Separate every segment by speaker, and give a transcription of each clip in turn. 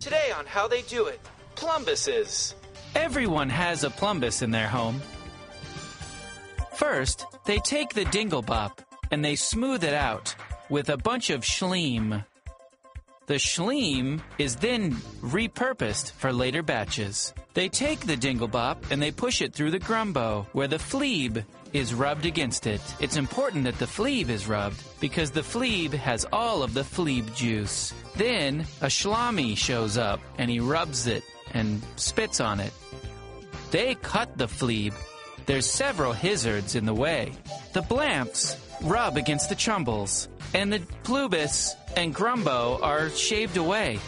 Speaker 1: Today on How They Do It, plumbuses. Everyone has a plumbus in their home. First, they take the dinglebop and they smooth it out with a bunch of schleem. The schleem is then repurposed for later batches. They take the dinglebop and they push it through the grumbo, where the phlebe is rubbed against it. It's important that the phlebe is rubbed because the phlebe has all of the phlebe juice. Then a shlami shows up and he rubs it and spits on it. They cut the phlebe. There's several hizzards in the way. The blamps rub against the chumbles, and the plubis and grumbo are shaved away.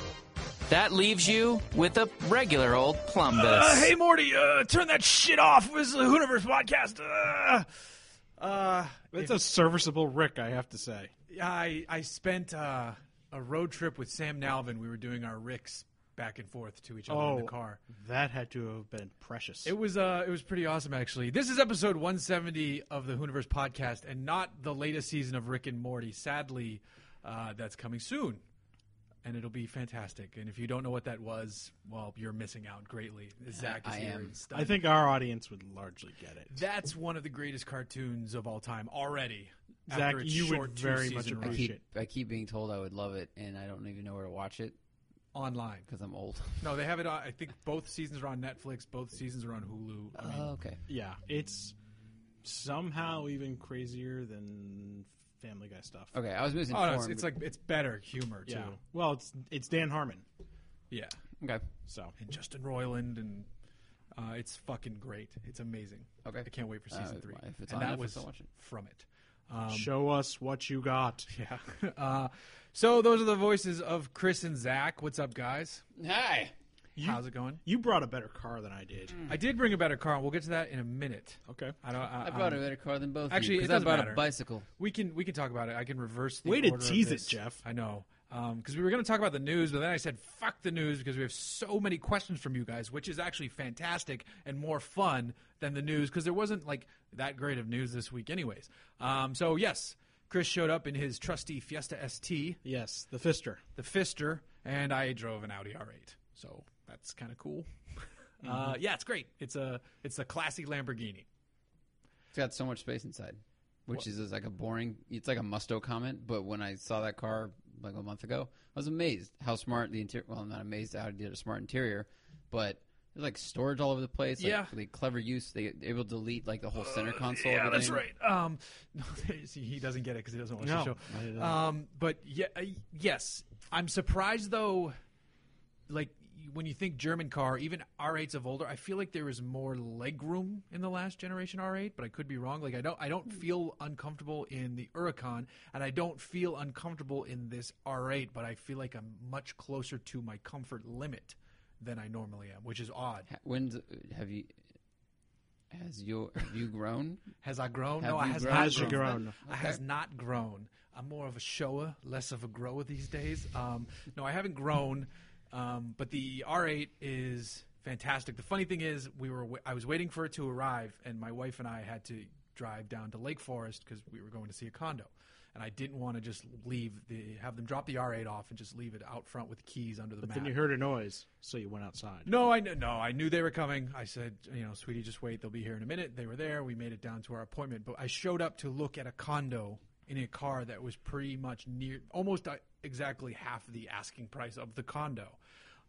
Speaker 1: That leaves you with a regular old plumbus.
Speaker 2: Uh, hey Morty, uh, turn that shit off. This is the Hooniverse podcast. Uh, uh,
Speaker 3: That's a serviceable Rick, I have to say.
Speaker 2: I I spent uh, a road trip with Sam Nalvin. We were doing our ricks back and forth to each other
Speaker 1: Oh.
Speaker 3: Oh.
Speaker 2: in the car.
Speaker 3: that had to have been precious.
Speaker 2: It was uh, it was pretty awesome actually. This is episode 170 of the Hooniverse podcast, and not the latest season of Rick and Morty. Sadly, uh, that's coming soon, and it'll be fantastic. And if you don't know what that was, well, you're missing out greatly. Zach is
Speaker 1: I
Speaker 2: here.
Speaker 1: am.
Speaker 2: and stuff.
Speaker 3: I think our audience would largely get it.
Speaker 2: That's one of the greatest cartoons of all time already.
Speaker 3: Zach,
Speaker 2: after its
Speaker 3: you would
Speaker 2: short
Speaker 3: very much
Speaker 2: two-season
Speaker 4: I
Speaker 2: run.
Speaker 3: appreciate-
Speaker 4: keep I keep being told I would love it, and I don't even know where to watch it
Speaker 2: online.
Speaker 4: because I'm old.
Speaker 2: No, they have it on. I think both seasons are on Netflix. Both seasons are on Hulu. I mean,
Speaker 4: Oh, okay.
Speaker 3: Yeah, it's somehow even crazier than Family Guy stuff.
Speaker 4: Okay, I was
Speaker 2: oh, no,
Speaker 4: misinformed.
Speaker 2: it's, it's like it's better humor too.
Speaker 3: Yeah. Well, it's it's Dan Harmon.
Speaker 2: Yeah,
Speaker 4: okay,
Speaker 3: So
Speaker 2: and Justin Roiland, and uh, it's fucking great. It's amazing.
Speaker 4: Okay.
Speaker 2: I can't wait for
Speaker 4: Uh,
Speaker 2: season three.
Speaker 4: if it's
Speaker 2: and
Speaker 4: on
Speaker 2: that
Speaker 4: Netflix,
Speaker 2: was
Speaker 4: I'll watch it.
Speaker 2: from it. Um,
Speaker 3: show us what you got.
Speaker 2: yeah. Uh, so those are the voices of Chris and Zach. What's up, guys?
Speaker 4: hi. Hmm?
Speaker 2: How's it going?
Speaker 3: You brought a better car than I did.
Speaker 2: I did bring a better car. We'll get to that in a minute.
Speaker 3: Okay.
Speaker 2: I don't. I,
Speaker 4: I brought
Speaker 2: um,
Speaker 4: a better car than both.
Speaker 2: actually,
Speaker 4: of
Speaker 2: it
Speaker 4: you, 'cause I
Speaker 2: doesn't
Speaker 4: brought
Speaker 2: matter.
Speaker 4: a bicycle.
Speaker 2: We can we can talk about it. I can reverse the
Speaker 3: Way to
Speaker 2: order of
Speaker 3: tease it,
Speaker 2: this.
Speaker 3: Jeff.
Speaker 2: I know. Because we were going to talk about the news, but then I said, fuck the news because we have so many questions from you guys, which is actually fantastic and more fun than the news because there wasn't like that great of news this week, anyways. Um, so, yes, Chris showed up in his trusty Fiesta ST,
Speaker 3: Yes, the Fister.
Speaker 2: the Fister, and I drove an Audi R8. So that's kind of cool. Uh,
Speaker 3: Mm-hmm.
Speaker 2: yeah, it's great. It's a it's a classy Lamborghini.
Speaker 4: It's got so much space inside, which is is like a boring. It's like a musto comment, but when I saw that car like a month ago, I was amazed how smart the interior. Well, I'm not amazed how it did a smart interior, but there's like storage all over the place. Like,
Speaker 2: Yeah. Uh,
Speaker 4: really clever use. They they're able to delete like the whole center console.
Speaker 2: Yeah, that's
Speaker 4: everything.
Speaker 2: right. Um, no, see, he doesn't get it because he doesn't watch
Speaker 3: No, I
Speaker 2: the
Speaker 3: didn't.
Speaker 2: show. Um, but yeah, uh, yes, I'm surprised though. Like when you think German car, even R8s of older, I feel like there was more legroom in the last generation R8, but I could be wrong. Like I don't, I don't feel uncomfortable in the Huracan, and I don't feel uncomfortable in this R8, but I feel like I'm much closer to my comfort limit than I normally am, which is odd.
Speaker 4: Ha- When's have you? Has your have you grown?
Speaker 2: Has I grown?
Speaker 4: Have
Speaker 2: no, I
Speaker 4: you
Speaker 2: has
Speaker 4: grown?
Speaker 2: not
Speaker 4: Has you
Speaker 3: grown?
Speaker 2: I has not grown. I'm more of a shower, less of a grower these days. Um, no, I haven't grown. Um, but the R8 is fantastic. The funny thing is, we were wa- I was waiting for it to arrive, and my wife and I had to drive down to Lake Forest because we were going to see a condo, and I didn't want to just leave the have them drop the R8 off and just leave it out front with the keys under the mat.
Speaker 3: Then you heard a noise, so you went outside.
Speaker 2: No, I kn- no, I knew they were coming. I said, you know, sweetie, just wait. They'll be here in a minute. They were there. We made it down to our appointment, but I showed up to look at a condo in a car that was pretty much near, almost uh, exactly half the asking price of the condo.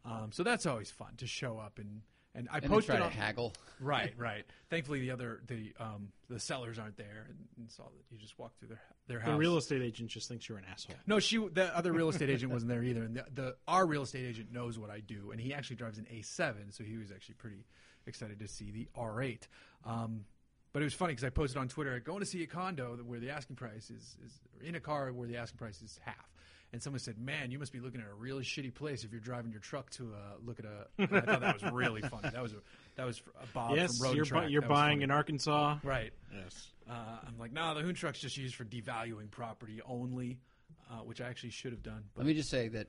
Speaker 2: Um, so that's always fun to show up and and I
Speaker 4: And then
Speaker 2: posted
Speaker 4: try to
Speaker 2: on-
Speaker 4: haggle.
Speaker 2: right, right. Thankfully, the other the um, the sellers aren't there, and, and saw that you just walked through their their house.
Speaker 3: The real estate agent just thinks you're an asshole.
Speaker 2: No, she the other real estate agent wasn't there either, and the, the our real estate agent knows what I do, and he actually drives an A7, so he was actually pretty excited to see the R8. Um, But it was funny because I posted on Twitter, going to see a condo where the asking price is, is or in a car where the asking price is half. And someone said, "Man, you must be looking at a really shitty place if you're driving your truck to uh, look at a." and I thought that was really funny. That was a, that was a Bob
Speaker 3: yes,
Speaker 2: from Road
Speaker 3: you're,
Speaker 2: Track.
Speaker 3: bu- you're
Speaker 2: That was
Speaker 3: buying
Speaker 2: funny.
Speaker 3: in Arkansas.
Speaker 2: right.
Speaker 3: Yes.
Speaker 2: Uh, I'm like, nah, the hoon truck's just used for devaluing property only, uh, which I actually should have done. But
Speaker 4: Let me just say that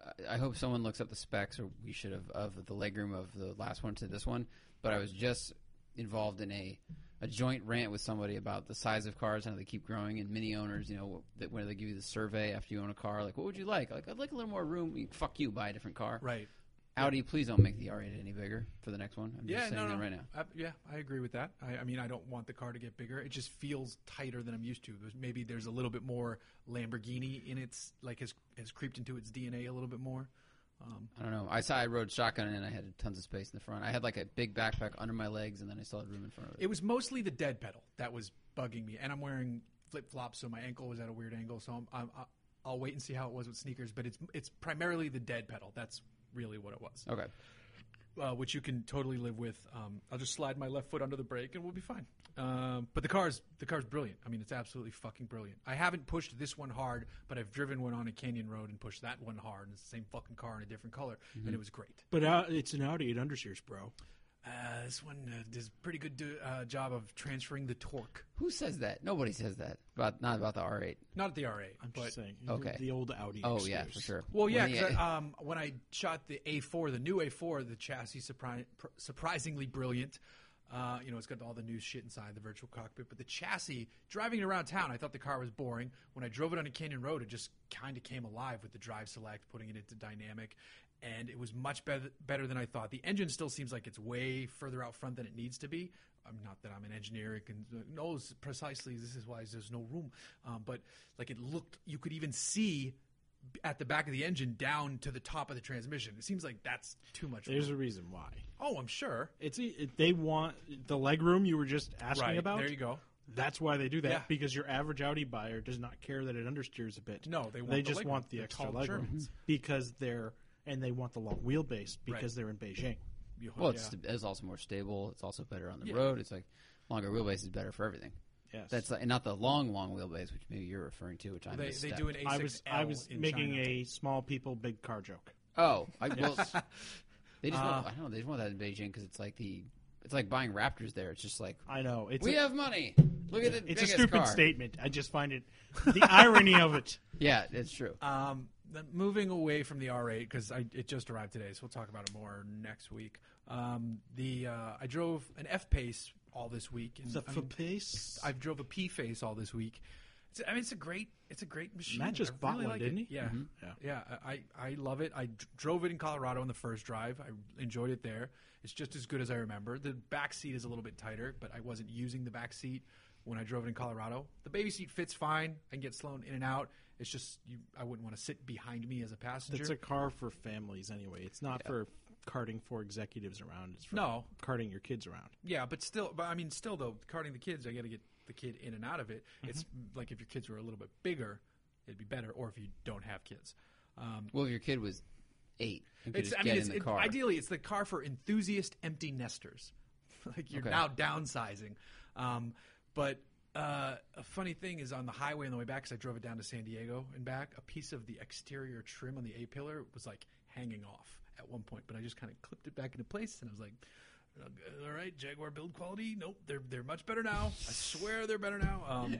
Speaker 4: uh, I- I hope someone looks up the specs, or we should have, of the legroom of the last one to this one. But I was just involved in a, a joint rant with somebody about the size of cars, how they keep growing, and many owners, you know, that when they give you the survey after you own a car, like, what would you like? Like, I'd like a little more room. Fuck you, buy a different car.
Speaker 2: right.
Speaker 4: Audi, please don't make the R8 any bigger for the next one. I'm
Speaker 2: Yeah,
Speaker 4: just saying
Speaker 2: no, no.
Speaker 4: that right now.
Speaker 2: I, yeah, I agree with that. I, I mean, I don't want the car to get bigger. It just feels tighter than I'm used to. There's- Maybe there's a little bit more Lamborghini in its like has has creeped into its DNA a little bit more.
Speaker 4: I don't know. I saw I rode shotgun and I had tons of space in the front. I had like a big backpack under my legs, and then I still had room in front of it.
Speaker 2: It was mostly the dead pedal that was bugging me, and I'm wearing flip flops, so my ankle was at a weird angle. So I'm, I'm I'll wait and see how it was with sneakers, but it's it's primarily the dead pedal. That's really what it was.
Speaker 4: Okay.
Speaker 2: uh, which you can totally live with. Um, I'll just slide my left foot under the brake and we'll be fine. Um, but the car's the car's brilliant. I mean, it's absolutely fucking brilliant. I haven't pushed this one hard, but I've driven one on a canyon road and pushed that one hard, and it's the same fucking car in a different color, and it was great.
Speaker 3: But uh, it's an Audi. It understeers, bro.
Speaker 2: Uh, this one uh, does a pretty good do, uh, job of transferring the torque.
Speaker 4: Who says that? Nobody says that. About not about the R8.
Speaker 2: Not the R8,
Speaker 3: I'm
Speaker 2: but
Speaker 3: just saying.
Speaker 4: okay.
Speaker 3: The old Audi.
Speaker 4: Oh yeah,
Speaker 3: excuse.
Speaker 4: for sure.
Speaker 2: Well, yeah,
Speaker 4: When the-
Speaker 2: 'cause I, um, when I shot the A4, the new A4, the chassis surpri- pr- surprisingly brilliant. Uh, you know, it's got all the new shit inside the virtual cockpit, but the chassis driving it around town, I thought the car was boring. When I drove it on a canyon road, it just kind of came alive with the drive select, putting it into dynamic, and it was much better better than I thought. The engine still seems like it's way further out front than it needs to be. I'm not that I'm an engineer and can uh, knows precisely this is why there's no room, um, but like it looked, you could even see at the back of the engine down to the top of the transmission. It seems like that's too much.
Speaker 3: There's
Speaker 2: room.
Speaker 3: a reason why.
Speaker 2: oh, I'm sure.
Speaker 3: It's e, it, they want the legroom you were just asking
Speaker 2: Right
Speaker 3: about.
Speaker 2: there, you go.
Speaker 3: That's why they do that
Speaker 2: Yeah.
Speaker 3: because your average Audi buyer does not care that it understeers a bit.
Speaker 2: No, they want
Speaker 3: they
Speaker 2: the
Speaker 3: just
Speaker 2: legroom,
Speaker 3: want the
Speaker 2: the
Speaker 3: extra
Speaker 2: tall
Speaker 3: legroom
Speaker 2: Germans.
Speaker 3: because they're and they want the long wheelbase because they're in Beijing.
Speaker 2: You-
Speaker 4: well, it's,
Speaker 2: yeah.
Speaker 4: it's also more stable. It's also better on the road. It's like longer wheelbase is better for everything.
Speaker 3: Yes,
Speaker 4: That's like, and not the long, long wheelbase, which maybe you're referring to, which I
Speaker 2: they, they
Speaker 4: misstepped.
Speaker 2: do an A6L
Speaker 3: I was I was
Speaker 2: in
Speaker 3: making
Speaker 2: China.
Speaker 3: a small people big car joke.
Speaker 4: Oh, I, well, they just
Speaker 2: Uh.
Speaker 4: want, I don't know. They just want that in Beijing because it's like the it's like buying Raptors there. It's just like
Speaker 3: I know it's
Speaker 4: we
Speaker 3: a,
Speaker 4: have money. Look at the
Speaker 3: it's a
Speaker 4: biggest
Speaker 3: stupid
Speaker 4: car.
Speaker 3: statement. I just find it the irony of it.
Speaker 4: Yeah, it's true.
Speaker 2: Um, then moving away from the R8 because it just arrived today, so we'll talk about it more next week. Um, the uh, I drove an F pace all this week. And,
Speaker 3: The
Speaker 2: I mean,
Speaker 3: pace.
Speaker 2: I've drove a P face all this week. It's, I mean, it's a great, it's a great machine.
Speaker 3: Matt just
Speaker 2: I
Speaker 3: bought
Speaker 2: really
Speaker 3: one,
Speaker 2: like
Speaker 3: didn't
Speaker 2: it.
Speaker 3: he?
Speaker 2: Yeah,
Speaker 3: Yeah.
Speaker 2: yeah, I, I love it. I d- drove it in Colorado on the first drive. I enjoyed it there. It's just as good as I remember. The back seat is a little bit tighter, but I wasn't using the back seat when I drove it in Colorado. The baby seat fits fine. I can get Sloan in and out. It's just you, I wouldn't want to sit behind me as a passenger.
Speaker 3: It's a car for families anyway. It's not for carting for executives around. It's for
Speaker 2: No.
Speaker 3: carting your kids around.
Speaker 2: Yeah, but still, but I mean, still though, carting the kids, I got to get the kid in and out of it.
Speaker 3: Mm-hmm.
Speaker 2: It's like if your kids were a little bit bigger, it'd be better, or if you don't have kids. Um,
Speaker 4: Well, if your kid was eight, you could
Speaker 2: it's,
Speaker 4: just
Speaker 2: I
Speaker 4: get
Speaker 2: mean, it's,
Speaker 4: in the
Speaker 2: it-
Speaker 4: car.
Speaker 2: ideally, it's the car for enthusiast empty nesters. like you're
Speaker 4: Okay.
Speaker 2: now downsizing. Um, but uh, a funny thing is on the highway on the way back, because I drove it down to San Diego and back, a piece of the exterior trim on the A pillar was like hanging off at one point, but I just kind of clipped it back into place and I was like, "Uh, all right, Jaguar build quality. Nope, they're they're much better now. I swear they're better now. Um,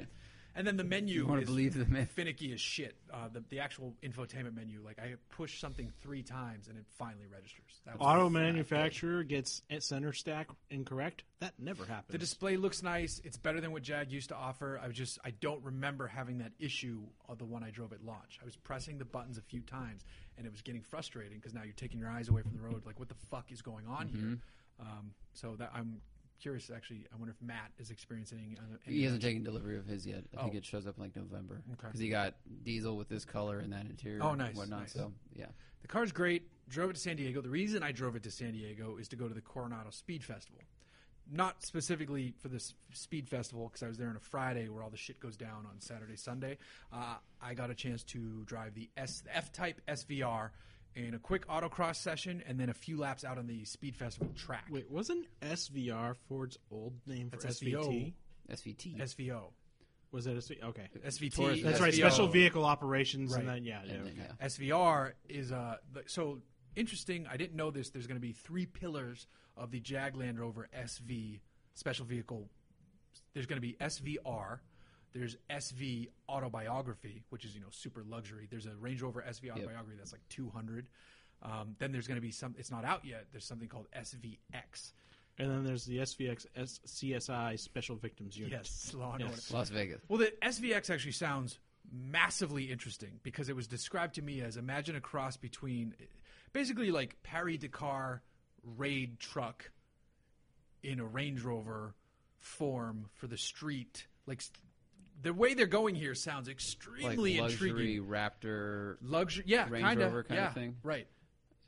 Speaker 2: and then the menu
Speaker 4: wanna
Speaker 2: is
Speaker 4: believe the myth.
Speaker 2: finicky as shit. Uh, the the actual infotainment menu, like I push something three times and it finally registers. That was
Speaker 3: Auto manufacturer gets at center stack incorrect. That never happens.
Speaker 2: the display looks nice. It's better than what Jag used to offer. I was just I don't remember having that issue of the one I drove at launch. I was pressing the buttons a few times and it was getting frustrating because now you're taking your eyes away from the road. Like what the fuck is going on here? Um, so that I'm curious. Actually, I wonder if Matt is experiencing. Uh, any
Speaker 4: He hasn't taken delivery of his yet. I think
Speaker 2: Oh.
Speaker 4: it shows up in like November
Speaker 2: Okay.
Speaker 4: because he got diesel with this color and that interior.
Speaker 2: Oh,
Speaker 4: and
Speaker 2: nice,
Speaker 4: whatnot.
Speaker 2: nice.
Speaker 4: So yeah,
Speaker 2: The car's great. Drove it to San Diego. The reason I drove it to San Diego is to go to the Coronado Speed Festival. Not specifically for this speed festival because I was there on a Friday where all the shit goes down on Saturday, Sunday. Uh, I got a chance to drive the S, the F-Type SVR in a quick autocross session and then a few laps out on the Speed Festival track.
Speaker 3: Wait, wasn't SVR Ford's old name for
Speaker 2: That's
Speaker 3: SVT?
Speaker 2: SVO.
Speaker 4: SVT.
Speaker 2: SVO.
Speaker 3: Was that SVT? Okay.
Speaker 2: SVT.
Speaker 4: Taurus
Speaker 3: That's right.
Speaker 4: SVO.
Speaker 3: Special Vehicle Operations, and
Speaker 2: Right.
Speaker 3: then yeah, yeah.
Speaker 4: And then,
Speaker 3: okay.
Speaker 4: yeah.
Speaker 2: SVR is uh the- so interesting. I didn't know this. There's going to be three pillars of the Jag Land Rover SV special vehicle. There's going to be SVR. There's SV autobiography, which is you know super luxury. There's a Range Rover SV autobiography that's like 200. Um, then there's going to be some. It's not out yet. There's something called SVX.
Speaker 3: And then there's the SVX S- CSI Special Victims Unit.
Speaker 2: Yes, Law and Order.
Speaker 4: Las Vegas.
Speaker 2: Well, the SVX actually sounds massively interesting because it was described to me as imagine a cross between basically like Parry Dakar raid truck in a Range Rover form for the street. Like s- the way they're going here sounds
Speaker 4: Like
Speaker 2: extremely
Speaker 4: luxury
Speaker 2: intriguing.
Speaker 4: Raptor.
Speaker 2: Luxury, yeah,
Speaker 4: Range
Speaker 2: kinda,
Speaker 4: Rover kinda
Speaker 2: yeah,
Speaker 4: thing?
Speaker 2: right?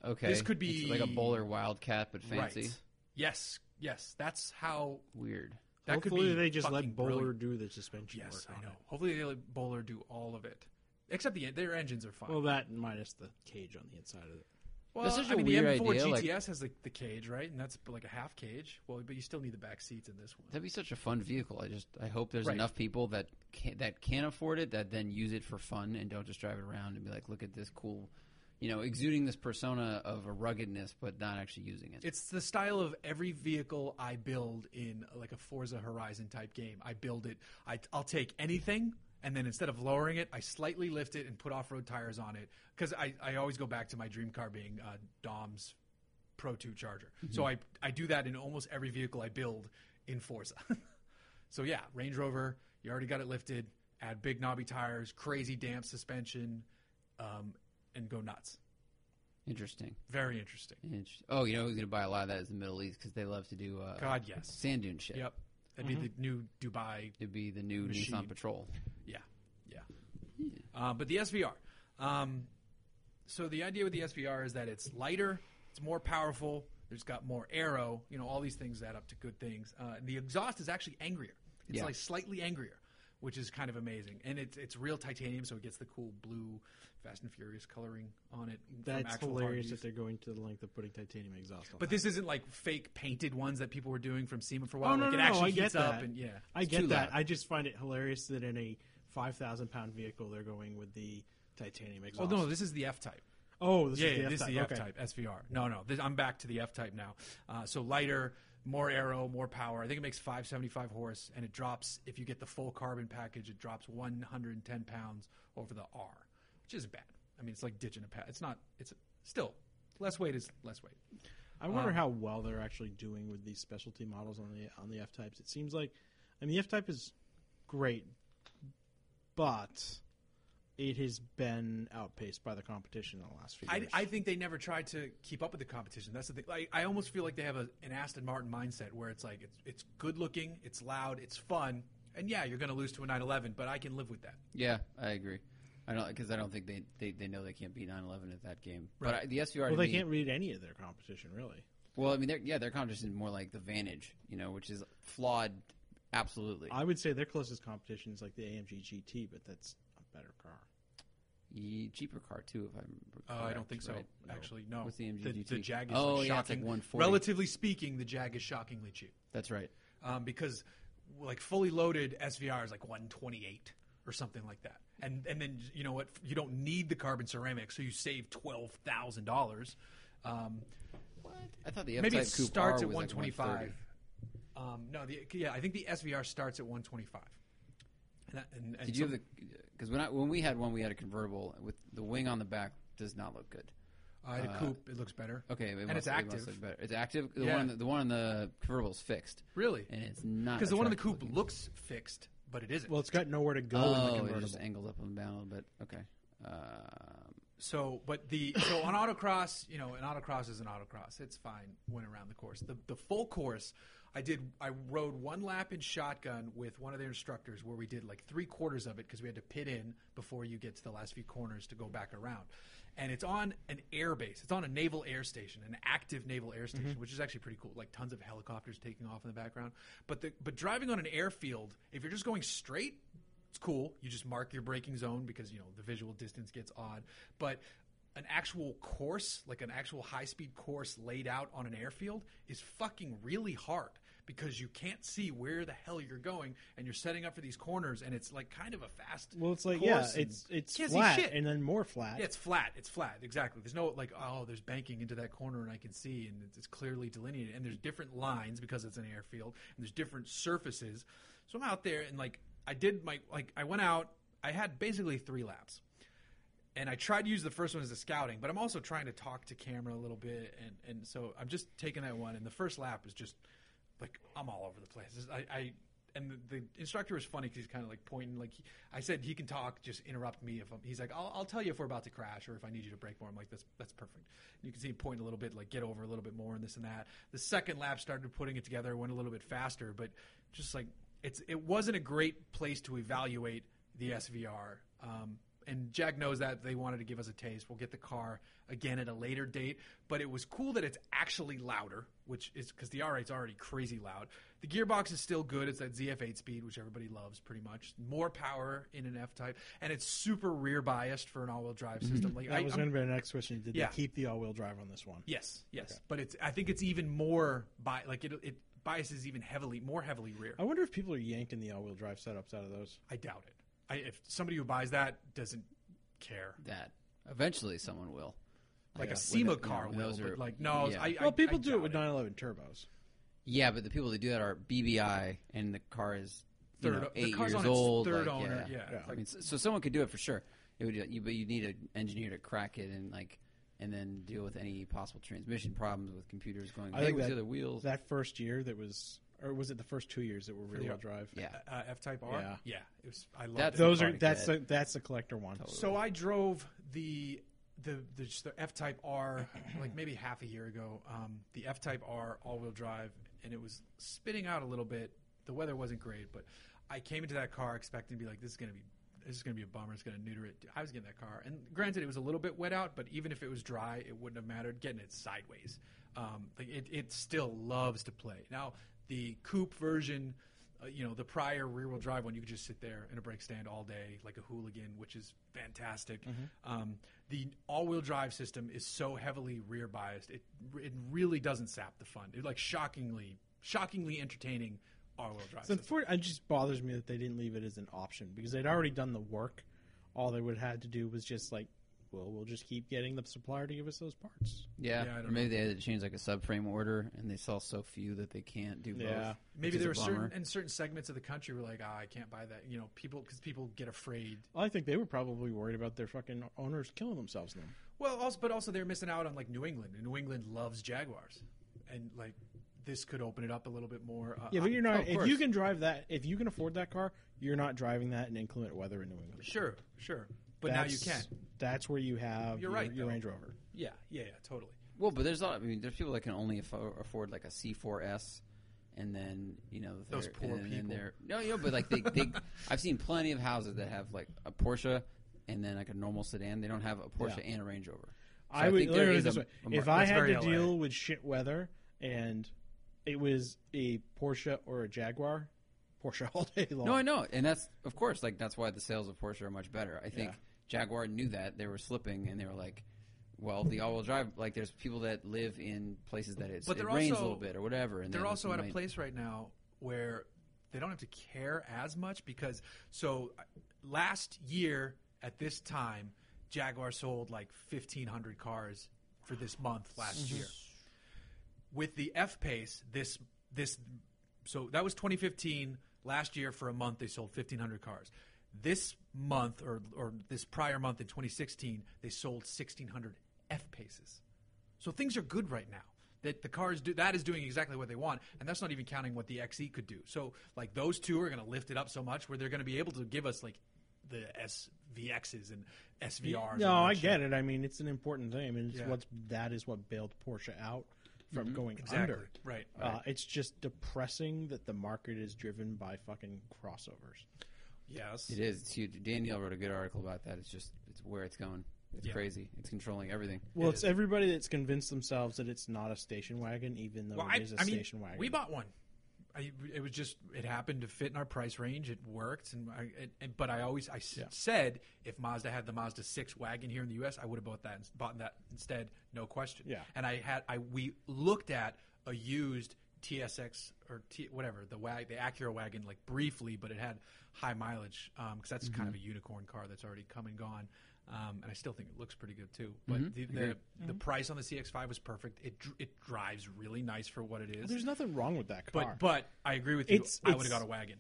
Speaker 4: Okay.
Speaker 2: This could
Speaker 4: It's
Speaker 2: be-
Speaker 4: like a bowler wildcat, but fancy.
Speaker 2: Right. Yes, yes, that's how.
Speaker 4: Weird.
Speaker 2: That
Speaker 3: Hopefully
Speaker 2: could be
Speaker 3: they just
Speaker 2: fucking
Speaker 3: let Bowler
Speaker 2: brilliant.
Speaker 3: do the suspension
Speaker 2: Yes,
Speaker 3: work.
Speaker 2: I
Speaker 3: on
Speaker 2: know.
Speaker 3: it.
Speaker 2: Hopefully they let Bowler do all of it, except the their engines are fine.
Speaker 3: Well, that minus the cage on the inside of it.
Speaker 2: Well,
Speaker 4: That's such
Speaker 2: I
Speaker 4: a
Speaker 2: mean,
Speaker 4: weird
Speaker 2: the M4
Speaker 4: idea,
Speaker 2: GTS
Speaker 4: like-
Speaker 2: has like the cage, right? And that's like a half cage. Well, but you still need the back seats in this one.
Speaker 4: That'd be such a fun vehicle. I just I hope there's
Speaker 2: Right.
Speaker 4: enough people that can, that can afford it that then use it for fun and don't just drive it around and be like, look at this cool, you know, exuding this persona of a ruggedness but not actually using it.
Speaker 2: It's the style of every vehicle I build in like a Forza Horizon type game. I build it. I, I'll take anything, and then instead of lowering it, I slightly lift it and put off-road tires on it because I, I always go back to my dream car being uh, Dom's Pro 2 Charger. So I I do that in almost every vehicle I build in Forza. so yeah, Range Rover. You already got it lifted. Add big knobby tires, crazy damp suspension, um, and go nuts.
Speaker 4: Interesting.
Speaker 2: Very interesting.
Speaker 4: Interesting. Oh, you know who's gonna buy a lot of that is the Middle East because they love to do uh,
Speaker 2: God, yes.
Speaker 4: sand dune shit.
Speaker 2: Yep. That'd be the new Dubai.
Speaker 4: It'd be the new
Speaker 2: Machine.
Speaker 4: Nissan Patrol.
Speaker 2: Yeah. Yeah. Uh, but the SVR. Um, so the idea with the SVR is that it's lighter, it's more powerful, there's got more aero, you know, all these things add up to good things. Uh, and the exhaust is actually angrier. It's
Speaker 4: Yeah.
Speaker 2: like slightly angrier, which is kind of amazing. And it's it's real titanium, so it gets the cool blue Fast and Furious coloring on it. from
Speaker 3: That's
Speaker 2: actual hard use.
Speaker 3: hilarious that they're going to the length of putting titanium exhaust on.
Speaker 2: But
Speaker 3: that.
Speaker 2: this isn't like fake painted ones that people were doing from SEMA for a while.
Speaker 3: oh no,
Speaker 2: like
Speaker 3: no,
Speaker 2: it
Speaker 3: no,
Speaker 2: actually
Speaker 3: I
Speaker 2: heats
Speaker 3: get that.
Speaker 2: up and yeah.
Speaker 3: I get
Speaker 4: too
Speaker 3: that.
Speaker 4: loud.
Speaker 3: I just find it hilarious that in a five thousand pound vehicle they're going with the titanium
Speaker 2: Oh
Speaker 3: exhaust.
Speaker 2: no, this is the F type.
Speaker 3: Oh, this
Speaker 2: yeah,
Speaker 3: is the
Speaker 2: yeah,
Speaker 3: F
Speaker 2: this
Speaker 3: type.
Speaker 2: is the
Speaker 3: okay.
Speaker 2: F-type SVR. No, no, this, I'm back to the F-type now. Uh, so lighter, more aero, more power. I think it makes 575 horse, and it drops if you get the full carbon package. It drops 110 pounds over the R, which is bad. I mean, it's like ditching a pad. It's not. It's still less weight is less weight.
Speaker 3: I
Speaker 2: Um,
Speaker 3: wonder how well they're actually doing with these specialty models on the on the F types. It seems like, I mean, the F type is great, but it has been outpaced by the competition in the last few
Speaker 2: I,
Speaker 3: years.
Speaker 2: I think they never tried to keep up with the competition. That's the thing. I, I almost feel like they have a, an Aston Martin mindset where it's like it's it's good looking, it's loud, it's fun, and yeah, you're going to lose to a 911, but I can live with that.
Speaker 4: Yeah, I agree. I don't because I don't think they, they, they know they can't beat 911 at that game. But I, the SVR.
Speaker 3: well,
Speaker 4: to
Speaker 3: they
Speaker 4: me-
Speaker 3: can't read any of their competition really.
Speaker 4: Well, I mean, they're, yeah, their contest is more like the Vantage, you know, which is flawed. Absolutely.
Speaker 3: I would say their closest competition is like the AMG GT, but that's a better car.
Speaker 4: Ye- cheaper car too, if I remember.
Speaker 2: Uh, I don't
Speaker 4: correct,
Speaker 2: think so.
Speaker 4: right?
Speaker 2: Actually, no.
Speaker 4: What's the MG
Speaker 2: The,
Speaker 4: GT?
Speaker 2: Jag is
Speaker 4: Oh,
Speaker 2: like,
Speaker 4: yeah, it's like
Speaker 2: shocking.
Speaker 4: 140.
Speaker 2: Relatively speaking, the Jag is shockingly cheap
Speaker 4: That's right.
Speaker 2: um, because like fully loaded SVR is like 128 or something like that. And and then you know what? You don't need the carbon ceramic, so you save twelve thousand dollars. Um,
Speaker 4: I thought the F
Speaker 2: maybe
Speaker 4: type
Speaker 2: it
Speaker 4: coupe
Speaker 2: starts at
Speaker 4: R was like
Speaker 2: 125.
Speaker 4: 130.
Speaker 2: um, no, the, yeah, I think the SVR starts at 125. And that, and, and
Speaker 4: Did you
Speaker 2: some-
Speaker 4: have the? Because when I, when we had one, we had a convertible with the wing on the back. Does not look good.
Speaker 2: I had a coupe. It looks better.
Speaker 4: uh, Okay, it
Speaker 2: and
Speaker 4: must-
Speaker 2: it's
Speaker 4: it must
Speaker 2: active.
Speaker 4: look better. It's active. The
Speaker 2: Yeah.
Speaker 4: one, on the, the one on the convertible is fixed.
Speaker 2: Really?
Speaker 4: and it's not
Speaker 2: Because the one in the
Speaker 4: attractive
Speaker 2: coupe
Speaker 4: looking.
Speaker 2: looks fixed, but it isn't.
Speaker 3: Well, it's got nowhere to go in the
Speaker 4: Oh, it
Speaker 3: convertible.
Speaker 4: just angled up and down a little bit. Okay. Um,
Speaker 2: So, but the so on autocross, you know, an autocross is an autocross. It's fine. Went around the course. The the full course, I did. I rode one lap in shotgun with one of their instructors, where we did like three quarters of it because we had to pit in before you get to the last few corners to go back around. And it's on an air base. It's on a naval air station, an active naval air station, which is actually pretty cool. Like tons of helicopters taking off in the background. But the but driving on an airfield, if you're just going straight, it's cool. You just mark your braking zone because you know the visual distance gets odd. But an actual course, like an actual high speed course laid out on an airfield, is fucking really hard because you can't see where the hell you're going and you're setting up for these corners and it's like kind of a fast.
Speaker 3: Well, it's like yeah,
Speaker 2: course and
Speaker 3: it's it's
Speaker 2: can't see
Speaker 3: flat
Speaker 2: shit.
Speaker 3: and then more flat.
Speaker 2: Yeah, it's flat. It's flat. Exactly. There's no like, oh, there's banking into that corner, and I can see, and it's- it's clearly delineated. And there's different lines because it's an airfield, and there's different surfaces. So I'm out there, and like, I did my like, I went out. I had basically three laps, and I tried to use the first one as a scouting, but I'm also trying to talk to camera a little bit, and and so I'm just taking that one. And the first lap is just like I'm all over the place. This- I. I and the, the instructor was funny because he's kind of like pointing. Like he, I said, he can talk. Just interrupt me if I'm, he's like, I'll, I'll tell you if we're about to crash or if I need you to break more. I'm like, that's that's perfect. And you can see him pointing a little bit, like get over a little bit more and this and that. The second lap started putting it together, went a little bit faster, but just like it's it wasn't a great place to evaluate the SVR. Um, and Jack knows that they wanted to give us a taste. We'll get the car again at a later date. But it was cool that it's actually louder, which is because the R8's already crazy loud. The gearbox is still good. It's that ZF8 speed, which everybody loves pretty much. More power in an F type, and it's super rear biased for an all-wheel drive system. Like
Speaker 3: Mm-hmm. That
Speaker 2: I,
Speaker 3: was
Speaker 2: I'm-
Speaker 3: going to be our next question. Did
Speaker 2: Yeah.
Speaker 3: they keep the all-wheel drive on this one?
Speaker 2: yes, yes. But it's I think it's even more bi- like it, it biases even heavily, more heavily rear.
Speaker 3: I wonder if people are yanking the all-wheel drive setups out of those.
Speaker 2: I doubt it. I, if somebody who buys that doesn't care.
Speaker 4: that. Eventually, someone will.
Speaker 2: like a
Speaker 4: Yeah.
Speaker 2: SEMA
Speaker 4: With it, you
Speaker 2: car
Speaker 4: know,
Speaker 2: will,
Speaker 4: those
Speaker 2: but
Speaker 4: are-
Speaker 2: like no,
Speaker 4: yeah.
Speaker 2: I, I,
Speaker 3: Well, people
Speaker 2: I
Speaker 3: do
Speaker 2: doubt
Speaker 3: it with 911 turbos.
Speaker 4: Yeah, but the people that do that are BBI, and the car is you
Speaker 2: Third
Speaker 4: know,
Speaker 2: o- the
Speaker 4: eight
Speaker 2: car's
Speaker 4: years
Speaker 2: on its
Speaker 4: old.
Speaker 2: third
Speaker 4: like,
Speaker 2: owner,
Speaker 4: Yeah,
Speaker 2: yeah, it's
Speaker 4: I
Speaker 2: like-
Speaker 4: mean, so, so someone could do it for sure. It would, you, but you need an engineer to crack it and like, and then deal with any possible transmission problems with computers going.
Speaker 3: I
Speaker 4: hey,
Speaker 3: think
Speaker 4: where's
Speaker 3: that-
Speaker 4: the other wheels?
Speaker 3: That first year that was, or was it the first two years that were rear-wheel drive?
Speaker 4: yeah,
Speaker 2: uh, F Type R.
Speaker 3: Yeah.
Speaker 2: it was. I loved
Speaker 4: That's-
Speaker 2: it.
Speaker 3: Those are
Speaker 4: Probably
Speaker 3: that's a,
Speaker 4: dead.
Speaker 3: that's the collector one.
Speaker 2: So I drove the the the, just the F Type R like maybe half a year ago. Um, the F Type R all wheel drive, and it was spitting out a little bit. The weather wasn't great, but I came into that car expecting to be like, this is gonna be. This is going to be a bummer. It's going to neuter it. I was getting that car, and granted, it was a little bit wet out, but even if it was dry, it wouldn't have mattered. Getting it sideways, um, like it, it still loves to play. Now, the coupe version, uh, you know, the prior rear wheel drive one, you could just sit there in a brake stand all day like a hooligan, which is fantastic. Um, the all wheel drive system is so heavily rear biased, it, it really doesn't sap the fun. It like shockingly, shockingly entertaining all wheel drive
Speaker 3: It's
Speaker 2: system.
Speaker 3: unfortunate. It just bothers me that they didn't leave it as an option because they'd already done the work. All they would have had to do was just like, well, we'll just keep getting the supplier to give us those parts.
Speaker 4: yeah.
Speaker 2: yeah, I
Speaker 4: or
Speaker 2: don't
Speaker 4: maybe they had to change like a subframe order, and they sell so few that they can't do
Speaker 3: Yeah.
Speaker 4: both.
Speaker 2: Maybe
Speaker 4: which
Speaker 2: there were
Speaker 4: is a bummer.
Speaker 2: certain and certain segments of the country were like, ah, I can't buy that. You know, people because people get afraid
Speaker 3: I think they were probably worried about their fucking owners killing themselves in them.
Speaker 2: Well, also, but also they're missing out on like New England, and New England loves Jaguars, and like this could open it up a little bit more. Uh,
Speaker 3: Yeah, but you're
Speaker 2: I-
Speaker 3: not.
Speaker 2: of
Speaker 3: if
Speaker 2: course.
Speaker 3: you can drive that, if you can afford that car, you're not driving that in inclement weather in New England.
Speaker 2: sure, sure, but now you
Speaker 3: That's-
Speaker 2: can.
Speaker 3: That's where you have
Speaker 2: You're
Speaker 3: your,
Speaker 2: right,
Speaker 3: your
Speaker 2: though.
Speaker 3: Range Rover.
Speaker 2: Yeah, yeah, yeah, totally.
Speaker 4: Well, but there's a lot. I mean, there's people that can only affo- afford like a C4S, and then you know
Speaker 2: Those
Speaker 4: they're-
Speaker 2: poor
Speaker 4: and then
Speaker 2: people.
Speaker 4: they're- No, you know, but like they, they, I've seen plenty of houses that have like a Porsche and then like a normal sedan. They don't have a Porsche
Speaker 3: Yeah.
Speaker 4: and a Range Rover. So
Speaker 3: I would
Speaker 4: think there
Speaker 3: literally
Speaker 4: is a-
Speaker 3: this way.
Speaker 4: a
Speaker 3: If
Speaker 4: market.
Speaker 3: I
Speaker 2: That's
Speaker 3: had
Speaker 2: very
Speaker 3: to
Speaker 2: LA.
Speaker 3: deal with shit weather and it was a Porsche or a Jaguar, Porsche all day long.
Speaker 4: No, I know, and that's of course like that's why the sales of Porsche are much better. I think
Speaker 3: Yeah.
Speaker 4: Jaguar knew that they were slipping, and they were like, "Well, the all-wheel drive like there's people that live in places that it's,
Speaker 2: But
Speaker 4: it
Speaker 2: they're
Speaker 4: rains a
Speaker 2: also-
Speaker 4: little bit or whatever." And
Speaker 2: They're
Speaker 4: then
Speaker 2: also
Speaker 4: you
Speaker 2: at a
Speaker 4: might-
Speaker 2: place right now where they don't have to care as much because so uh, last year at this time, Jaguar sold like fifteen hundred cars for this month last
Speaker 4: Mm-hmm.
Speaker 2: year. With the F pace, this this so that was 2015. Last year for a month they sold 1500 cars. This month or or this prior month in 2016 they sold 1600 F paces. So things are good right now. That the cars do that is doing exactly what they want, and that's not even counting what the XE could do. So like those two are going to lift it up so much where they're going to be able to give us like the SVXs and E. SVRs.
Speaker 3: No, I get it. I mean, it's an important thing. I mean, it's
Speaker 2: Yeah. Mm-hmm.
Speaker 3: what's that is what bailed Porsche out from going
Speaker 2: Exactly.
Speaker 3: under.
Speaker 2: Right.
Speaker 3: Uh, it's just depressing that the market is driven by fucking crossovers.
Speaker 2: Yes.
Speaker 4: It is. It's huge. Danielle wrote a good article about that. It's just it's where it's going. It's
Speaker 2: Yeah.
Speaker 4: crazy. It's controlling everything.
Speaker 3: Well, it's everybody that's convinced themselves that it's not a station wagon, even though
Speaker 2: Well,
Speaker 3: it
Speaker 2: I,
Speaker 3: is a
Speaker 2: I mean,
Speaker 3: station wagon.
Speaker 2: we bought one. I, it was just it happened to fit in our price range. It worked, and I and, and, but I always I s-
Speaker 3: Yeah.
Speaker 2: said if Mazda had the Mazda six wagon here in the U.S., I would have bought that ins- bought that instead, no question.
Speaker 3: Yeah.
Speaker 2: And I had I we looked at a used TSX or T, whatever the wag the Acura wagon like briefly, but it had high mileage because that's kind
Speaker 4: Mm-hmm.
Speaker 2: of a unicorn car that's already come and gone. Um, and I still think it looks pretty good too. But
Speaker 4: Mm-hmm.
Speaker 2: the, the,
Speaker 3: Mm-hmm.
Speaker 2: the price on the CX5 was perfect. It dr- it drives really nice for what it is.
Speaker 3: There's nothing wrong with that car.
Speaker 2: But but I agree with you.
Speaker 3: It's-
Speaker 2: I would have
Speaker 3: it's-
Speaker 2: got a wagon.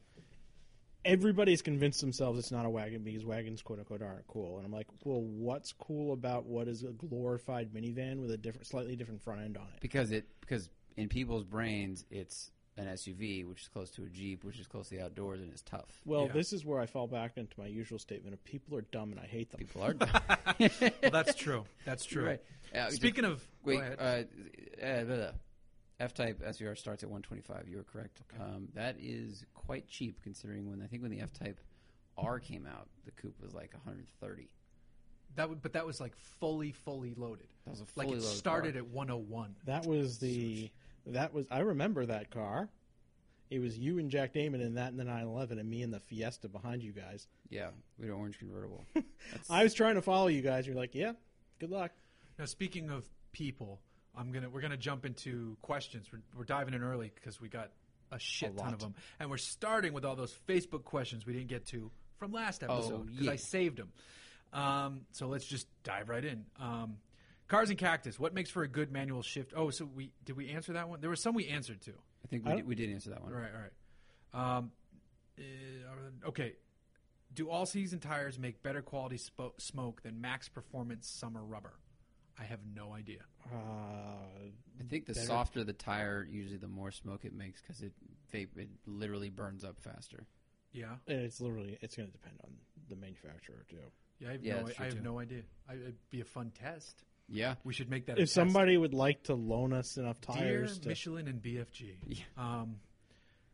Speaker 3: everybody's convinced themselves it's not a wagon because wagons quote unquote aren't cool and i'm like well what's cool about what is a glorified minivan with a different slightly different front end on it
Speaker 4: because it because in people's brains it's an SUV, which is close to a Jeep, which is close to the outdoors, and it's tough.
Speaker 3: well
Speaker 2: Yeah.
Speaker 3: this is where i fall back into my usual statement of people are dumb and i hate them
Speaker 4: People are dumb.
Speaker 2: Well, that's true. That's true.
Speaker 4: Right. Uh,
Speaker 2: Speaking of,
Speaker 4: Wait,
Speaker 2: go ahead.
Speaker 4: uh, uh, blah, blah. F-Type SVR starts at 125. You were correct. Um, that is quite cheap considering when I think when the F-Type R came out, the coupe was like 130.
Speaker 2: that would, but that was like fully fully loaded.
Speaker 4: That was a
Speaker 2: like
Speaker 4: fully
Speaker 2: it
Speaker 4: loaded
Speaker 2: started
Speaker 4: car.
Speaker 2: at 101.
Speaker 3: that was the that was i remember that car it was you and jack damon in that and the 911 and me in the fiesta behind you guys
Speaker 4: Yeah, we had an orange convertible.
Speaker 3: i was trying to follow you guys you're like yeah good luck
Speaker 2: Now speaking of people, I'm gonna we're gonna jump into questions. We're, we're diving in early because we got a shit ton of them, and we're starting with all those Facebook questions we didn't get to from last episode because
Speaker 4: yeah.
Speaker 2: I saved them. Um, so let's just dive right in. Um, cars and cactus. What makes for a good manual shift? Oh, so we did we answer that one? There were some we answered to.
Speaker 4: I think we, did, we did answer that one.
Speaker 2: All right, all right. Um, uh, okay. Do all season tires make better quality spo- smoke than max performance summer rubber? I have no idea.
Speaker 3: uh,
Speaker 4: I think the
Speaker 3: Better-
Speaker 4: softer the tire, usually the more smoke it makes because it vape it literally burns up faster.
Speaker 2: Yeah,
Speaker 3: and it's literally it's going to depend on the manufacturer too
Speaker 2: yeah. I have,
Speaker 4: Yeah,
Speaker 2: no,
Speaker 4: that's
Speaker 2: I
Speaker 4: true,
Speaker 2: have
Speaker 4: too.
Speaker 2: no idea. I, it'd be a fun test.
Speaker 4: Yeah,
Speaker 2: We should make that. a
Speaker 3: if
Speaker 2: test.
Speaker 3: somebody would like to loan us enough
Speaker 2: dear
Speaker 3: tires to,
Speaker 2: Michelin and BFG, um,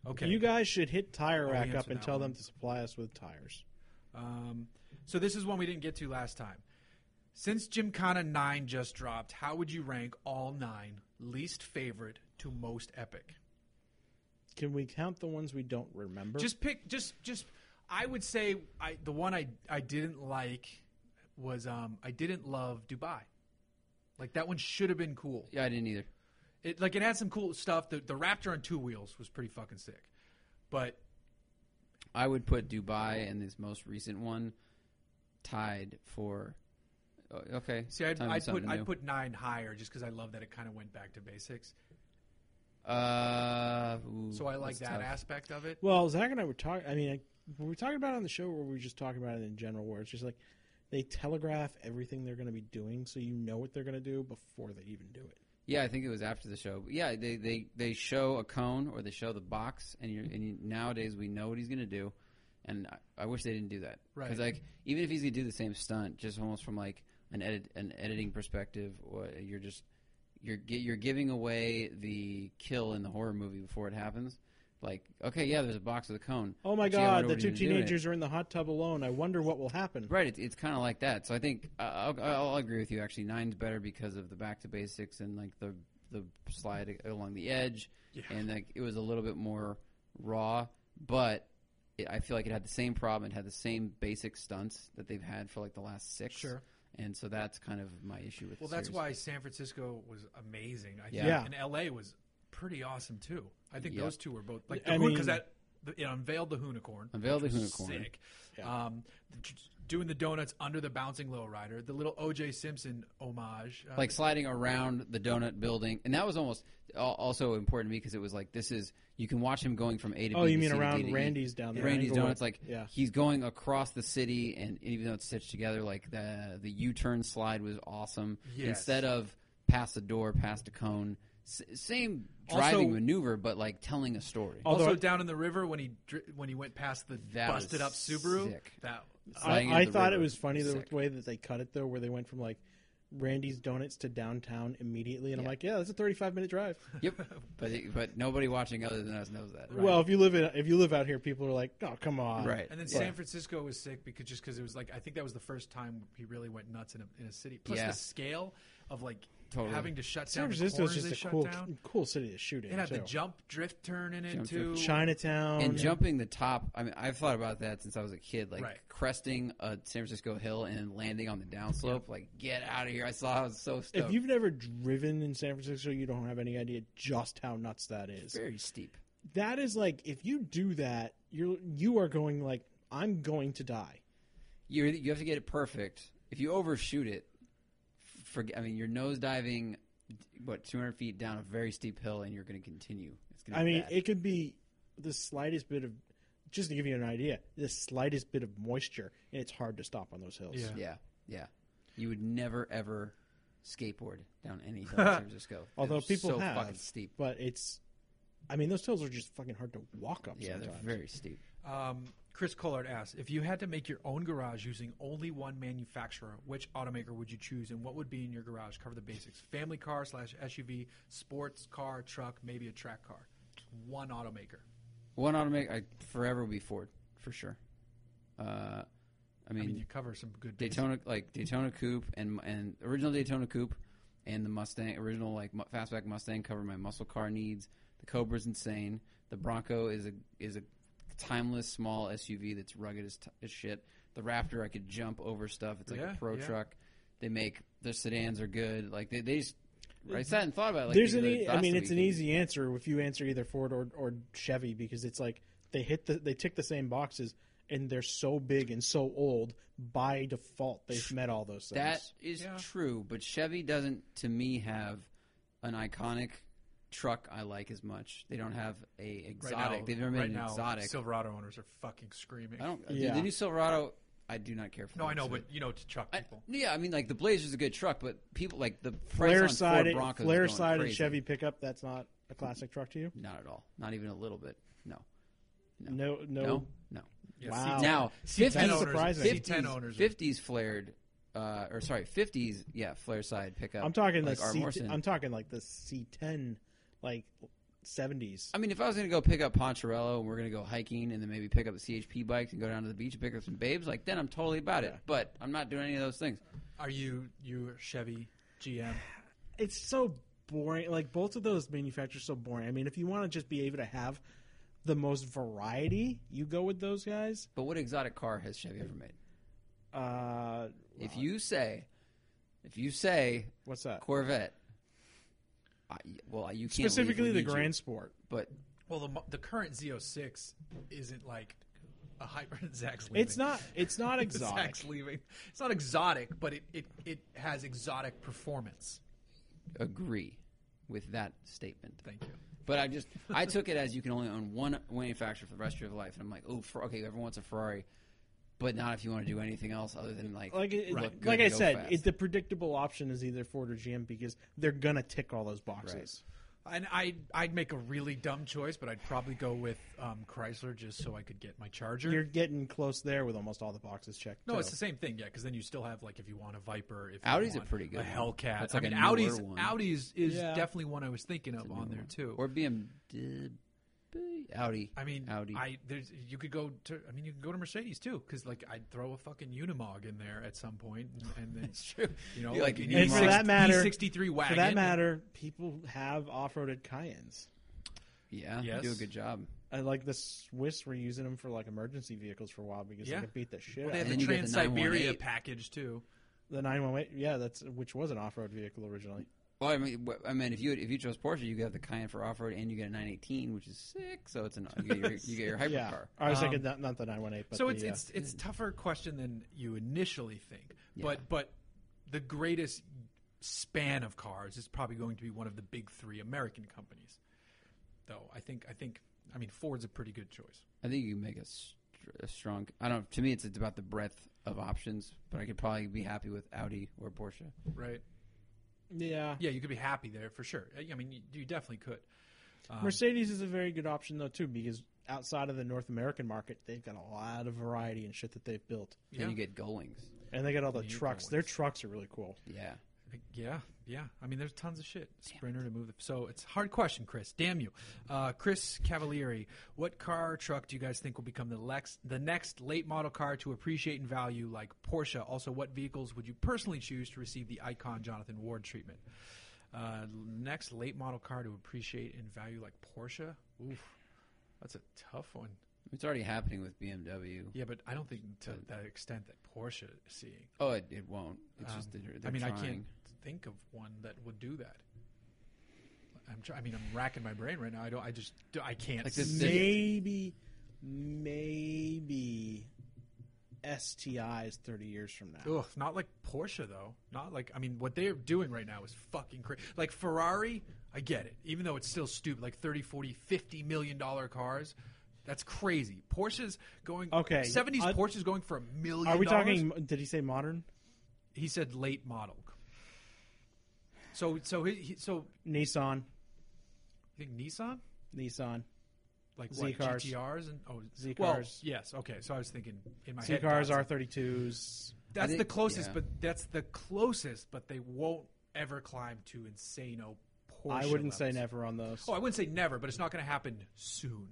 Speaker 2: okay,
Speaker 3: you guys should hit tire
Speaker 2: I'll
Speaker 3: rack up
Speaker 2: answer
Speaker 3: and
Speaker 2: that
Speaker 3: tell
Speaker 2: one.
Speaker 3: them to supply us with tires
Speaker 2: Um, so this is one we didn't get to last time. Since Gymkhana 9 just dropped, how would you rank all nine least favorite to most epic?
Speaker 3: can we count the ones we don't remember
Speaker 2: Just pick just just I would say I the one I I didn't like was um I didn't love Dubai. Like that one should have been cool.
Speaker 4: yeah, I didn't either.
Speaker 2: It like it had some cool stuff. The the Raptor on two wheels was pretty fucking sick. But
Speaker 4: I would put Dubai and this most recent one tied for. oh, Okay,
Speaker 2: see I'd,
Speaker 4: time for
Speaker 2: I'd put
Speaker 4: something new.
Speaker 2: I'd put 9 higher just cuz I love that it kind of went back to basics.
Speaker 4: Uh, ooh,
Speaker 2: So I like
Speaker 4: that's
Speaker 2: that
Speaker 4: tough.
Speaker 2: aspect of it.
Speaker 3: well zach and i were talking i mean I, were we talking about it on the show or were we just talking about it in general where it's just like they telegraph everything they're going to be doing so you know what they're going to do before they even do it
Speaker 4: Yeah, I think it was after the show. But yeah, they, they, they show a cone or they show the box, and, you're, and you, nowadays we know what he's going to do. And I, I wish they didn't do that.
Speaker 2: Right.
Speaker 4: Because like even if he's going to do the same stunt, just almost from like an edit an editing perspective, or you're just you're gi- you're giving away the kill in the horror movie before it happens. Like okay, yeah, there's a box with a cone.
Speaker 3: oh my
Speaker 4: But, gee, I wonder
Speaker 3: god the
Speaker 4: what
Speaker 3: two
Speaker 4: he's gonna do in it.
Speaker 3: teenagers are in the hot tub alone i wonder what will happen
Speaker 4: Right, it's, it's kind of like that. So I think uh, I'll, I'll agree with you. Actually, nine's better because of the back to basics and like the the slide along the edge,
Speaker 2: Yeah.
Speaker 4: and like it was a little bit more raw. But it, I feel like it had the same problem. It had the same basic stunts that they've had for like the last six.
Speaker 2: Sure.
Speaker 4: And so that's kind of my issue with.
Speaker 2: Well,
Speaker 4: the
Speaker 2: that's
Speaker 4: series.
Speaker 2: why San Francisco was amazing. I
Speaker 4: Yeah.
Speaker 2: think, and LA was pretty awesome too. I think
Speaker 4: Yeah.
Speaker 2: those two were both like
Speaker 3: I
Speaker 2: the because
Speaker 3: mean-
Speaker 2: that the, it unveiled the unicorn.
Speaker 4: Unveiled the
Speaker 2: which was
Speaker 4: Hoonicorn.
Speaker 2: Sick.
Speaker 3: Yeah.
Speaker 2: Um, the- j- doing the donuts under the bouncing lowrider, the little O.J. Simpson homage. Uh,
Speaker 4: like sliding around the donut building, and that was almost al- also important to me because it was like this is you can watch him going from A to B.
Speaker 3: oh you
Speaker 4: to
Speaker 3: mean
Speaker 4: C to D
Speaker 3: around
Speaker 4: to E.
Speaker 3: randy's down there
Speaker 4: Randy's
Speaker 3: Englewood.
Speaker 4: Donuts. Like
Speaker 3: yeah
Speaker 4: he's going across the city, and even though it's stitched together, like the the U turn slide was awesome.
Speaker 2: Yes.
Speaker 4: Instead of past the door, past the cone, s- same driving
Speaker 2: Also-
Speaker 4: maneuver, but like telling a story.
Speaker 3: although
Speaker 2: also
Speaker 3: I-
Speaker 2: down in the river when he dri- when he went past the
Speaker 4: That was
Speaker 2: busted up Subaru.
Speaker 4: sick.
Speaker 2: That
Speaker 4: Sliding into
Speaker 3: I, I
Speaker 4: the
Speaker 3: thought
Speaker 4: river.
Speaker 3: it was funny the
Speaker 4: Sick.
Speaker 3: way that they cut it though, where they went from like Randy's Donuts to downtown immediately, and I'm like, yeah, that's a 35 minute drive.
Speaker 4: Yep. But it- but nobody watching other than us knows that.
Speaker 3: Well, if you live in if you live out here, people are like, oh, come on,
Speaker 4: Right.
Speaker 2: and then San Francisco was sick because just because it was like I think that was the first time he really went nuts in a, in a city. Plus
Speaker 4: Yeah.
Speaker 2: the scale, of like
Speaker 4: Totally.
Speaker 2: having to shut
Speaker 3: San
Speaker 2: down the
Speaker 3: Francisco is
Speaker 2: corners they
Speaker 3: just a
Speaker 2: shut
Speaker 3: cool,
Speaker 2: down.
Speaker 3: cool city to shoot in.
Speaker 2: It had the
Speaker 3: too.
Speaker 2: jump drift turn in it
Speaker 4: Jump
Speaker 2: too.
Speaker 4: drift.
Speaker 3: Chinatown
Speaker 4: and jumping the top. I mean, I've thought about that since I was a kid. Like
Speaker 2: Right.
Speaker 4: cresting a San Francisco hill and landing on the downslope. Like get out of here! I saw. I was so stoked.
Speaker 3: If you've never driven in San Francisco, you don't have any idea just how nuts that is.
Speaker 4: very steep.
Speaker 3: That is like if you do that, you're you are going like I'm going to die.
Speaker 4: You you have to get it perfect. If you overshoot it, forget. I mean, you're nose diving. What 200 feet down a very steep hill, and you're going to continue. It's going to.
Speaker 3: I mean,
Speaker 4: bad.
Speaker 3: it could be the slightest bit of just to give you an idea, the slightest bit of moisture, and it's hard to stop on those hills.
Speaker 2: Yeah.
Speaker 4: Yeah, yeah. You would never ever skateboard down any hill in San Francisco. They're
Speaker 3: Although people
Speaker 4: so
Speaker 3: have,
Speaker 4: fucking steep.
Speaker 3: but it's. I mean, those hills are just fucking hard to walk up.
Speaker 4: Yeah,
Speaker 3: sometimes.
Speaker 4: they're very steep.
Speaker 2: Um, Chris Collard asks if you had to make your own garage using only one manufacturer, which automaker would you choose, and what would be in your garage? Cover the basics: family car slash SUV, sports car, truck, maybe a track car. One automaker.
Speaker 4: One automatic, I forever will be Ford for sure. Uh, I
Speaker 2: I
Speaker 4: mean,
Speaker 2: mean, you cover some good. basics.
Speaker 4: Daytona like Daytona Coupe and and original Daytona Coupe and the Mustang original like mu- fastback Mustang cover my muscle car needs. The Cobra's insane. The Bronco is a is a timeless small SUV that's rugged as, t- as shit. The Raptor I could jump over stuff. It's like
Speaker 2: Yeah,
Speaker 4: a pro
Speaker 2: yeah.
Speaker 4: truck. They make their sedans are good. Like they they just I sat and thought about it. Like,
Speaker 3: There's
Speaker 4: these
Speaker 3: an.
Speaker 4: are the
Speaker 3: E- I
Speaker 4: thoughts
Speaker 3: mean,
Speaker 4: that
Speaker 3: it's
Speaker 4: we
Speaker 3: an
Speaker 4: can-
Speaker 3: easy answer if you answer either Ford or, or Chevy because it's like they hit the they tick the same boxes and they're so big and so old by default they've met all those things.
Speaker 4: That is
Speaker 2: Yeah.
Speaker 4: true, but Chevy doesn't, to me, have an iconic truck I like as much. They don't have a exotic. They've never made
Speaker 2: right
Speaker 4: an
Speaker 2: now,
Speaker 4: exotic.
Speaker 2: Silverado owners are fucking screaming.
Speaker 4: I don't.
Speaker 3: Yeah.
Speaker 4: The new Silverado, I do not care for.
Speaker 2: no,
Speaker 4: the
Speaker 2: I know,
Speaker 4: looks
Speaker 2: but
Speaker 4: of it.
Speaker 2: you know, to Chuck people.
Speaker 4: I, yeah, I mean, like the Blazer's a good truck, but people like the price
Speaker 3: flare
Speaker 4: on
Speaker 3: side,
Speaker 4: Ford Broncos is
Speaker 3: flare
Speaker 4: going
Speaker 3: side and
Speaker 4: crazy.
Speaker 3: Chevy pickup. That's not a classic truck to you.
Speaker 4: Not at all. Not even a little bit. No.
Speaker 3: No, no.
Speaker 4: No. No.
Speaker 2: Yeah,
Speaker 3: Wow.
Speaker 4: Now,
Speaker 2: C10
Speaker 4: 50s
Speaker 2: owners-
Speaker 3: surprising.
Speaker 2: C10
Speaker 4: 50s
Speaker 2: owners are-
Speaker 4: 50s flared, uh, or sorry, 50s, yeah, flare side pickup.
Speaker 3: I'm talking
Speaker 4: like
Speaker 3: the
Speaker 4: R.
Speaker 3: C-
Speaker 4: Morrison.
Speaker 3: I'm talking like the C10, like 70s.
Speaker 4: I mean, if I was going to go pick up Poncherello and we're going to go hiking and then maybe pick up a CHP bike and go down to the beach and pick up some babes, like then I'm totally about it. But I'm not doing any of those things.
Speaker 2: Are you you Chevy GM?
Speaker 3: it's so boring. Like both of those manufacturers are so boring. I mean, if you want to just be able to have the most variety, you go with those guys.
Speaker 4: But what exotic car has Chevy ever made?
Speaker 3: Uh,
Speaker 4: If you say, if you say
Speaker 3: what's that?
Speaker 4: Corvette, I, well, you can't leave,
Speaker 3: Specifically,
Speaker 4: we
Speaker 3: the
Speaker 4: need you.
Speaker 3: Grand Sport.
Speaker 4: But
Speaker 2: Well, the, mo- the current Z06 isn't like a hybrid. Zach's leaving.
Speaker 3: It's not. It's not exotic.
Speaker 2: Zach's leaving. It's not exotic, but it, it, it has exotic performance.
Speaker 4: agree with that statement.
Speaker 2: Thank you.
Speaker 4: But I just I took it as you can only own one manufacturer for the rest of your life, and I'm like, oh, Fer- okay, everyone wants a Ferrari, but not if you want to do anything else other than like
Speaker 3: Like it,
Speaker 4: look
Speaker 3: like,
Speaker 4: good
Speaker 3: I
Speaker 4: and go
Speaker 3: said,
Speaker 4: fast.
Speaker 3: it, the predictable option is either Ford or GM because they're gonna tick all those boxes.
Speaker 2: And I I'd make a really dumb choice, but I'd probably go with um, Chrysler just so I could get my Charger.
Speaker 3: You're getting close there with almost all the boxes checked.
Speaker 2: no,
Speaker 3: too.
Speaker 2: it's the same thing, yeah. Because then you still have like if you want a Viper, if you
Speaker 4: Audi's a
Speaker 2: want
Speaker 4: pretty good
Speaker 2: a
Speaker 4: one.
Speaker 2: Hellcat.
Speaker 4: That's like
Speaker 2: I mean,
Speaker 4: a newer
Speaker 2: Audi's
Speaker 4: one.
Speaker 2: Audi's is
Speaker 3: Yeah.
Speaker 2: definitely one I was thinking of on there too.
Speaker 4: or BMW, Audi.
Speaker 2: I mean,
Speaker 4: Audi.
Speaker 2: I there's you could go to I mean you can go to Mercedes too because like I'd throw a fucking Unimog in there at some point and, and then
Speaker 4: true.
Speaker 2: you know
Speaker 4: Be like
Speaker 2: like an
Speaker 4: an And for
Speaker 3: that matter-
Speaker 2: sixty three wagon
Speaker 3: for that matter, people have off-roaded Cayennes.
Speaker 4: yeah, you
Speaker 2: Yes.
Speaker 4: do a good job.
Speaker 3: I like the Swiss were using them for like emergency vehicles for a while because
Speaker 2: Yeah.
Speaker 3: they could beat the shit.
Speaker 2: Well, they had
Speaker 3: out of
Speaker 4: And
Speaker 2: the
Speaker 4: then you get the
Speaker 2: Trans Siberia
Speaker 4: 918.
Speaker 2: package too.
Speaker 3: The nine one eight, yeah, that's which was an off road vehicle originally.
Speaker 4: Well, I mean, wh- I mean, if you if you chose Porsche, you got the Cayenne for off road, and you get a 918, which is sick. So it's an you get your, you get your hypercar.
Speaker 3: Yeah, I was thinking not, not the nine one eight, but
Speaker 2: Um, so
Speaker 3: the,
Speaker 2: it's
Speaker 3: uh,
Speaker 2: it's it's tougher question than you initially think. But but the greatest span of cars is probably going to be one of the big three American companies. Though I think I think I mean Ford's a pretty good choice.
Speaker 4: I think you can make a, str- a strong. I don't. To me, it's it's about the breadth of options. But I could probably be happy with Audi or Porsche.
Speaker 2: Right.
Speaker 3: yeah.
Speaker 2: Yeah, you could be happy there for sure. I mean, you, you definitely could. Um,
Speaker 3: Mercedes is a very good option though too because outside of the North American market, they've got a lot of variety and shit that they've built,
Speaker 4: Then you get Goings.
Speaker 3: and they got all the
Speaker 2: New
Speaker 3: trucks. Their trucks are really cool.
Speaker 4: Yeah.
Speaker 2: Yeah, yeah. I mean, there's tons of shit. Sprinter to move. The, so it's a hard question, Chris. Damn you, uh, Chris Cavalieri. What car or truck do you guys think will become the lex, the next late model car to appreciate in value, like Porsche? Also, what vehicles would you personally choose to receive the icon Jonathan Ward treatment? Uh, next late model car to appreciate in value, like Porsche. Oof, that's a tough one.
Speaker 4: It's already happening with BMW.
Speaker 2: Yeah, but I don't think to that extent that Porsche is seeing.
Speaker 4: Oh, it, it won't. It's
Speaker 2: Um,
Speaker 4: just that they're,
Speaker 2: I
Speaker 4: they're
Speaker 2: mean, I
Speaker 4: trying.
Speaker 2: can't think of one that would do that. I'm try- I mean, I'm racking my brain right now. I don't. I just. do- I can't.
Speaker 4: Like this-
Speaker 2: see
Speaker 4: this-
Speaker 2: it.
Speaker 3: maybe, maybe STIs thirty years from now.
Speaker 2: Ugh, not like Porsche though. Not like I mean, what they're doing right now is fucking crazy. Like Ferrari, I get it. Even though it's still stupid, like 30, 40, 50 million dollar cars, that's crazy. Porsche's going
Speaker 3: Okay,
Speaker 2: 70s
Speaker 3: uh,
Speaker 2: Porsche's going for a million.
Speaker 3: Are we
Speaker 2: dollars?
Speaker 3: talking? Did he say modern?
Speaker 2: He said late model. So so he, he so
Speaker 3: Nissan,
Speaker 2: you think Nissan?
Speaker 3: Nissan.
Speaker 2: like
Speaker 3: Z
Speaker 2: what,
Speaker 3: cars.
Speaker 2: GTRs and oh
Speaker 3: Z
Speaker 2: well,
Speaker 3: cars.
Speaker 2: yes, okay. So I was thinking in my
Speaker 3: C
Speaker 2: head.
Speaker 3: cars,
Speaker 2: Datsun.
Speaker 3: R thirty twos.
Speaker 4: I
Speaker 2: That's
Speaker 4: think-
Speaker 2: the closest,
Speaker 4: yeah.
Speaker 2: but that's the closest. But they won't ever climb to insano. Porsche
Speaker 3: I wouldn't say
Speaker 2: levels.
Speaker 3: never on those.
Speaker 2: Oh, I wouldn't say never, but it's not going to happen soon.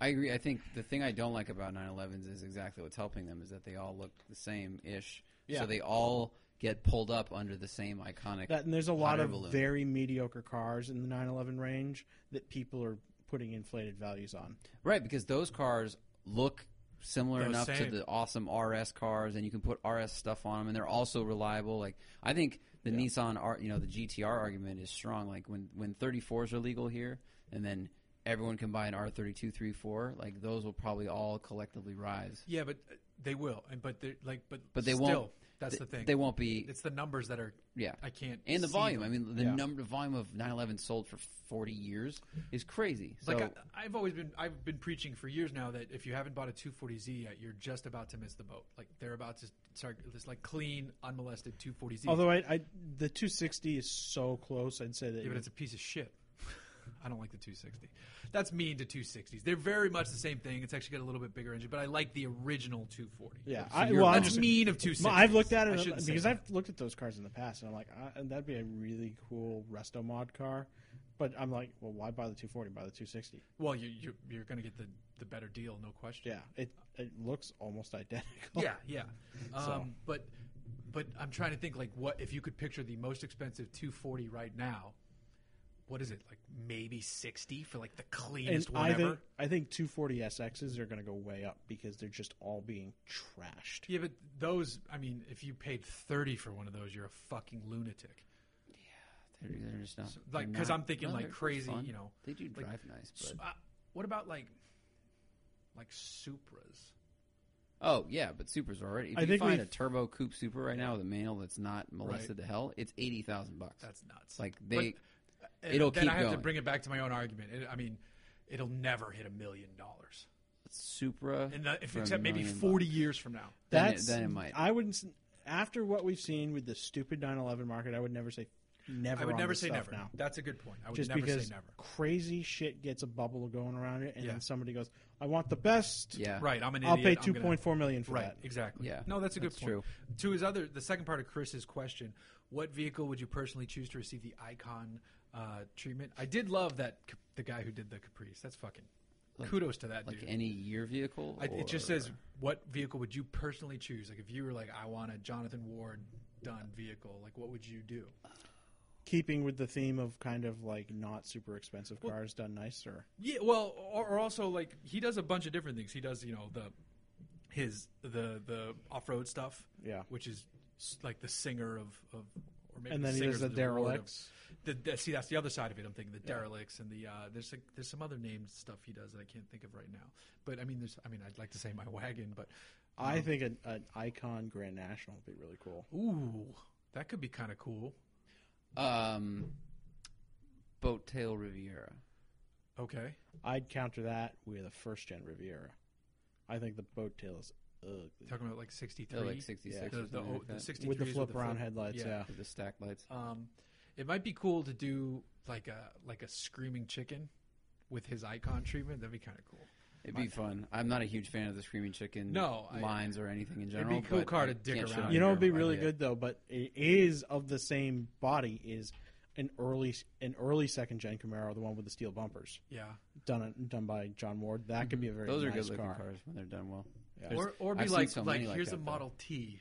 Speaker 4: I agree. I think the thing I don't like about 911s is exactly what's helping them is that they all look the same ish.
Speaker 3: Yeah.
Speaker 4: So they all get pulled up under the same iconic.
Speaker 3: That and there's a lot
Speaker 4: hot air
Speaker 3: of
Speaker 4: balloon.
Speaker 3: very mediocre cars in the 911 range that people are putting inflated values on.
Speaker 4: Right, because those cars look similar
Speaker 2: They're the
Speaker 4: enough to
Speaker 2: same.
Speaker 4: the awesome RS cars, and you can put RS stuff on them, and they're also reliable. Like I think the Nissan, R, you know, the GTR argument is strong. Like when when 34s are legal here, and then everyone can buy an R32 34, like those will probably all collectively rise.
Speaker 2: Yeah, but uh, they will, and but they're like, but
Speaker 4: But they
Speaker 2: still,
Speaker 4: won't.
Speaker 2: That's
Speaker 4: th-
Speaker 2: the thing.
Speaker 4: They won't be.
Speaker 2: It's the numbers that are.
Speaker 4: yeah.
Speaker 2: I can't.
Speaker 4: and the
Speaker 2: see
Speaker 4: volume.
Speaker 2: them.
Speaker 4: I mean, the
Speaker 2: Yeah.
Speaker 4: number, volume of 911 sold for 40 years is crazy. So,
Speaker 2: like I, I've always been, I've been preaching for years now that if you haven't bought a 240Z yet, you're just about to miss the boat. Like they're about to start this like clean, unmolested 240Z.
Speaker 3: Although I, I the 260 is so close, I'd say that
Speaker 2: yeah, but it's a piece of shit. I don't like the 260. That's mean to 260s. They're very much the same thing. It's actually got a little bit bigger engine, but I like the original 240.
Speaker 3: yeah. I,
Speaker 4: you're
Speaker 3: well, I'm
Speaker 2: that's
Speaker 3: just,
Speaker 2: mean of 260.
Speaker 3: I've looked at it
Speaker 2: I
Speaker 3: and-
Speaker 2: shouldn't say
Speaker 3: because
Speaker 2: that.
Speaker 3: I've looked at those cars in the past, and I'm like, I, that'd be a really cool resto mod car. But I'm like, well, why buy the 240? Buy the 260.
Speaker 2: well, you, you, you're going to get the, the better deal, no question.
Speaker 3: Yeah, it it looks almost identical.
Speaker 2: Yeah, yeah. Um,
Speaker 3: Oh. So-
Speaker 2: But but I'm trying to think like what if you could picture the most expensive 240 right now? What is it like? Maybe 60 for like the
Speaker 3: And
Speaker 2: cleanest one
Speaker 3: I think
Speaker 2: ever.
Speaker 3: I think 240 SXs are going to go way up because they're just all being trashed.
Speaker 2: Yeah, but those. I mean, if you paid 30 for one of those, you're a fucking lunatic.
Speaker 4: they're, they're just not.
Speaker 2: like,
Speaker 4: they're
Speaker 2: 'cause
Speaker 4: not-
Speaker 2: I'm thinking,
Speaker 4: no,
Speaker 2: like,
Speaker 4: they're just
Speaker 2: crazy,
Speaker 4: fun.
Speaker 2: you know,
Speaker 4: They do
Speaker 2: like,
Speaker 4: drive nice,
Speaker 2: S-
Speaker 4: but
Speaker 2: uh, what about like like Supras?
Speaker 4: Oh yeah, but supers are already. If
Speaker 3: I
Speaker 4: you
Speaker 3: think
Speaker 4: find
Speaker 3: we've-
Speaker 4: a turbo coupe super right now with a manual that's not molested to hell, it's eighty thousand bucks.
Speaker 2: That's nuts.
Speaker 4: like they.
Speaker 2: And
Speaker 4: it'll
Speaker 2: then
Speaker 4: keep
Speaker 2: I have
Speaker 4: going.
Speaker 2: to bring it back to my own argument. It, I mean, it'll never hit a million dollars,
Speaker 4: Supra,
Speaker 2: and the, if,
Speaker 4: for a
Speaker 2: except maybe
Speaker 4: million
Speaker 2: 40
Speaker 4: bucks.
Speaker 2: years from now.
Speaker 4: Then it-
Speaker 3: That's
Speaker 4: then it might.
Speaker 3: I wouldn't. s- After what we've seen with the stupid 911 market, I would never say never.
Speaker 2: I would
Speaker 3: on
Speaker 2: never
Speaker 3: this
Speaker 2: say
Speaker 3: stuff
Speaker 2: never.
Speaker 3: now.
Speaker 2: That's a good point. I would
Speaker 3: Just
Speaker 2: never
Speaker 3: because
Speaker 2: say never.
Speaker 3: crazy shit gets a bubble going around it, and
Speaker 2: Yeah.
Speaker 3: then somebody goes, "I want the best."
Speaker 4: Yeah,
Speaker 2: Right, I'm an
Speaker 3: I'll pay
Speaker 2: idiot.
Speaker 3: two
Speaker 2: I'm gonna-
Speaker 3: point four million for
Speaker 2: Right,
Speaker 3: that.
Speaker 2: exactly.
Speaker 4: Yeah,
Speaker 2: No, that's a good
Speaker 4: that's
Speaker 2: point.
Speaker 4: true.
Speaker 2: To his other, the second part of Chris's question, what vehicle would you personally choose to receive the icon uh, treatment? I did love that c- the guy who did the Caprice. That's fucking kudos to that
Speaker 4: Like
Speaker 2: dude.
Speaker 4: any year vehicle,
Speaker 2: I, it just
Speaker 4: or-
Speaker 2: says what vehicle would you personally choose? Like if you were like, I want a Jonathan Ward done vehicle, like what would you do?
Speaker 3: Keeping with the theme of kind of like not super expensive cars done nicer.
Speaker 2: Yeah, well, or, or also like he does a bunch of different things. He does, you know, the his the the off road stuff.
Speaker 3: Yeah.
Speaker 2: which is s- like the singer of of. Or maybe
Speaker 3: And then
Speaker 2: the
Speaker 3: he
Speaker 2: singers
Speaker 3: does the
Speaker 2: of the Lord of-
Speaker 3: Derelicts.
Speaker 2: The, the- see, that's the other side of it. I'm thinking the derelicts and the uh, there's like, there's some other named stuff he does that I can't think of right now. But I mean, there's I mean, I'd like to say my wagon, but
Speaker 3: I think an, an Icon Grand National would be really cool.
Speaker 2: ooh, that could be kind of cool.
Speaker 4: um, Boat Tail Riviera.
Speaker 2: Okay,
Speaker 3: I'd counter that with a first gen Riviera. I think the boat tail is ugly
Speaker 2: talking about like 63,
Speaker 4: They're like sixty
Speaker 2: the,
Speaker 4: six.
Speaker 2: the, o- the 63s
Speaker 3: with the flip around
Speaker 2: flip-
Speaker 3: headlights. Yeah.
Speaker 4: with the stack lights.
Speaker 2: Um, it might be cool to do like a like a screaming chicken with his icon treatment. That'd be kind of cool.
Speaker 4: It'd be fun. I'm not a huge fan of the Screaming Chicken
Speaker 2: No, I-
Speaker 4: lines or anything in
Speaker 2: It'd
Speaker 4: general.
Speaker 2: be a cool
Speaker 4: but
Speaker 2: car to
Speaker 4: I
Speaker 2: dick
Speaker 4: can't shit
Speaker 2: around.
Speaker 4: on
Speaker 2: I
Speaker 3: You know,
Speaker 4: your
Speaker 3: it'd be
Speaker 4: idea.
Speaker 3: really good though. But it is of the same body. Is an early an early second gen Camaro, the one with the steel bumpers,
Speaker 2: Yeah.
Speaker 3: done done by John Ward. That could be a very
Speaker 4: Mm-hmm. Those are
Speaker 3: nice
Speaker 4: good looking
Speaker 3: car.
Speaker 4: cars when they're done well.
Speaker 3: Yeah.
Speaker 4: There's-
Speaker 2: Or or be
Speaker 4: I've seen
Speaker 2: like
Speaker 4: so
Speaker 2: like,
Speaker 4: many like
Speaker 2: here's
Speaker 4: that,
Speaker 2: a
Speaker 4: though.
Speaker 2: Model T,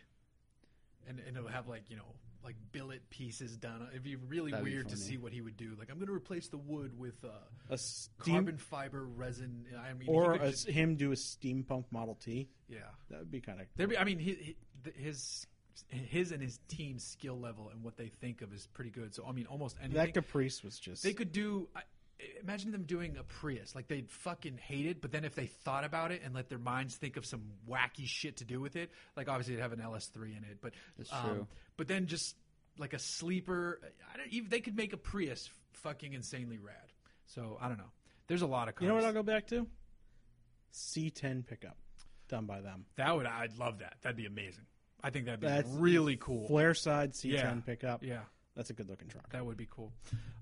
Speaker 2: and and it'll have like you know like billet pieces done. It'd be really
Speaker 4: That'd be
Speaker 2: weird to
Speaker 4: funny.
Speaker 2: see what he would do. Like I'm going to replace the wood with uh,
Speaker 3: A steam
Speaker 2: carbon fiber resin. I mean, he
Speaker 3: or
Speaker 2: could
Speaker 3: a,
Speaker 2: just-
Speaker 3: him do a steampunk Model T.
Speaker 2: yeah.
Speaker 3: That would be kind of
Speaker 2: There be I mean he, he, his his and his team's skill level and what they think of is pretty good. So I mean almost anything.
Speaker 3: that Caprice was just
Speaker 2: They could do. I, imagine them doing a Prius. Like they'd fucking hate it, but then if they thought about it and let their minds think of some wacky shit to do with it, like obviously they'd have an LS3 in it, but
Speaker 4: That's
Speaker 2: um,
Speaker 4: true.
Speaker 2: But then just like a sleeper, I don't. Even, they could make a Prius fucking insanely rad. So I don't know. There's a lot of cars.
Speaker 3: You know what I'll go back to? C10 pickup, done by them.
Speaker 2: that would I'd love that. That'd be amazing. I think that'd be
Speaker 3: That's
Speaker 2: really cool.
Speaker 3: Flare side C10
Speaker 2: Yeah.
Speaker 3: pickup.
Speaker 2: Yeah.
Speaker 3: That's a good looking truck.
Speaker 2: That would be cool.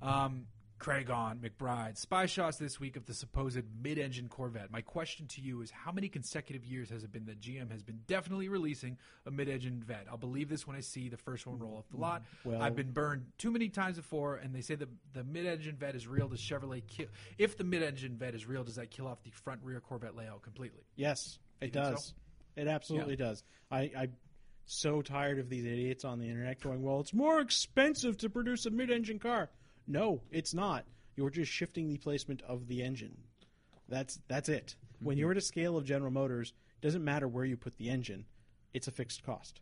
Speaker 2: Um, Craigon, McBride, spy shots this week of the supposed mid-engine Corvette. My question to you is: How many consecutive years has it been that GM has been definitely releasing a mid-engine vet? I'll believe this when I see the first one roll off the lot.
Speaker 3: Well-
Speaker 2: I've been burned too many times before, and they say the the mid-engine vet is real. Does Chevrolet kill? If the mid-engine vet is real, does that kill off the front rear Corvette layout completely?
Speaker 3: Yes,
Speaker 2: think
Speaker 3: it
Speaker 2: so?
Speaker 3: does. It absolutely does. I, I'm so tired of these idiots on the internet going, well, it's more expensive to produce a mid engine car. No, it's not. You're just shifting the placement of the engine. That's that's it. When
Speaker 2: Mm-hmm.
Speaker 3: you're at a scale of General Motors, it doesn't matter where you put the engine, it's a fixed cost.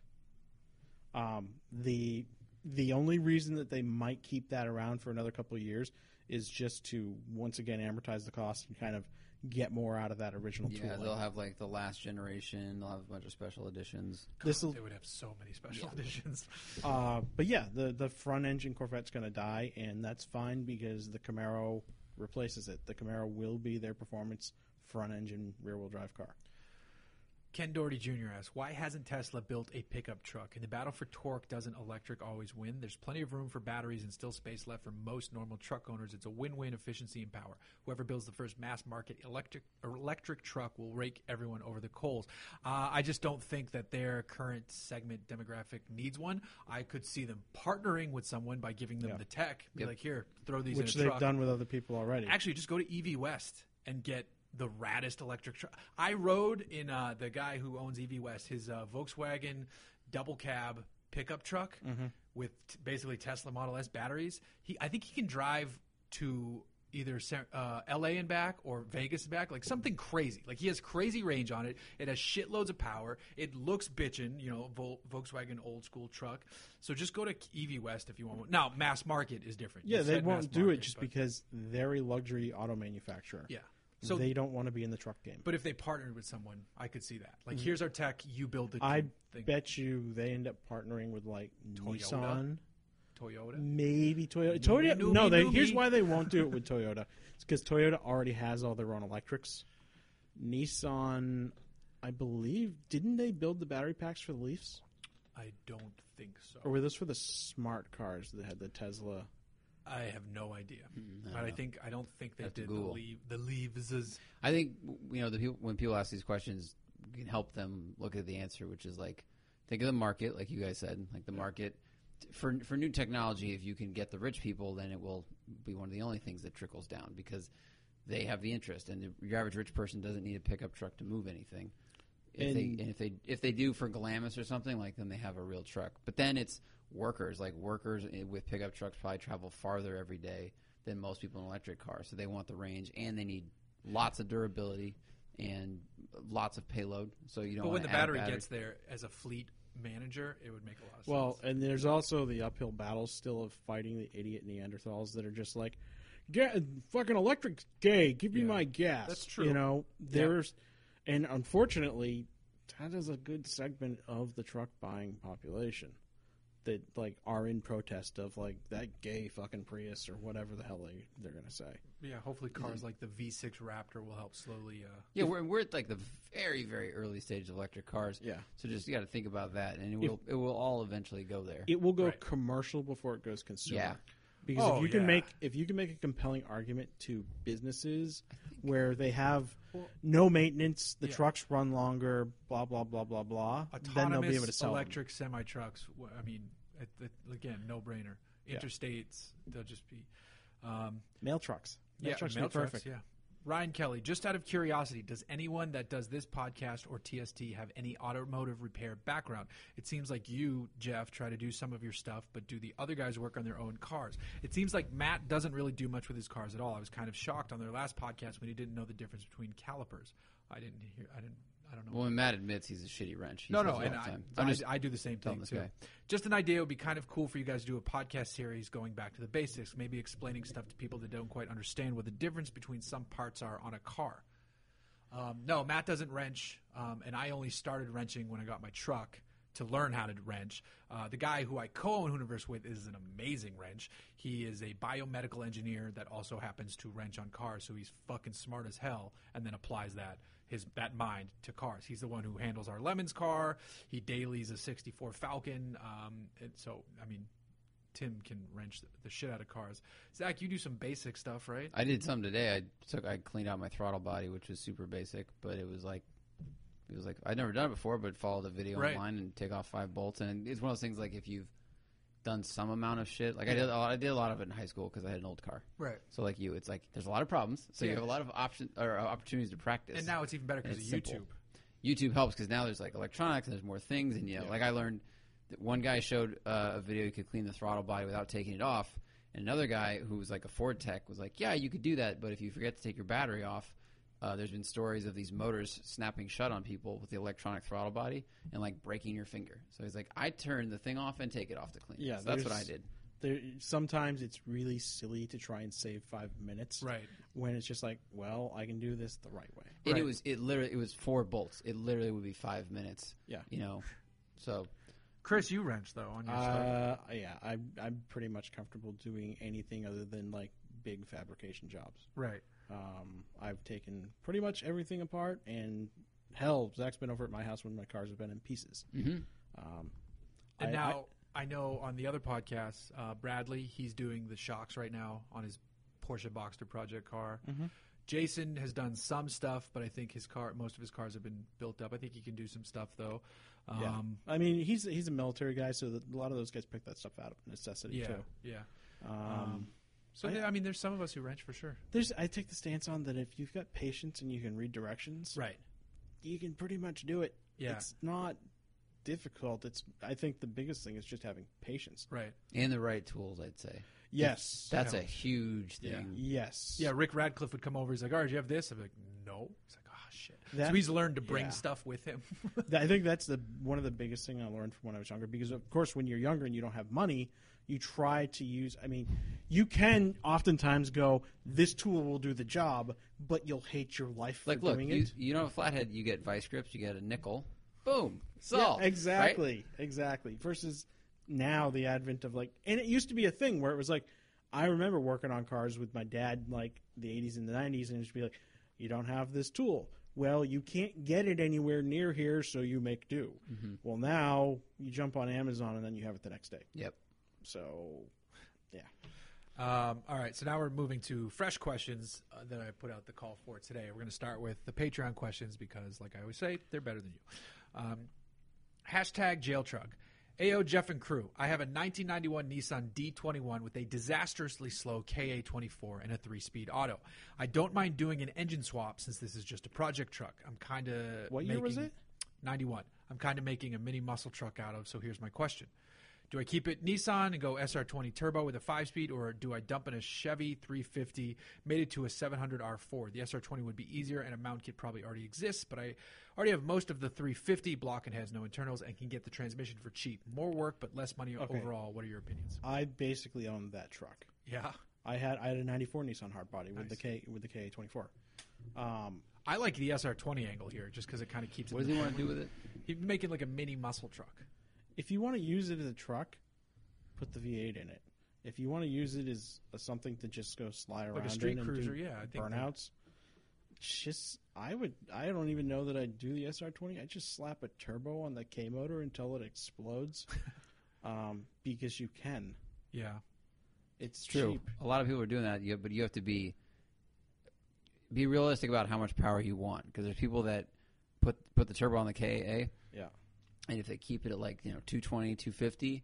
Speaker 3: Um, the the only reason that they might keep that around for another couple of years is just to once again amortize the cost and kind of get more out of that original
Speaker 4: Yeah,
Speaker 3: tooling.
Speaker 4: they'll have like the last generation. They'll have a bunch of special editions.
Speaker 3: This will,
Speaker 2: They would have so many special editions.
Speaker 3: uh, but yeah, the the front engine Corvette's going to die, and that's fine because the Camaro replaces it. The Camaro will be their performance front engine rear wheel drive car.
Speaker 2: Ken Doherty Jr. asks, why hasn't Tesla built a pickup truck? In the battle for torque, doesn't electric always win? There's plenty of room for batteries and still space left for most normal truck owners. It's a win-win efficiency and power. Whoever builds the first mass-market electric or electric truck will rake everyone over the coals. Uh, I just don't think that their current segment demographic needs one. I could see them partnering with someone by giving them the tech. Be like, here, throw these
Speaker 3: Which
Speaker 2: in a
Speaker 3: they've
Speaker 2: truck.
Speaker 3: done with other people already.
Speaker 2: Actually, just go to EV West and get the raddest electric truck. I rode in uh, the guy who owns EV West, his uh, Volkswagen double cab pickup truck
Speaker 3: Mm-hmm.
Speaker 2: with t- basically Tesla Model S batteries. He, I think he can drive to either Sa- uh, LA and back or Vegas and back, like something crazy. Like he has crazy range on it. It has shitloads of power. It looks bitchin', you know, Vol- Volkswagen old school truck. So just go to EV West if you want one. Now, mass market is different.
Speaker 3: yeah,
Speaker 2: You
Speaker 3: they
Speaker 2: said mass
Speaker 3: won't do it
Speaker 2: market,
Speaker 3: just
Speaker 2: but-
Speaker 3: because they're a luxury auto manufacturer.
Speaker 2: Yeah. So
Speaker 3: they don't want to be in the truck game.
Speaker 2: But if they partnered with someone, I could see that. Like, here's our tech. You build the
Speaker 3: Mm-hmm. I
Speaker 2: thing.
Speaker 3: bet you they end up partnering with like
Speaker 2: Toyota?
Speaker 3: Nissan.
Speaker 2: Toyota.
Speaker 3: Maybe Toyota. Toyota.
Speaker 2: Newbie,
Speaker 3: no, they,
Speaker 2: newbie.
Speaker 3: here's why they won't do it with Toyota. It's because Toyota already has all their own electrics. Nissan, I believe, didn't they build the battery packs for the Leafs,
Speaker 2: I don't think
Speaker 3: or
Speaker 2: so.
Speaker 3: were those for the smart cars that had the Tesla?
Speaker 2: I have no idea.
Speaker 4: Mm,
Speaker 2: but I think I don't think they
Speaker 4: Have to
Speaker 2: did the
Speaker 4: Google.
Speaker 2: leave the leaves. Is,
Speaker 4: I think you know the people when people ask these questions, you can help them look at the answer, which is like think of the market, like you guys said, like the market for for new technology. If you can get the rich people, then it will be one of the only things that trickles down because they have the interest, and the, your average rich person doesn't need a pickup truck to move anything. If they
Speaker 3: And-
Speaker 4: and if they if they do for Glamis or something like, then they have a real truck. But then it's workers like workers i- with pickup trucks probably travel farther every day than most people in electric cars, so they want the range and they need lots of durability and lots of payload. So you don't.
Speaker 2: but when
Speaker 4: wanna
Speaker 2: the
Speaker 4: add a
Speaker 2: battery, gets there, as a fleet manager, it would make a lot of
Speaker 3: Well, uh,
Speaker 2: sense.
Speaker 3: and there's also the uphill battle still of fighting the idiot Neanderthals that are just like, get fucking electric gay, give me
Speaker 2: Yeah.
Speaker 3: my gas.
Speaker 2: That's true.
Speaker 3: You know, there's, and unfortunately, that is a good segment of the truck buying population that like are in protest of like that gay fucking Prius or whatever the hell they they're gonna say.
Speaker 2: yeah, hopefully cars like the V6 Raptor will help slowly. Uh,
Speaker 4: yeah, we're we're at like the very very early stage of electric cars.
Speaker 3: Yeah.
Speaker 4: So just you got to think about that, and it will it will all eventually go there.
Speaker 3: It will go
Speaker 2: Right.
Speaker 3: commercial before it goes consumer.
Speaker 4: yeah.
Speaker 3: because
Speaker 2: Oh,
Speaker 3: if you can
Speaker 2: yeah.
Speaker 3: make if you can make a compelling argument to businesses where they have no maintenance, the
Speaker 2: Yeah.
Speaker 3: trucks run longer, blah blah blah blah blah,
Speaker 2: Autonomous
Speaker 3: then they'll be able to sell them.
Speaker 2: electric semi trucks. I mean, it, it, again, no brainer. Interstates, they'll just be. Um,
Speaker 3: mail trucks. Mail
Speaker 2: yeah,
Speaker 3: trucks
Speaker 2: mail
Speaker 3: make
Speaker 2: trucks,
Speaker 3: perfect.
Speaker 2: Yeah. Ryan Kelly, just out of curiosity, does anyone that does this podcast or TST have any automotive repair background? It seems like you, Jeff, try to do some of your stuff, but do the other guys work on their own cars? It seems like Matt doesn't really do much with his cars at all. I was kind of shocked on their last podcast when he didn't know the difference between calipers. I didn't hear. I didn't. I don't know.
Speaker 4: Well, when Matt admits he's a shitty wrench. He
Speaker 2: No,
Speaker 4: says
Speaker 2: no,
Speaker 4: it
Speaker 2: and
Speaker 4: all the
Speaker 2: I,
Speaker 4: time.
Speaker 2: I,
Speaker 4: I'm just
Speaker 2: I do the same
Speaker 4: telling
Speaker 2: thing
Speaker 4: this
Speaker 2: too.
Speaker 4: guy.
Speaker 2: Just an idea would be kind of cool for you guys to do a podcast series going back to the basics, maybe explaining stuff to people that don't quite understand what the difference between some parts are on a car. Um, no, Matt doesn't wrench, um, and I only started wrenching when I got my truck to learn how to wrench. Uh, the guy who I co-own Hooniverse with is an amazing wrench. He is a biomedical engineer that also happens to wrench on cars, so he's fucking smart as hell, and then applies that his that mind to cars. He's the one who handles our Lemons car. He dailies a '64 Falcon, um, and so I mean. Tim can wrench the- the shit out of cars. Zach, you do some basic stuff, right?
Speaker 4: I did some today. I took I cleaned out my throttle body, which was super basic, but it was like it was like I'd never done it before, but followed a video
Speaker 2: Right.
Speaker 4: online and take off five bolts, and it's one of those things like if you've done some amount of shit, like I did, a lot, I did a lot of it in high school because I had an old car.
Speaker 2: Right.
Speaker 4: So like you, it's like there's a lot of problems, so
Speaker 2: Yeah.
Speaker 4: you have a lot of option or uh, opportunities to practice.
Speaker 2: And now it's even better
Speaker 4: And
Speaker 2: because of
Speaker 4: it's
Speaker 2: YouTube.
Speaker 4: simple. YouTube helps because now there's like electronics and there's more things. And yeah, like I learned that one guy showed uh, a video you could clean the throttle body without taking it off. And another guy who was like a Ford tech was like, yeah, you could do that. But if you forget to take your battery off, uh, there's been stories of these motors snapping shut on people with the electronic throttle body and like breaking your finger. So he's like, I turn the thing off and take it off to clean. it."
Speaker 3: Yeah,
Speaker 4: So that's what I
Speaker 3: there's-
Speaker 4: did.
Speaker 3: There, sometimes it's really silly to try and save five minutes,
Speaker 2: Right.
Speaker 3: When it's just like, well, I can do this the right way.
Speaker 4: And
Speaker 2: Right.
Speaker 4: it was it literally it was four bolts. It literally would be five minutes.
Speaker 3: Yeah.
Speaker 4: you know, so
Speaker 2: Chris, you wrench though on your stuff.
Speaker 3: Uh, yeah, I, I'm pretty much comfortable doing anything other than like big fabrication jobs.
Speaker 2: Right.
Speaker 3: Um, I've taken pretty much everything apart, and hell, Zach's been over at my house when my cars have been in pieces.
Speaker 4: mhm.
Speaker 3: Um,
Speaker 2: And
Speaker 3: I-
Speaker 2: now I, know on the other podcast, uh, Bradley, he's doing the shocks right now on his Porsche Boxster project car.
Speaker 3: Mm-hmm.
Speaker 2: Jason has done some stuff, but I think his car, most of his cars have been built up. I think he can do some stuff though.
Speaker 3: yeah.
Speaker 2: Um,
Speaker 3: I mean, he's he's a military guy, so that a lot of those guys pick that stuff out of necessity
Speaker 2: yeah,
Speaker 3: too.
Speaker 2: yeah.
Speaker 3: Um,
Speaker 2: So
Speaker 3: I-
Speaker 2: there- I, mean, there's some of us who wrench for sure.
Speaker 3: there's I take the stance on that if you've got patience and you can read directions,
Speaker 2: Right.
Speaker 3: you can pretty much do it.
Speaker 2: Yeah.
Speaker 3: It's not difficult. It's I think the biggest thing is just having patience.
Speaker 2: Right.
Speaker 4: and the right tools, I'd say.
Speaker 3: Yes.
Speaker 4: That's a
Speaker 2: Yeah.
Speaker 4: huge
Speaker 2: Yeah.
Speaker 4: thing.
Speaker 3: yes.
Speaker 2: Yeah. Rick Radcliffe would come over. He's like, "All right, do you have this?" I'm like, "No." He's like, "Ah, shit."
Speaker 3: That-
Speaker 2: so he's learned to bring
Speaker 3: yeah.
Speaker 2: stuff with him.
Speaker 3: Th- I think that's the one of the biggest thing I learned from when I was younger. Because of course, when you're younger and you don't have money, you try to use. I mean, you can oftentimes go, "This tool will do the job," but you'll hate your life
Speaker 4: Like,
Speaker 3: for
Speaker 4: look,
Speaker 3: doing
Speaker 4: you,
Speaker 3: it.
Speaker 4: you don't have a flathead, you get vice grips, you get a nickel, boom, solved. right?
Speaker 3: exactly, exactly. Versus now the advent of like, and it used to be a thing where it was like, I remember working on cars with my dad, like the '80s and the '90s, and it would be like, "You don't have this tool." Well, you can't get it anywhere near here, so you make do. Well, now you jump on Amazon and then you have it the next day.
Speaker 4: Yep.
Speaker 3: So, yeah,
Speaker 2: Um, all right, so now we're moving to fresh questions uh, that I put out the call for today. We're going to start with the Patreon questions because, like I always say, they're better than you. Um, hashtag jailtrug. AO Jeff and crew. I have a 1991 Nissan D21 with a disastrously slow KA24 and a three speed auto. I don't mind doing an engine swap since this is just a project truck. I'm kind of.
Speaker 3: What year was it?
Speaker 2: 91. I'm kind of making a mini muscle truck out of, so here's my question. Do I keep it Nissan and go SR20 turbo with a 5 speed, or do I dump in a Chevy 350, made it to a 700R4? The SR20 would be easier, and a mount kit probably already exists, but I already have most of the 350 block and has no internals and can get the transmission for cheap. More work, but less money overall. What are your opinions?
Speaker 3: I basically owned that truck.
Speaker 2: Yeah.
Speaker 3: I had I had a '94 Nissan Hardbody with the K with the KA24. Um,
Speaker 2: I like the SR20 angle here just because it kind of keeps
Speaker 4: What
Speaker 2: it.
Speaker 4: does he want to do with it?
Speaker 2: He's making like a mini muscle truck.
Speaker 3: if you want to use it as a truck, put the V8 in it. If you want to use it as a, something to just go slide around
Speaker 2: Like a street
Speaker 3: in and
Speaker 2: cruiser,
Speaker 3: do
Speaker 2: yeah. I think that-
Speaker 3: burnouts, just I would I don't even know that I'd do the SR20. I just slap a turbo on the K motor until it explodes, um, because you can.
Speaker 2: Yeah.
Speaker 3: It's
Speaker 4: True.
Speaker 3: cheap.
Speaker 4: A lot of people are doing that, you- but you have to be be realistic about how much power you want because there's people that put put the turbo on the KA
Speaker 3: Yeah.
Speaker 4: and if they keep it at like, you know, 220, 250,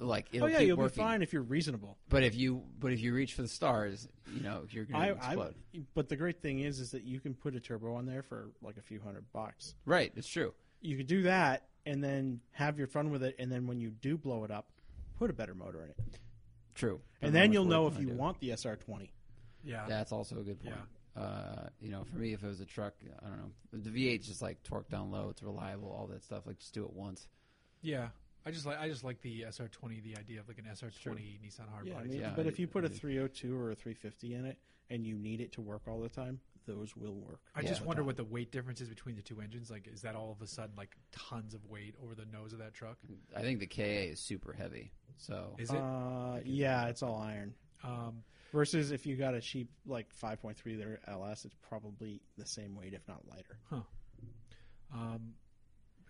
Speaker 4: like it'll
Speaker 3: oh yeah,
Speaker 4: keep
Speaker 3: you'll
Speaker 4: working.
Speaker 3: be fine if you're reasonable.
Speaker 4: But if you but if you reach for the stars, you know, you're going
Speaker 3: I,
Speaker 4: to
Speaker 3: I,
Speaker 4: explode.
Speaker 3: but the great thing is, is that you can put a turbo on there for like a few hundred bucks.
Speaker 4: right, it's true.
Speaker 3: You could do that, and then have your fun with it, and then when you do blow it up, put a better motor in it,
Speaker 4: True.
Speaker 3: and then you'll know if you want the SR20.
Speaker 2: Yeah.
Speaker 4: That's also a good point. Uh, you know, for me, if it was a truck, I don't know. The V8 just like torque down low. It's reliable. All that stuff. Like just do it once.
Speaker 2: Yeah. I just like I just like the SR20, the idea of like an SR20 Nissan hard
Speaker 3: Yeah, I
Speaker 2: body.
Speaker 3: mean,
Speaker 4: Yeah,
Speaker 3: but
Speaker 4: I-
Speaker 3: if you put a
Speaker 4: I do.
Speaker 3: 302 or a 350 in it, and you need it to work all the time, those will work.
Speaker 2: I
Speaker 4: Yeah.
Speaker 2: just wonder what the weight difference is between the two engines. Like, is that all of a sudden like tons of weight over the nose of that truck?
Speaker 4: I think the KA is super heavy. So
Speaker 2: Is it?
Speaker 3: Mm-hmm. Uh, yeah, it's all iron.
Speaker 2: um,
Speaker 3: Versus if you got a cheap like 5.3 liter LS, it's probably the same weight, if not lighter.
Speaker 2: um,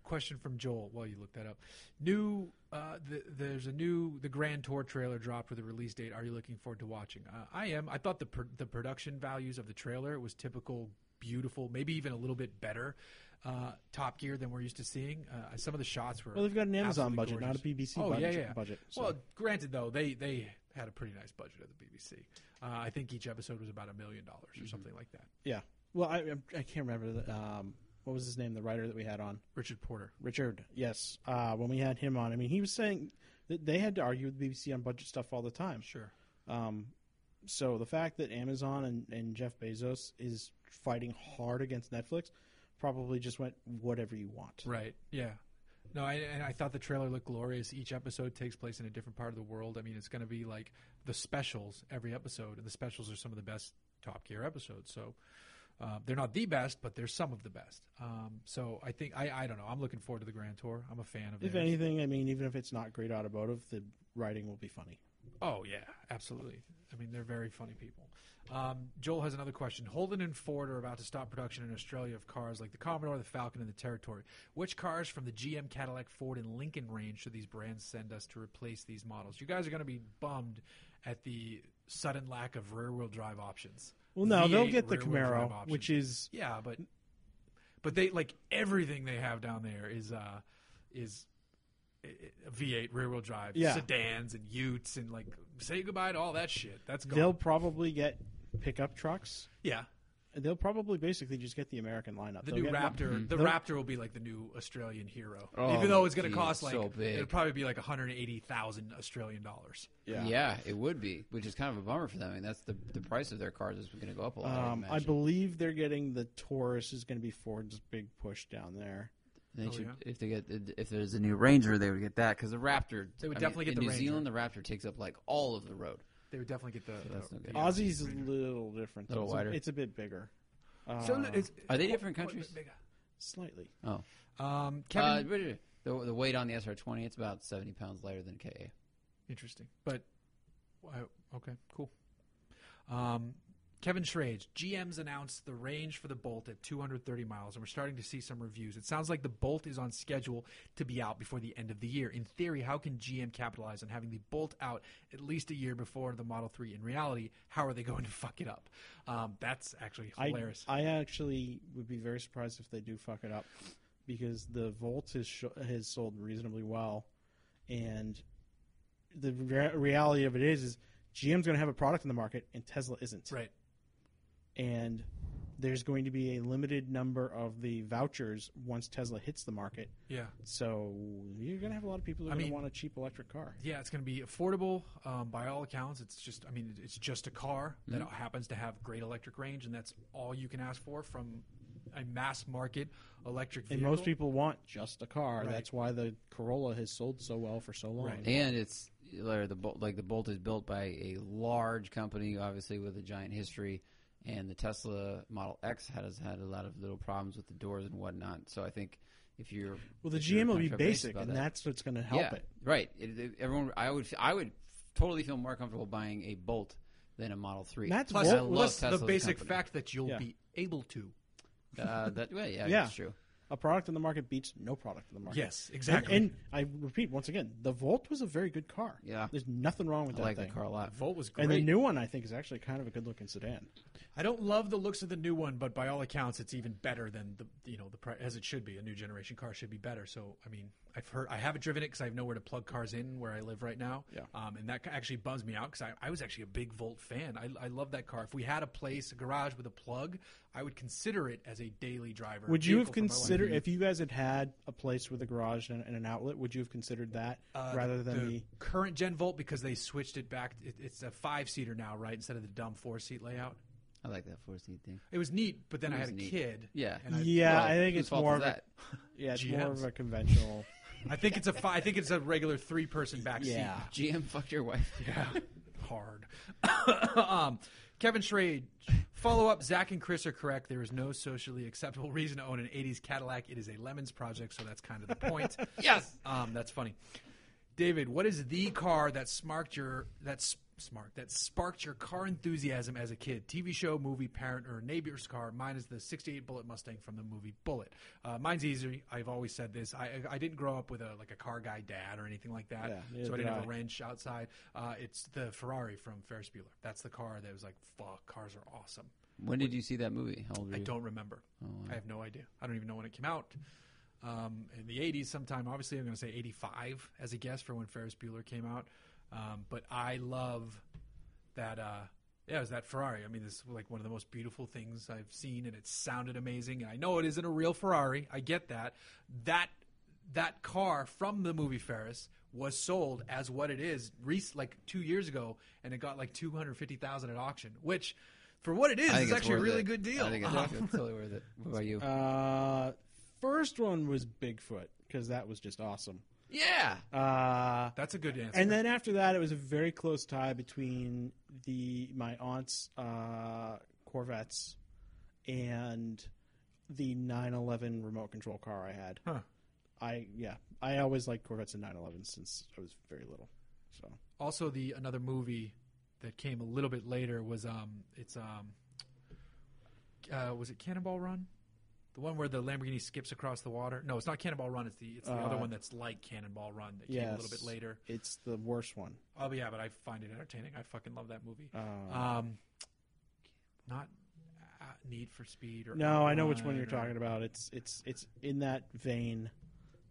Speaker 2: question from Joel. While you look that up, new uh, the, there's a new the Grand Tour trailer dropped with a release date. Are you looking forward to watching? Uh, I am. I thought the pr- the production values of the trailer was typical, beautiful, maybe even a little bit better. Uh, Top Gear than we're used to seeing. Uh, some of the shots were
Speaker 3: Well, they've got an Amazon
Speaker 2: absolutely
Speaker 3: budget,
Speaker 2: gorgeous.
Speaker 3: not a BBC
Speaker 2: Oh,
Speaker 3: budget.
Speaker 2: yeah, yeah.
Speaker 3: budget so.
Speaker 2: Well, granted though, they they had a pretty nice budget at the BBC. Uh, I think each episode was about a million dollars
Speaker 3: Mm-hmm.
Speaker 2: or something like that.
Speaker 3: yeah. Well, I I'm- I can't remember the, um, what was his name, the writer that we had on
Speaker 2: Richard Porter.
Speaker 3: Richard. Yes, uh, when we had him on, I mean, he was saying that they had to argue with BBC on budget stuff all the time.
Speaker 2: Sure.
Speaker 3: Um, so the fact that Amazon and, and Jeff Bezos is fighting hard against Netflix probably just went whatever you want.
Speaker 2: Right. Yeah. No, I, and I thought the trailer looked glorious. Each episode takes place in a different part of the world. I mean, it's going to be like the specials every episode, and the specials are some of the best Top Gear episodes. So uh, they're not the best, but they're some of the best. Um, so I think I, I don't know. I'm looking forward to the Grand Tour. I'm a fan of.
Speaker 3: If
Speaker 2: theirs.
Speaker 3: anything, I mean, even if it's not great automotive, the writing will be funny.
Speaker 2: Oh yeah, absolutely. I mean, they're very funny people. Um, Joel has another question. Holden and Ford are about to stop production in Australia of cars like the Commodore, the Falcon, and the Territory. Which cars from the GM, Cadillac, Ford, and Lincoln range should these brands send us to replace these models? You guys are going to be bummed at the sudden lack of rear-wheel drive options.
Speaker 3: Well, no, they'll
Speaker 2: V8
Speaker 3: get the
Speaker 2: E rear-wheel drive
Speaker 3: Camaro,
Speaker 2: option.
Speaker 3: which is
Speaker 2: yeah, but but they like everything they have down there is uh is uh, V8 rear-wheel drive
Speaker 3: Yeah.
Speaker 2: sedans and Utes and like say goodbye to all that shit. That's gone.
Speaker 3: they'll probably get pickup trucks.
Speaker 2: yeah.
Speaker 3: They'll probably basically just get the American lineup.
Speaker 2: The
Speaker 3: They'll
Speaker 2: new
Speaker 3: get-
Speaker 2: Raptor, the
Speaker 3: They'll-
Speaker 2: Raptor will be like the new Australian hero,
Speaker 4: Oh,
Speaker 2: even though it's going
Speaker 4: gee,
Speaker 2: to cost
Speaker 4: it's
Speaker 2: like
Speaker 4: so big.
Speaker 2: it'll probably be like one hundred eighty thousand Australian dollars.
Speaker 4: yeah. it would be, which is kind of a bummer for them. I mean, that's the the price of their cars is going to go up a lot. I'd
Speaker 3: Um, I
Speaker 4: imagine.
Speaker 3: believe they're getting the Taurus is going to be Ford's big push down there.
Speaker 4: They
Speaker 2: Oh,
Speaker 4: should,
Speaker 2: yeah?
Speaker 4: if they get if there's a new Ranger, they would get that because the Raptor.
Speaker 2: They would
Speaker 4: I mean,
Speaker 2: definitely get
Speaker 4: in
Speaker 2: the
Speaker 4: New
Speaker 2: Ranger.
Speaker 4: Zealand. The Raptor takes up like all of the road.
Speaker 2: They would definitely get the.
Speaker 4: that's no good.
Speaker 2: the-
Speaker 3: Aussie's a little different.
Speaker 4: Little
Speaker 3: it's a-
Speaker 4: wider.
Speaker 3: it's a bit bigger.
Speaker 2: So
Speaker 3: Uh,
Speaker 2: it's-
Speaker 4: Are they different countries?
Speaker 3: slightly.
Speaker 4: Oh,
Speaker 2: Um, Kevin,
Speaker 4: uh, the the weight on the SR20 it's about seventy pounds lighter than KA.
Speaker 2: Interesting. But I- okay, cool. Um, Kevin Schrage, GM's announced the range for the Bolt at 230 miles, and we're starting to see some reviews. It sounds like the Bolt is on schedule to be out before the end of the year. In theory, how can GM capitalize on having the Bolt out at least a year before the Model 3? In reality, how are they going to fuck it up? Um, that's actually
Speaker 3: I,
Speaker 2: hilarious.
Speaker 3: I actually would be very surprised if they do fuck it up because the Volt has, sh- has sold reasonably well, and the re- reality of it is is GM's going to have a product in the market and Tesla isn't,
Speaker 2: right.
Speaker 3: and there's going to be a limited number of the vouchers once Tesla hits the market.
Speaker 2: Yeah.
Speaker 3: So you're going to have a lot of people who
Speaker 2: I
Speaker 3: are going
Speaker 2: mean-
Speaker 3: to want a cheap electric car.
Speaker 2: Yeah, it's going to be affordable um, by all accounts. It's just, I mean, it- it's just a car that
Speaker 4: Mm-hmm.
Speaker 2: happens to have great electric range, and that's all you can ask for from a mass market electric
Speaker 3: And
Speaker 2: vehicle.
Speaker 3: most people want just a car.
Speaker 2: Right.
Speaker 3: That's why the Corolla has sold so well for so long.
Speaker 2: Right.
Speaker 4: And it's or the bolt like the bolt is built by a large company, obviously with a giant history. And the Tesla Model X has had a lot of little problems with the doors and whatnot. So I think if you're
Speaker 3: Well, the
Speaker 4: if you're
Speaker 3: GM will be
Speaker 4: contract based
Speaker 3: basic,
Speaker 4: about
Speaker 3: and
Speaker 4: that-
Speaker 3: that's what's going to help
Speaker 4: yeah,
Speaker 3: it.
Speaker 4: right. It- it- everyone, I would I would totally feel more comfortable buying a Bolt than a Model Three.
Speaker 3: That's
Speaker 2: plus,
Speaker 3: I
Speaker 4: I
Speaker 3: love
Speaker 4: love
Speaker 2: plus
Speaker 4: Tesla
Speaker 2: the basic
Speaker 4: company.
Speaker 2: fact that you'll
Speaker 3: Yeah.
Speaker 2: be able to.
Speaker 4: Uh, that yeah, yeah,
Speaker 3: Yeah.
Speaker 4: that's true.
Speaker 3: A product in the market beats no product in the market.
Speaker 2: Yes,
Speaker 3: And-
Speaker 2: exactly.
Speaker 3: And, I repeat once again, the Volt was a very good car.
Speaker 4: Yeah.
Speaker 3: There's nothing wrong with
Speaker 4: I
Speaker 3: that
Speaker 4: like
Speaker 3: thing.
Speaker 4: the car a lot.
Speaker 2: Volt was great.
Speaker 3: And the new one, I think, is actually kind of a good looking sedan.
Speaker 2: I don't love the looks of the new one, but by all accounts, it's even better than the you know the pri- as it should be. A new generation car should be better. So I mean, I've heard I haven't driven it because I have nowhere to plug cars in where I live right now.
Speaker 3: Yeah.
Speaker 2: Um, and that ki- actually bums me out because I, I was actually a big Volt fan. I, I love that car. If we had a place, a garage with a plug, I would consider it as a daily driver.
Speaker 3: Would you have
Speaker 2: vehicle for my wife.
Speaker 3: considered if you guys had had a place with a garage and, and an outlet? Would you have considered that
Speaker 2: Uh,
Speaker 3: rather than the,
Speaker 2: current gen Volt because they switched it back? It, it's a five seater now, right? Instead of the dumb four seat layout.
Speaker 4: I like that four seat thing.
Speaker 2: It was neat, but then
Speaker 4: It
Speaker 2: I had
Speaker 4: was
Speaker 2: a
Speaker 4: neat.
Speaker 2: kid.
Speaker 4: Yeah.
Speaker 2: and I,
Speaker 3: Yeah,
Speaker 4: Well,
Speaker 3: I think
Speaker 4: whose
Speaker 3: it's
Speaker 4: fault
Speaker 3: more
Speaker 4: is
Speaker 3: of a-
Speaker 4: that.
Speaker 3: yeah, it's more
Speaker 2: GMs.
Speaker 3: of a conventional.
Speaker 2: I think it's a fi- I think it's a regular three person back seat.
Speaker 3: yeah,
Speaker 4: GM fucked your wife.
Speaker 2: Yeah, hard. um, Kevin Schrade, follow up. Zach and Chris are correct. There is no socially acceptable reason to own an '80s Cadillac. It is a lemons project, so that's kind of the point.
Speaker 4: Yes.
Speaker 2: um, that's funny. David, what is the car that sparked your that s- sparked that sparked your car enthusiasm as a kid? TV show, movie, parent, or neighbor's car? Mine is the '68 Bullet Mustang from the movie Bullet. Uh, mine's easy. I've always said this. I I I didn't grow up with a like a car guy dad or anything like that,
Speaker 3: Yeah, neither
Speaker 2: so I
Speaker 3: did
Speaker 2: didn't have
Speaker 3: I.
Speaker 2: a wrench outside. Uh, it's the Ferrari from Ferris Bueller. That's the car that was like, fuck, cars are awesome.
Speaker 4: When did you see that movie? How old were
Speaker 2: I
Speaker 4: you?
Speaker 2: don't remember.
Speaker 4: Oh,
Speaker 2: I have no idea. I don't even know when it came out. Um, in the 80s, sometime, obviously, I'm going to say 85 as a guess for when Ferris Bueller came out. Um, but I love that. Uh, yeah, it was that Ferrari. I mean, this is like one of the most beautiful things I've seen, and it sounded amazing. And I know it isn't a real Ferrari. I get that. That that car from the movie Ferris was sold as what it is, re- like two years ago, and it got like two hundred fifty thousand at auction, which. For what it is,
Speaker 4: I
Speaker 2: it's
Speaker 4: think
Speaker 2: actually a
Speaker 4: worth
Speaker 2: really
Speaker 4: it.
Speaker 2: good deal.
Speaker 4: I think it's,
Speaker 2: Um,
Speaker 4: it's totally worth it. What about you?
Speaker 3: uh, first one was Bigfoot because that was just awesome.
Speaker 4: yeah.
Speaker 3: Uh,
Speaker 2: That's a good answer.
Speaker 3: and then after that, it was a very close tie between the my aunt's uh, Corvettes and the 911 remote control car I had.
Speaker 2: Huh.
Speaker 3: I yeah, I always liked Corvettes and 911s since I was very little. So
Speaker 2: also the another movie that came a little bit later was um it's um uh, was it Cannonball Run? The one where the Lamborghini skips across the water? No, it's not Cannonball Run. It's the it's the other
Speaker 3: Uh,
Speaker 2: one that's like Cannonball Run that came a little
Speaker 3: Yes.
Speaker 2: bit later.
Speaker 3: it's the worst one.
Speaker 2: Oh yeah, but I find it entertaining. I fucking love that movie.
Speaker 3: Um,
Speaker 2: Um, not uh, Need for Speed or
Speaker 3: No, I know which one
Speaker 2: Outline
Speaker 3: you're
Speaker 2: or-
Speaker 3: talking about. It's it's it's in that vein,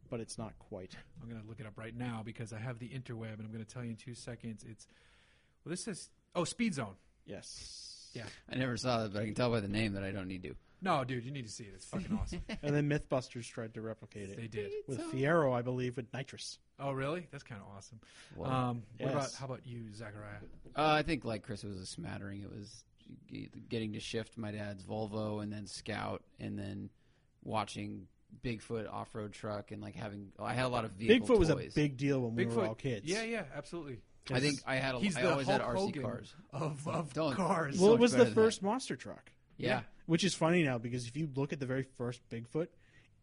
Speaker 3: but it's not quite.
Speaker 2: I'm going to look it up right now because I have the interweb and I'm going to tell you in two seconds. It's well, this is oh Speed Zone.
Speaker 3: Yes.
Speaker 2: Yeah.
Speaker 4: I never saw that, but I can tell by the name that I don't need to.
Speaker 2: No, dude, you need to see it. It's fucking awesome.
Speaker 3: And then MythBusters tried to replicate
Speaker 2: they
Speaker 3: it
Speaker 2: did.
Speaker 3: with Fiero, I believe, with nitrous.
Speaker 2: Oh, really? That's kind of awesome.
Speaker 4: Whoa.
Speaker 2: Um, what about
Speaker 3: Yes.
Speaker 2: how about you, Zachariah?
Speaker 4: Uh, I think like Chris, it was a smattering. It was g- getting to shift my dad's Volvo and then Scout and then watching Bigfoot off road truck and like having. I had a lot of vehicle
Speaker 3: Bigfoot was a
Speaker 4: toys.
Speaker 3: big deal when we were all kids.
Speaker 2: Yeah, yeah, absolutely.
Speaker 4: I think I had. A,
Speaker 2: He's
Speaker 4: I
Speaker 2: the
Speaker 4: always
Speaker 2: Hulk
Speaker 4: had RC
Speaker 2: Hogan
Speaker 4: cars.
Speaker 2: of, of
Speaker 4: Don't-
Speaker 2: cars.
Speaker 4: so
Speaker 3: Well,
Speaker 4: much
Speaker 3: it was
Speaker 4: better
Speaker 3: the
Speaker 4: than that.
Speaker 3: first monster truck,
Speaker 4: Yeah.
Speaker 3: which is funny now because if you look at the very first Bigfoot,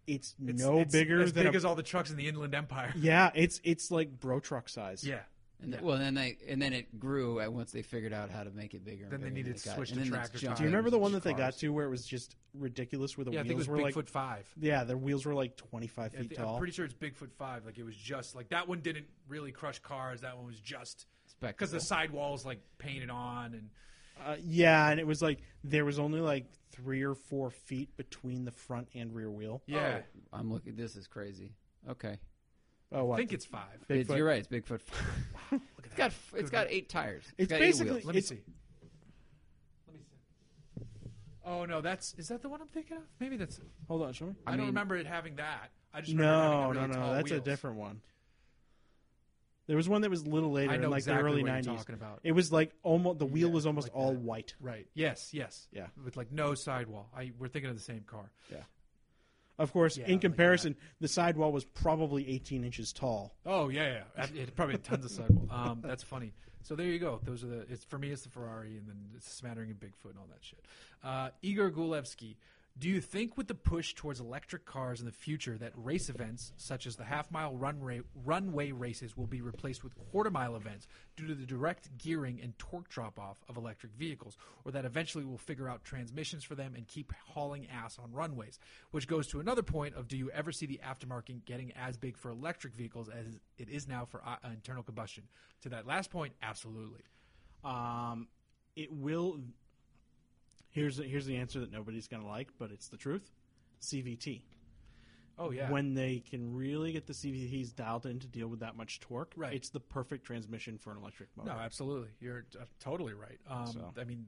Speaker 3: it's,
Speaker 2: It's-
Speaker 3: no
Speaker 2: it's
Speaker 3: bigger
Speaker 2: as
Speaker 3: than
Speaker 2: big
Speaker 3: a,
Speaker 2: as all the trucks in the Inland Empire.
Speaker 3: yeah, it's it's like bro truck size.
Speaker 2: Yeah,
Speaker 4: And th- well, then they and then it grew. And once they figured out how to make it bigger, and
Speaker 2: Then they
Speaker 4: bigger,
Speaker 2: needed
Speaker 4: it
Speaker 2: to
Speaker 4: got-
Speaker 2: switch
Speaker 4: and
Speaker 2: to
Speaker 4: then
Speaker 2: tractor
Speaker 4: it's giant.
Speaker 3: Do you remember the one that they
Speaker 4: Cars.
Speaker 3: got to where it was just ridiculous, where the
Speaker 2: yeah. I think it
Speaker 3: wheels
Speaker 2: was
Speaker 3: were
Speaker 2: Bigfoot
Speaker 3: like
Speaker 2: Five.
Speaker 3: yeah, their wheels were like twenty five
Speaker 2: I
Speaker 3: feet
Speaker 2: thi-
Speaker 3: tall.
Speaker 2: I'm pretty sure it's Bigfoot Five. Like it was just like that one didn't really crush cars. That one was just because
Speaker 4: Spectacle. Oh.
Speaker 2: the sidewalls like painted on and
Speaker 3: Uh, yeah, and it was like there was only like three or four feet between the front and rear wheel.
Speaker 2: yeah.
Speaker 4: I'm looking. This is crazy. Okay,
Speaker 3: Oh,
Speaker 2: I
Speaker 3: what?
Speaker 2: think it's five.
Speaker 4: It's-
Speaker 3: Bigfoot.
Speaker 4: you're right. It's Bigfoot. it's got f- it's got eight tires.
Speaker 3: It's
Speaker 4: got eight
Speaker 3: basically-
Speaker 4: wheels.
Speaker 2: Let me
Speaker 3: It's-
Speaker 2: see. Let me see. Oh no, that's is that the one I'm thinking of? Maybe that's.
Speaker 3: Hold on, show me.
Speaker 2: I,
Speaker 4: I
Speaker 2: don't
Speaker 4: mean-
Speaker 2: remember it having that. I just remember having
Speaker 3: No,
Speaker 2: the really
Speaker 3: no, no.
Speaker 2: tall
Speaker 3: That's
Speaker 2: wheels.
Speaker 3: a different one. There was one that was a little later
Speaker 2: I know
Speaker 3: in like
Speaker 2: exactly
Speaker 3: the early
Speaker 2: what you're
Speaker 3: 90s.
Speaker 2: talking about.
Speaker 3: It was like almost the wheel
Speaker 2: Yeah,
Speaker 3: was almost
Speaker 2: like
Speaker 3: all
Speaker 2: that.
Speaker 3: white.
Speaker 2: Right. Yes. Yes.
Speaker 3: Yeah.
Speaker 2: With like no sidewall. I we're thinking of the same car.
Speaker 3: Of course,
Speaker 2: Yeah,
Speaker 3: in
Speaker 2: like that.
Speaker 3: comparison, the sidewall was probably 18 inches tall.
Speaker 2: Oh yeah, yeah. It- It probably had tons of sidewall. Um, that's funny. So there you go. Those are the. It's for me. It's the Ferrari, and then it's the smattering of Bigfoot and all that shit. Uh, Igor Gulevsky. Do you think with the push towards electric cars in the future that race events such as the half mile run ra- runway races will be replaced with quarter mile events due to the direct gearing and torque drop off of electric vehicles, or that eventually we'll figure out transmissions for them and keep hauling ass on runways? Which goes to another point of do you ever see the aftermarket getting as big for electric vehicles as it is now for uh, internal combustion? To that last point, absolutely.
Speaker 3: Um, it will. Here's here's the answer that nobody's going to like, but it's the truth. CVT.
Speaker 2: Oh yeah.
Speaker 3: When they can really get the CVTs dialed in to deal with that much torque,
Speaker 2: Right.
Speaker 3: it's the perfect transmission for an electric motor.
Speaker 2: No, absolutely. You're uh, totally right. Um,
Speaker 3: So.
Speaker 2: I mean,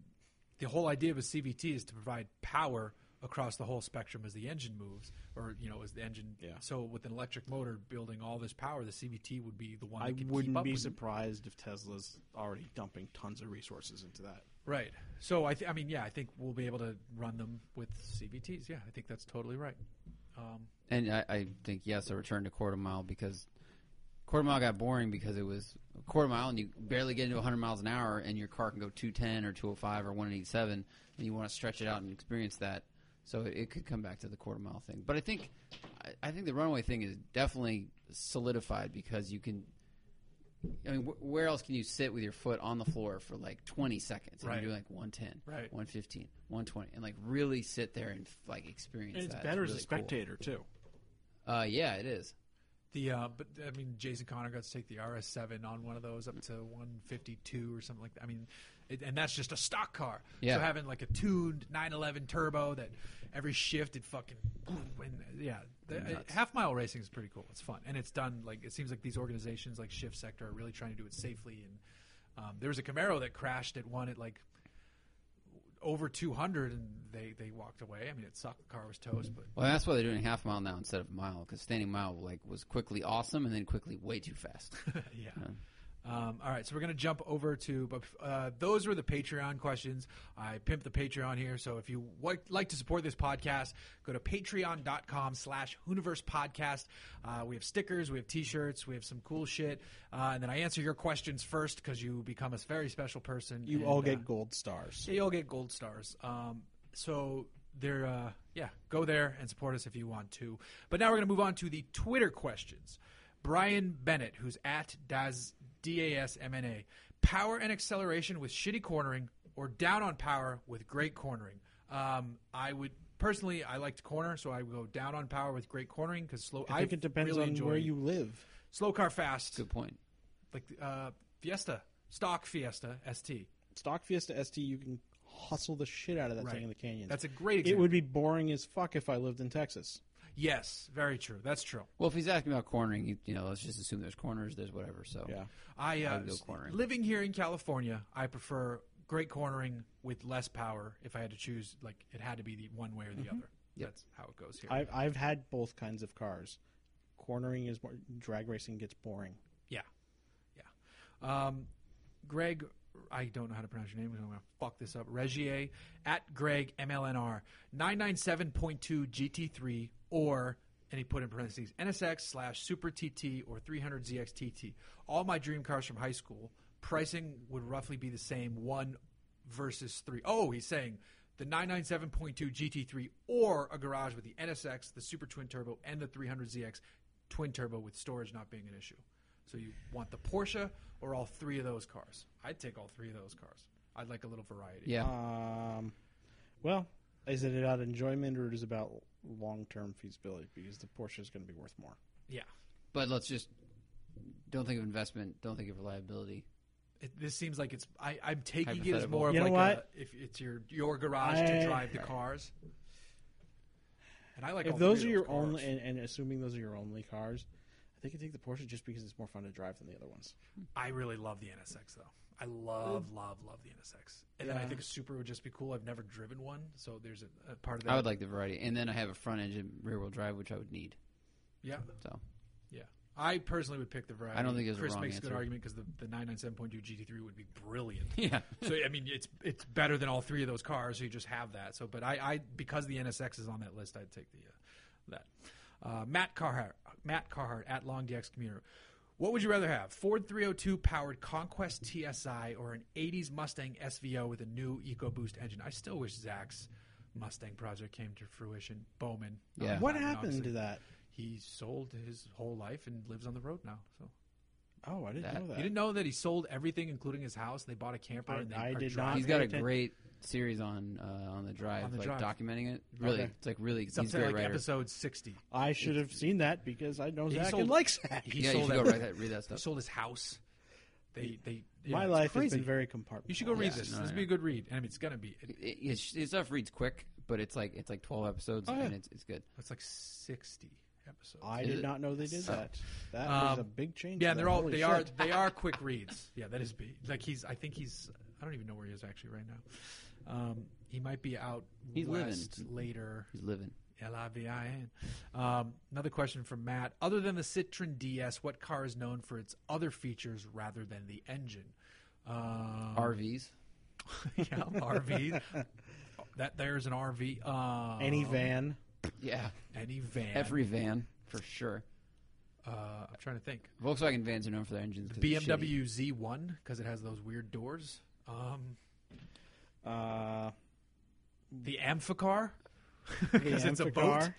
Speaker 2: the whole idea of a CVT is to provide power across the whole spectrum as the engine moves, or you know, as the engine.
Speaker 3: Yeah.
Speaker 2: So with an electric motor building all this power, the CVT would be the one.
Speaker 3: I
Speaker 2: that can keep
Speaker 3: wouldn't
Speaker 2: up
Speaker 3: be
Speaker 2: with it.
Speaker 3: surprised if Tesla's already dumping tons of resources into that.
Speaker 2: Right. So I, th- I mean, yeah, I think we'll be able to run them with CVTs. Yeah, I think that's totally right. Um,
Speaker 4: And I, I think yes, a return to quarter mile because quarter mile got boring because it was a quarter mile and you barely get into 100 miles an hour and your car can go 210 or 205 or 187 and you want to stretch it out and experience that. So it, it could come back to the quarter mile thing. But I think I, I think the runway thing is definitely solidified because you can. I mean, wh- where else can you sit with your foot on the floor for like 20 seconds and
Speaker 2: Right.
Speaker 4: you do like 110,
Speaker 2: Right.
Speaker 4: 115, 120, and like really sit there and like experience
Speaker 3: And it's
Speaker 4: that?
Speaker 3: better as a
Speaker 4: really cool.
Speaker 3: spectator too.
Speaker 4: Uh, yeah, it is.
Speaker 2: the uh, but I mean, Jason Connor got to take the RS7 on one of those up to 152 or something like that. I mean, it, and that's just a stock car.
Speaker 4: Yeah.
Speaker 2: So having like a tuned 911 turbo that every shift it fucking and yeah, the, uh,
Speaker 4: Nuts.
Speaker 2: half mile racing is pretty cool. It's fun and it's done like it seems like these organizations like Shift Sector are really trying to do it safely. And um, there was a Camaro that crashed at one at like over 200 and they they walked away. I mean, it sucked. The car was toast, but
Speaker 4: Well, that's why they're doing half mile now instead of mile because standing mile like was quickly awesome and then quickly way too fast.
Speaker 2: yeah. Um, all right, so we're gonna jump over to, but uh, those were the Patreon questions. I pimped the Patreon here, so if you would like to support this podcast, go to Patreon.com/slash Hooniverse Podcast. Uh, we have stickers, we have T-shirts, we have some cool shit, uh, and then I answer your questions first because you become a very special person.
Speaker 3: You
Speaker 2: and,
Speaker 3: all
Speaker 2: uh,
Speaker 3: get gold stars.
Speaker 2: yeah, you all get gold stars. Um, so they're uh, yeah, go there and support us if you want to. But now we're gonna move on to the Twitter questions. Brian Bennett, who's at Daz D A S M N A, power and acceleration with shitty cornering, or down on power with great cornering. Um, I would personally, I like to corner, so I would go down on power with great cornering because slow.
Speaker 3: I think it depends
Speaker 2: really
Speaker 3: on
Speaker 2: enjoy
Speaker 3: where you live.
Speaker 2: slow car fast,
Speaker 4: Good point.
Speaker 2: like uh, Fiesta stock Fiesta ST.
Speaker 3: Stock Fiesta ST, you can hustle the shit out of that
Speaker 2: Right.
Speaker 3: thing in the canyon.
Speaker 2: That's a great
Speaker 3: it
Speaker 2: example.
Speaker 3: would be boring as fuck if I lived in Texas.
Speaker 2: yes, very true. That's true.
Speaker 4: Well, if he's asking about cornering, you, you know, let's just assume there's corners, there's whatever. So
Speaker 3: Yeah.
Speaker 2: I uh,
Speaker 4: would go
Speaker 2: s-
Speaker 4: cornering.
Speaker 2: living here in California, I prefer great cornering with less power. If I had to choose, like it had to be the one way or the other. That's how it goes here.
Speaker 3: I've I've had both kinds of cars. Cornering is more, drag racing gets boring.
Speaker 2: yeah, yeah. Um, Greg, I don't know how to pronounce your name. so I'm gonna fuck this up. Regier at Greg MLNR nine nine seven point two GT three or and he put in parentheses NSX slash Super TT or 300 ZXTT. All my dream cars from high school. Pricing would roughly be the same one versus three. Oh, he's saying the 997.2 GT3 or a garage with the NSX, the Super Twin Turbo, and the 300ZX Twin Turbo with storage not being an issue. So you want the Porsche or all three of those cars? I'd take all three of those cars. I'd like a little variety.
Speaker 4: yeah.
Speaker 3: Um, well, is it about enjoyment or is it about long term feasibility? Because the Porsche is going to be worth more.
Speaker 2: Yeah.
Speaker 4: but let's just don't think of investment, don't think of reliability.
Speaker 2: It, this seems like it's. I, I'm taking it as more of
Speaker 3: You know
Speaker 2: like
Speaker 3: what?
Speaker 2: a if it's your your garage to
Speaker 3: I-
Speaker 2: drive the cars. And I like all
Speaker 3: if those are
Speaker 2: three of
Speaker 3: your
Speaker 2: cars.
Speaker 3: only, and, and assuming those are your only cars, I think I take the Porsche just because it's more fun to drive than the other ones.
Speaker 2: I really love the NSX though. I love, love, love the NSX. And then I
Speaker 3: Yeah.
Speaker 2: think a Super would just be cool. I've never driven one, so there's a, a part of that.
Speaker 4: I would like the variety, and then I have a front engine rear wheel drive, which I would need.
Speaker 2: Yeah,
Speaker 4: So
Speaker 2: yeah. I personally would pick the variety.
Speaker 4: I don't think there's a
Speaker 2: Chris
Speaker 4: wrong
Speaker 2: makes a good
Speaker 4: answer.
Speaker 2: argument because the, the 997.2 GT3 would be brilliant.
Speaker 4: yeah,
Speaker 2: so I mean, it's it's better than all three of those cars. So you just have that. So, but I, I because the NSX is on that list, I'd take the uh, that. Uh, Matt Carhart, Matt Carhart at Long DX Commuter. What would you rather have? Ford 302 powered Conquest TSI or an 80s Mustang SVO with a new EcoBoost engine? I still wish Zach's Mustang project came to fruition. Bowman.
Speaker 4: Yeah.
Speaker 2: Um,
Speaker 4: Uh,
Speaker 3: What
Speaker 2: Bowman,
Speaker 3: happened to
Speaker 2: obviously.
Speaker 3: that?
Speaker 2: He sold his whole life and lives on the road now. So
Speaker 3: Oh, I didn't
Speaker 4: That-
Speaker 3: know that.
Speaker 2: you didn't know that he sold everything, including his house. and They bought a camper.
Speaker 3: I-
Speaker 2: and they
Speaker 3: I
Speaker 2: are
Speaker 3: did
Speaker 2: driving-
Speaker 3: not
Speaker 4: He's got a
Speaker 3: Okay.
Speaker 4: great series on uh, on the drive,
Speaker 2: On the
Speaker 4: like
Speaker 2: Drive.
Speaker 4: documenting it. Really,
Speaker 3: Okay.
Speaker 4: it's like really.
Speaker 2: It's up
Speaker 4: he's
Speaker 2: to
Speaker 4: a great
Speaker 2: like
Speaker 4: writer.
Speaker 2: episode sixty.
Speaker 3: I should have seen that because I know
Speaker 2: He
Speaker 3: Zach
Speaker 2: sold-
Speaker 3: and likes that.
Speaker 2: He
Speaker 4: yeah, you
Speaker 2: sold
Speaker 4: should go
Speaker 2: everything.
Speaker 4: read that, read that
Speaker 2: He
Speaker 4: stuff.
Speaker 2: sold his house. They they. yeah,
Speaker 3: My
Speaker 2: it's
Speaker 3: life
Speaker 2: crazy.
Speaker 3: has been very compartmental.
Speaker 2: You should go read
Speaker 4: Yeah,
Speaker 2: this.
Speaker 4: no,
Speaker 2: this would
Speaker 4: yeah.
Speaker 2: be a good read, and I mean, it's gonna be. It,
Speaker 4: It- it- His, his stuff reads quick, but it's like it's like twelve episodes,
Speaker 3: Oh, yeah.
Speaker 4: and it's it's good.
Speaker 2: it's like sixty episodes.
Speaker 3: I
Speaker 4: Is
Speaker 3: did
Speaker 4: it?
Speaker 3: not know they did
Speaker 4: So-
Speaker 3: that. That was a
Speaker 2: Um,
Speaker 3: big change.
Speaker 2: yeah,
Speaker 3: for
Speaker 2: and
Speaker 3: them.
Speaker 2: they're all
Speaker 3: Holy
Speaker 2: they
Speaker 3: shit.
Speaker 2: are they are quick reads. Yeah, that is big. Like he's. I think he's. I don't even know where he is actually right now. Um, he might be out
Speaker 4: He's living.
Speaker 2: west later.
Speaker 4: He's living.
Speaker 2: L I V I N. Um, another question from Matt. Other than the Citroen DS, what car is known for its other features rather than the engine? Um,
Speaker 4: RVs.
Speaker 2: yeah, RV. That there's an RV. Um,
Speaker 3: Any van.
Speaker 4: Yeah,
Speaker 2: any van.
Speaker 4: every van for sure.
Speaker 2: Uh, I'm trying to think.
Speaker 4: Volkswagen vans are known for their engines. 'cause it's shitty.
Speaker 2: BMW Z1 because it has those weird doors. Um,
Speaker 3: Uh,
Speaker 2: the Amphicar
Speaker 3: the
Speaker 2: because it's a boat.
Speaker 3: Amphicar.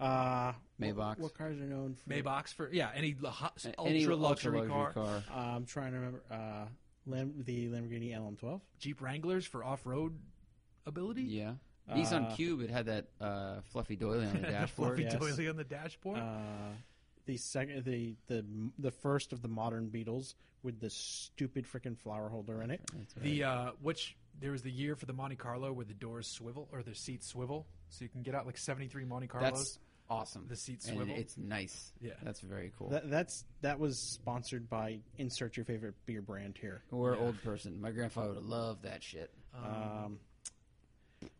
Speaker 3: Uh,
Speaker 4: Maybach.
Speaker 3: What, cars are known for?
Speaker 2: Maybachs for yeah any ultra,
Speaker 4: A- any
Speaker 2: ultra luxury car.
Speaker 3: Uh, I'm trying to remember. Uh, Lam- the Lamborghini LM12.
Speaker 2: Jeep Wranglers for off road ability.
Speaker 4: Yeah. Nissan
Speaker 3: Uh,
Speaker 4: Cube. It had that uh, fluffy doily on the dashboard.
Speaker 2: Fluffy
Speaker 3: fluffy- yes.
Speaker 2: doily on the dashboard.
Speaker 3: Uh, the second, the the the first of the modern Beatles with the stupid freaking flower holder in it.
Speaker 4: That's right.
Speaker 2: the uh, which there was the year for the Monte Carlo where the doors swivel or the seats swivel, so you can get out like seventy three Monte Carlos.
Speaker 4: That's awesome.
Speaker 2: The seat
Speaker 4: And
Speaker 2: swivel.
Speaker 4: it's nice.
Speaker 2: Yeah.
Speaker 4: That's very cool.
Speaker 3: That, that's that was sponsored by insert your favorite beer brand here.
Speaker 4: or old person. My grandfather would love that shit.
Speaker 2: Oh,
Speaker 3: Um,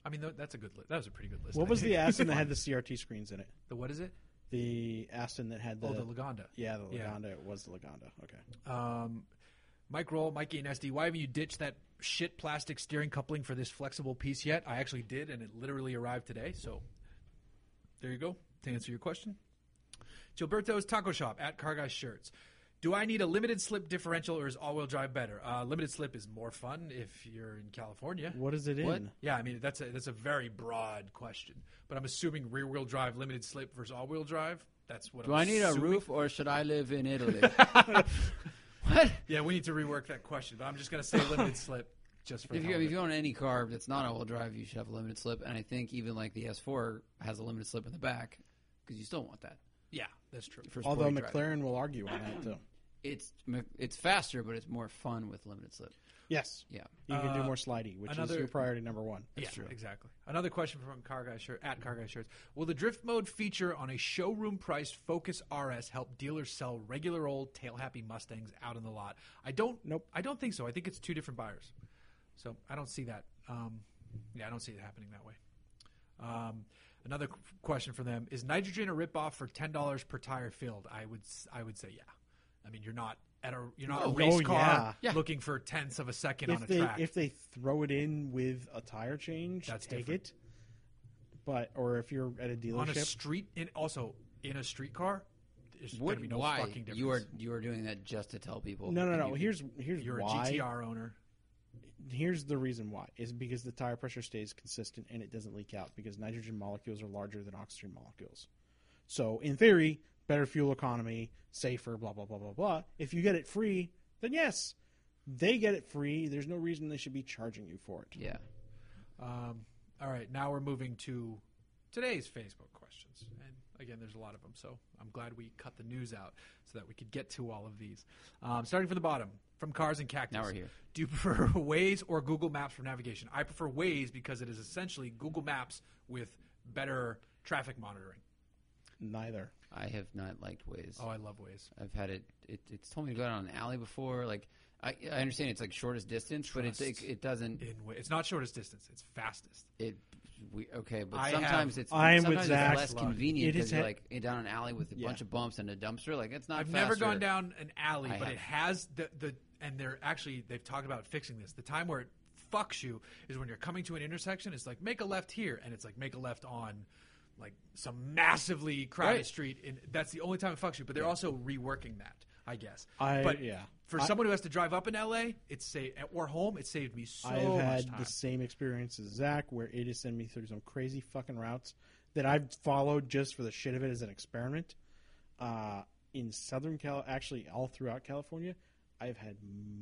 Speaker 2: I mean, tho- that's a good list. That was a pretty good list.
Speaker 3: what
Speaker 2: I
Speaker 3: was
Speaker 2: think.
Speaker 3: the Aston that had the CRT screens in it?
Speaker 2: the what is it?
Speaker 3: The Aston that had the,
Speaker 2: oh, the Lagonda.
Speaker 3: yeah, the
Speaker 2: Yeah.
Speaker 3: Lagonda. It was the Lagonda. Okay.
Speaker 2: Um, Mike Roll, Mikey and SD, why haven't you ditched that shit plastic steering coupling for this flexible piece yet? I actually did, and it literally arrived today. So there you go to answer your question. Gilberto's Taco Shop at Carguy Shirts. Do I need a limited slip differential or is all wheel drive better? Uh, limited slip is more fun if you're in California.
Speaker 3: What is it in?
Speaker 4: What?
Speaker 2: Yeah, I mean that's a that's a very broad question, but I'm assuming rear wheel drive, limited slip versus all wheel drive. That's what.
Speaker 4: Do
Speaker 2: I'm
Speaker 4: I need a
Speaker 2: assuming.
Speaker 4: roof or should I live in Italy? what?
Speaker 2: Yeah, we need to rework that question, but I'm just going to say limited slip just for
Speaker 4: If you,
Speaker 2: helmet.
Speaker 4: if you own any car that's not all-wheel drive, you should have a limited slip. And I think even like the S4 has a limited slip in the back because you still want that.
Speaker 2: Yeah, that's true.
Speaker 4: For
Speaker 3: Although
Speaker 4: sporty driving.
Speaker 3: McLaren will argue on that too.
Speaker 4: it's it's faster, but it's more fun with limited slip.
Speaker 3: Yes.
Speaker 4: Yeah.
Speaker 3: You can do
Speaker 2: Uh,
Speaker 3: more slidey, which
Speaker 2: another-
Speaker 3: is your priority number one.
Speaker 2: yeah, exactly. Another question from Car Guy Shirt at Car Guy Shirts. Will the drift mode feature on a showroom priced Focus RS help dealers sell regular old tail happy Mustangs out in the lot? I don't.
Speaker 3: Nope.
Speaker 2: I don't think so. I think it's two different buyers, so I don't see that. Um, yeah, I don't see it happening that way. Um, another qu- question from them is nitrogen a ripoff for ten dollars per tire filled? I would s- I would say yeah. I mean you're not at a you're not a
Speaker 3: Oh,
Speaker 2: race
Speaker 3: oh,
Speaker 2: car
Speaker 4: yeah. Yeah.
Speaker 2: looking for tenths of a second on a
Speaker 3: If they
Speaker 2: track.
Speaker 3: if they throw it in with a tire change,
Speaker 2: That's
Speaker 3: take
Speaker 2: different.
Speaker 3: it. But or if you're at a
Speaker 2: on a
Speaker 3: dealership,
Speaker 2: street in also in a street car, there's
Speaker 4: What?
Speaker 2: gonna be no
Speaker 4: why?
Speaker 2: fucking difference.
Speaker 4: You are you are doing that just to tell people?
Speaker 3: no, no,
Speaker 4: that
Speaker 3: no.
Speaker 4: you-
Speaker 3: Here's here's
Speaker 2: you're
Speaker 3: why.
Speaker 2: a GTR owner.
Speaker 3: Here's the reason why is because the tire pressure stays consistent and it doesn't leak out because nitrogen molecules are larger than oxygen molecules. So in theory, better fuel economy, safer, blah blah blah blah blah. If you get it free, then yes, they get it free. There's no reason they should be charging you for it.
Speaker 4: Yeah.
Speaker 2: Um, all right, now we're moving to today's Facebook questions. And again, there's a lot of them, so I'm glad we cut the news out so that we could get to all of these. Um, starting from the bottom, from Cars and Cactus.
Speaker 4: Now we're here.
Speaker 2: Do you prefer Waze or Google Maps for navigation? I prefer Waze because it is essentially Google Maps with better traffic monitoring.
Speaker 3: Neither.
Speaker 4: I have not liked Waze.
Speaker 2: Oh, I love Waze.
Speaker 4: I've had it, it. It's told me to go down an alley before. Like I, I understand it's like shortest distance, but it,
Speaker 2: Trust
Speaker 4: it it doesn't.
Speaker 2: In Waze. It's not shortest distance, it's fastest.
Speaker 4: It we okay, but
Speaker 2: I have-
Speaker 4: sometimes it's
Speaker 3: I am with
Speaker 4: sometimes it's
Speaker 3: Zach.
Speaker 4: less
Speaker 2: Love.
Speaker 4: convenient
Speaker 3: It is
Speaker 4: because you're
Speaker 3: ha-
Speaker 4: like down an alley with a
Speaker 3: Yeah.
Speaker 4: bunch of bumps and a dumpster. Like it's not.
Speaker 2: I've never
Speaker 4: faster.
Speaker 2: gone down an alley,
Speaker 4: I
Speaker 2: but
Speaker 4: have.
Speaker 2: it has the the and they're actually they've talked about fixing this. The time where it fucks you is when you're coming to an intersection. It's like make a left here, and it's like make a left on like some massively crowded
Speaker 4: Right.
Speaker 2: street. And that's the only time it fucks you. But they're also reworking that. I guess.
Speaker 3: I
Speaker 2: but
Speaker 3: yeah.
Speaker 2: for
Speaker 3: I-
Speaker 2: someone who has to drive up in LA, it's saved or home. It saved me so
Speaker 3: I have
Speaker 2: much
Speaker 3: had
Speaker 2: time.
Speaker 3: the same experience as Zach, where it has sent me through some crazy fucking routes that I've followed just for the shit of it as an experiment. Uh, in Southern Cal, actually, all throughout California, I've had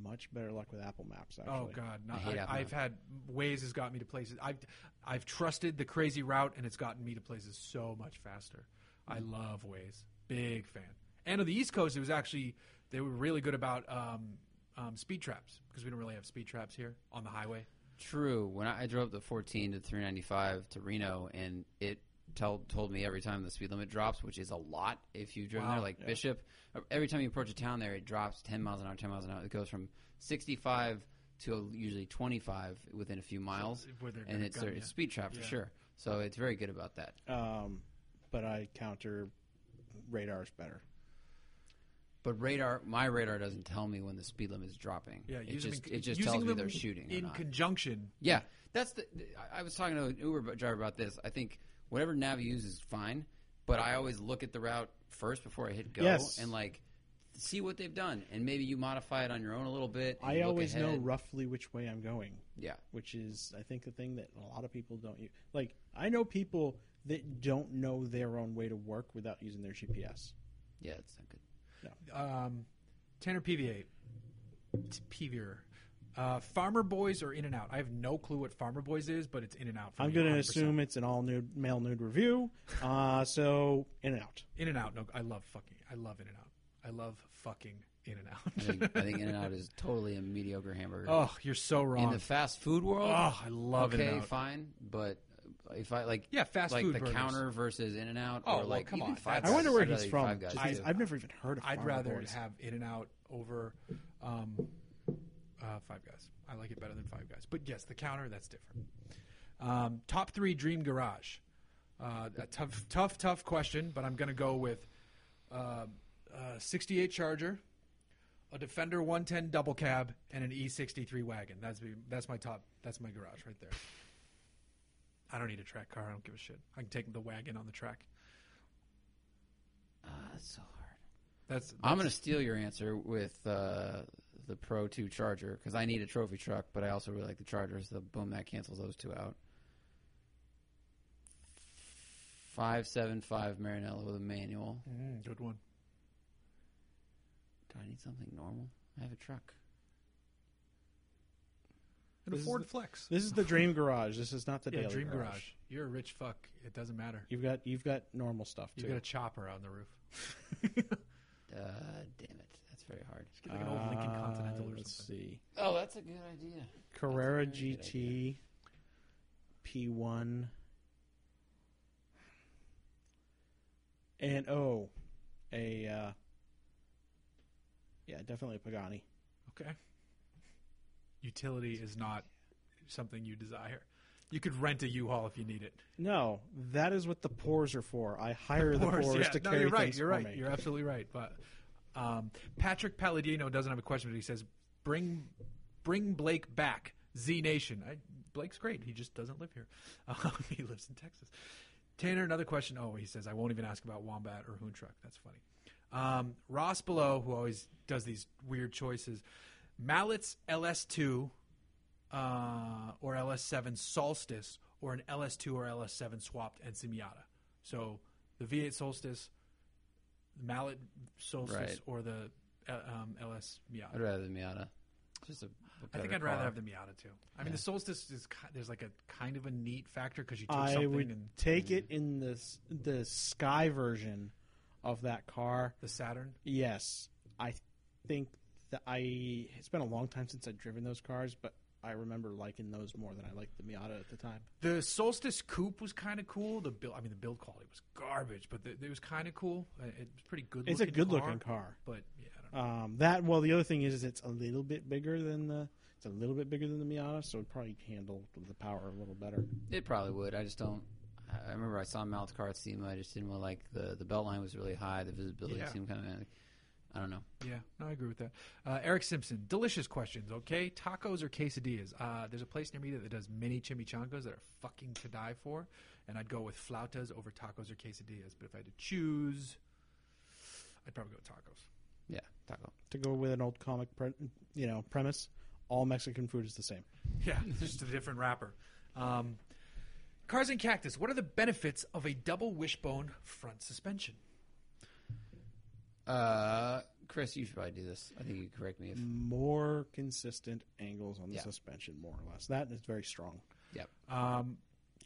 Speaker 3: much better luck with Apple Maps. Actually,
Speaker 2: Oh God, no,
Speaker 4: I hate Apple
Speaker 2: I, I've had Waze has got me to places. I've I've trusted the crazy route, and it's gotten me to places so much faster. I
Speaker 4: Mm-hmm.
Speaker 2: love Waze, big fan. And on the East Coast, it was actually they were really good about um, um, speed traps because we don't really have speed traps here on the highway.
Speaker 4: True. When I, I drove the 14 to 395 to Reno, and it tell, told me every time the speed limit drops, which is a lot if you've driven there, like Bishop. Every time you approach a town there, it drops 10 miles an hour, 10 miles an hour. It goes from 65 to usually 25 within a few miles,
Speaker 2: where they're
Speaker 4: and
Speaker 2: gonna
Speaker 4: it's,
Speaker 2: gun
Speaker 4: a-
Speaker 2: ya.
Speaker 4: it's speed trap for sure. So it's very good about that.
Speaker 3: Um, but I counter radars better.
Speaker 4: But radar, my radar doesn't tell me when the speed limit is dropping.
Speaker 2: Yeah,
Speaker 4: it
Speaker 2: use them
Speaker 4: just
Speaker 2: in-
Speaker 4: it just
Speaker 2: using
Speaker 4: tells me
Speaker 2: them
Speaker 4: they're shooting or
Speaker 2: in
Speaker 4: not.
Speaker 2: conjunction.
Speaker 4: Yeah, that's the. I- I was talking to an Uber driver about this. I think whatever nav you use is fine, but I always look at the route first before I hit go
Speaker 3: Yes.
Speaker 4: and like see what they've done, and maybe you modify it on your own a little bit. and
Speaker 3: I
Speaker 4: look
Speaker 3: always know
Speaker 4: ahead.
Speaker 3: roughly which way I'm going,
Speaker 4: Yeah,
Speaker 3: which is, I think, the thing that a lot of people don't use. Like, I know people that don't know their own way to work without using their GPS.
Speaker 4: yeah, it's not good.
Speaker 2: Um, Tanner PV8, It's PVer. E Uh, Farmer Boys or In and Out? I have no clue what Farmer Boys is, but it's In and Out. For
Speaker 3: I'm
Speaker 2: me,
Speaker 3: going to
Speaker 2: 100%.
Speaker 3: assume it's an all nude male nude review. Uh, so in and out.
Speaker 2: In and Out. No, I love fucking. I love In and Out. I love fucking In and
Speaker 4: I
Speaker 2: Out.
Speaker 4: think, I think In and Out is totally a mediocre hamburger.
Speaker 2: oh, you're so
Speaker 4: in
Speaker 2: wrong.
Speaker 4: the fast food world,
Speaker 2: oh, I love
Speaker 4: okay,
Speaker 2: In and Out.
Speaker 4: fine, but if I like,
Speaker 2: Yeah, fast
Speaker 4: like
Speaker 2: food
Speaker 4: the
Speaker 2: burgers.
Speaker 4: counter versus In and Out,
Speaker 2: Oh,
Speaker 4: or
Speaker 2: well,
Speaker 4: like
Speaker 2: come
Speaker 4: even
Speaker 2: on,
Speaker 4: Five
Speaker 2: that's-
Speaker 3: I wonder
Speaker 4: Guys.
Speaker 3: where
Speaker 4: I'd
Speaker 3: he's
Speaker 4: rather eat
Speaker 3: from.
Speaker 4: Five Guys
Speaker 3: just because
Speaker 4: too.
Speaker 3: I've never even heard of.
Speaker 2: I'd
Speaker 3: Farmer
Speaker 2: rather
Speaker 3: Boys.
Speaker 2: have In and Out over um, uh, Five Guys. I like it better than Five Guys. But yes, the counter that's different. Um, top three Dream Garage. Uh, a tough, tough, tough question, but I'm going to go with uh, uh, 68 Charger, a Defender 110 double cab, and an E63 wagon. That's be- that's my top. That's my garage right there. I don't need a track car. I don't give a shit. I can take the wagon on the track.
Speaker 4: Ah, that's so hard.
Speaker 2: That's
Speaker 4: I'm going to steal your answer with uh, the Pro 2 Charger because I need a trophy truck, but I also really like the Chargers. The boom that cancels those two out. Five seven five Marinello with a manual.
Speaker 2: Mm, good one.
Speaker 4: Do I need something normal? I have a truck.
Speaker 2: And a
Speaker 3: This is
Speaker 2: Ford
Speaker 3: the-
Speaker 2: Flex.
Speaker 3: This is the Dream Garage. This is not the
Speaker 2: yeah,
Speaker 3: Daily
Speaker 2: Dream
Speaker 3: garage.
Speaker 2: garage. You're a rich fuck. It doesn't matter.
Speaker 3: You've got you've got normal stuff
Speaker 2: You
Speaker 3: too.
Speaker 2: got a chopper on the roof.
Speaker 4: Uh, damn it, that's very hard.
Speaker 2: Get like an old Lincoln Continental
Speaker 3: Uh,
Speaker 2: or
Speaker 3: let's
Speaker 2: something.
Speaker 3: see.
Speaker 4: Oh, that's a good idea.
Speaker 3: Carrera
Speaker 4: That's a very
Speaker 3: GT
Speaker 4: good
Speaker 3: P1 and oh, a uh, yeah, definitely a Pagani.
Speaker 2: Okay. Utility is not something you desire. You could rent a U-Haul if you need it.
Speaker 3: No, that is what the pours are for. I hire the pours,
Speaker 2: yeah.
Speaker 3: to
Speaker 2: no,
Speaker 3: carry
Speaker 2: you're right.
Speaker 3: things
Speaker 2: You're
Speaker 3: for
Speaker 2: right.
Speaker 3: me.
Speaker 2: You're absolutely right. But um, Patrick Palladino doesn't have a question, but he says, "Bring, bring Blake back, Z Nation." I, Blake's great. He just doesn't live here. Um, he lives in Texas. Tanner, another question. Oh, he says, "I won't even ask about Wombat or Hoontruck." That's funny. Um, Ross below, who always does these weird choices, mallets LS2 uh, or LS7 Solstice or an LS2 or LS7 swapped and Simiata. So the V8 Solstice, the Mallet Solstice,
Speaker 4: Right.
Speaker 2: or the uh, um, LS Miata.
Speaker 4: I'd rather the Miata. Just a, a
Speaker 2: I think
Speaker 4: better
Speaker 2: I'd rather
Speaker 4: car.
Speaker 2: have the Miata too. I mean, the Solstice is ki- there's like a kind of a neat factor because you took
Speaker 3: I
Speaker 2: something
Speaker 3: would
Speaker 2: and
Speaker 3: take it in this the sky version of that car.
Speaker 2: the Saturn.
Speaker 3: Yes, I think that I. It's been a long time since I've driven those cars, but I remember liking those more than I liked the Miata at the time.
Speaker 2: The Solstice Coupe was kind of cool. The build, I mean, the build quality was garbage, but the, it was kind of cool. Uh, It was pretty good.
Speaker 3: It's a good-looking car.
Speaker 2: but yeah, I don't know.
Speaker 3: Um, that well, the other thing is, is it's a little bit bigger than the. It's a little bit bigger than the Miata, so it'd probably handle the power a little better.
Speaker 4: It probably would. I just don't. I- I remember I saw Mal's car at SEMA. I just didn't really like the the belt line was really high. The visibility
Speaker 2: Yeah.
Speaker 4: seemed kind of. I don't know.
Speaker 2: Yeah, no, I agree with that. Uh, Eric Simpson, delicious questions, okay? Tacos or quesadillas? Uh, there's a place near me that does mini chimichangas that are fucking to die for, and I'd go with flautas over tacos or quesadillas. But if I had to choose, I'd probably go with tacos.
Speaker 4: Yeah, taco.
Speaker 3: to go with an old comic, pre- you know, premise. All Mexican food is the same.
Speaker 2: Yeah, just a different wrapper. Um, Cars and Cactus, what are the benefits of a double wishbone front suspension?
Speaker 4: Uh, Chris, you should probably do this. I think you can correct me if.
Speaker 2: Mm.
Speaker 3: More consistent angles on the
Speaker 4: Yeah.
Speaker 3: suspension, more or less. That is very strong
Speaker 4: Yep.
Speaker 2: Um,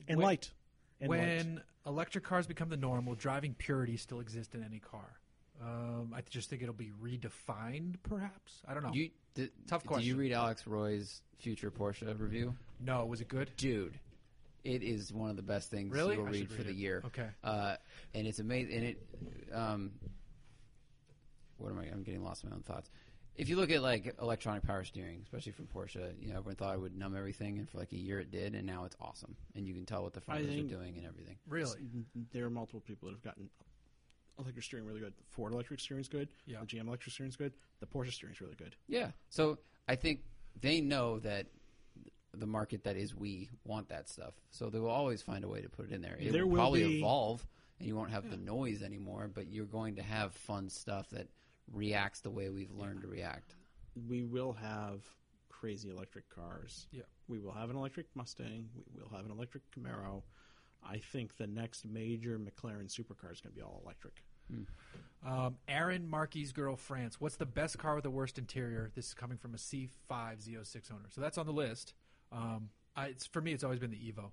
Speaker 3: and
Speaker 2: When-
Speaker 3: light. And light.
Speaker 2: when electric cars become the norm, will driving purity still exist in any car? Um, I just think it'll be redefined, perhaps. I don't know.
Speaker 4: You did,
Speaker 2: Oh. Tough
Speaker 4: Do you
Speaker 2: question.
Speaker 4: read Alex Roy's future Porsche review?
Speaker 2: no, was it good?
Speaker 4: dude it is one of the best things
Speaker 2: Really?
Speaker 4: you'll
Speaker 2: I
Speaker 4: read,
Speaker 2: should
Speaker 4: for
Speaker 2: read
Speaker 4: the
Speaker 2: it.
Speaker 4: year
Speaker 2: Okay.
Speaker 4: uh, and it's amazing and it um, what am i i'm getting lost in my own thoughts if you look at like electronic power steering especially from porsche you know everyone thought it would numb everything and for like a year it did and now it's awesome and you can tell what the front
Speaker 3: I
Speaker 4: wheels
Speaker 3: think-
Speaker 4: are doing and everything
Speaker 2: Really?
Speaker 3: there are multiple people that have gotten electric steering really good. The Ford electric steering is good.
Speaker 2: Yeah.
Speaker 3: The GM electric steering is good. The Porsche steering is really good.
Speaker 4: yeah so i think they know that the market that is we want that stuff so they will always find a way to put it in there it
Speaker 3: There
Speaker 4: will
Speaker 3: will
Speaker 4: probably
Speaker 3: be-
Speaker 4: evolve and you won't have the noise anymore but you're going to have fun stuff that reacts the way we've learned to react
Speaker 3: We will have crazy electric cars.
Speaker 2: Yeah.
Speaker 3: We will have an electric Mustang. We will have an electric Camaro. I think the next major McLaren supercar is going to be all electric.
Speaker 2: Um, Aaron Markey's girl France. What's the best car with the worst interior? This is coming from a C5 Z06 owner, so that's on the list. Um, I, it's for me. It's always been the Evo.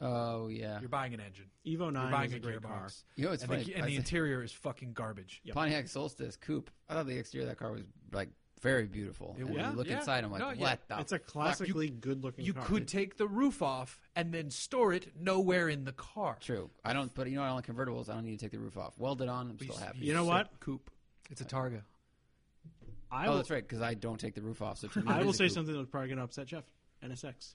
Speaker 4: oh yeah
Speaker 2: You're buying an engine.
Speaker 3: Evo 9
Speaker 2: You're buying
Speaker 3: is
Speaker 2: a
Speaker 3: a great
Speaker 2: gearbox.
Speaker 3: car.
Speaker 4: you know it's
Speaker 2: and
Speaker 4: funny
Speaker 2: the, and
Speaker 4: I
Speaker 2: the
Speaker 4: said-
Speaker 2: interior is fucking garbage.
Speaker 3: Yep.
Speaker 4: pontiac solstice coupe i thought the exterior of that car was like very beautiful and when
Speaker 3: was.
Speaker 4: you look
Speaker 2: Yeah.
Speaker 4: inside i'm like
Speaker 2: No,
Speaker 4: what
Speaker 2: yeah.
Speaker 4: the
Speaker 3: It's a classically good looking
Speaker 2: You
Speaker 3: car.
Speaker 2: could take the roof off and then store it nowhere in the car.
Speaker 4: true i don't but you know i don't like convertibles i don't need to take the roof off weld it on i'm still happy
Speaker 3: You know what?
Speaker 2: Coupe. It's a Targa.
Speaker 3: I
Speaker 4: oh
Speaker 3: will,
Speaker 4: that's right because i don't take the roof off so to me,
Speaker 3: I
Speaker 4: it
Speaker 3: will
Speaker 4: is a
Speaker 3: say
Speaker 4: coupe.
Speaker 3: something that's probably going to upset Jeff. NSX.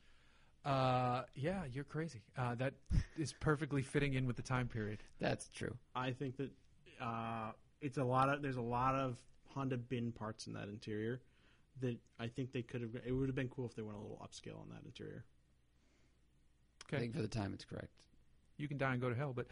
Speaker 2: Uh, yeah, you're crazy. Uh, that is perfectly fitting in with the time period.
Speaker 4: that's true
Speaker 3: I think that uh, it's a lot of there's a lot of Honda bin parts in that interior that I think they could have. It would have been cool if they went a little upscale on that interior.
Speaker 4: i
Speaker 2: Okay.
Speaker 4: think for the time it's correct
Speaker 2: You can die and go to hell, but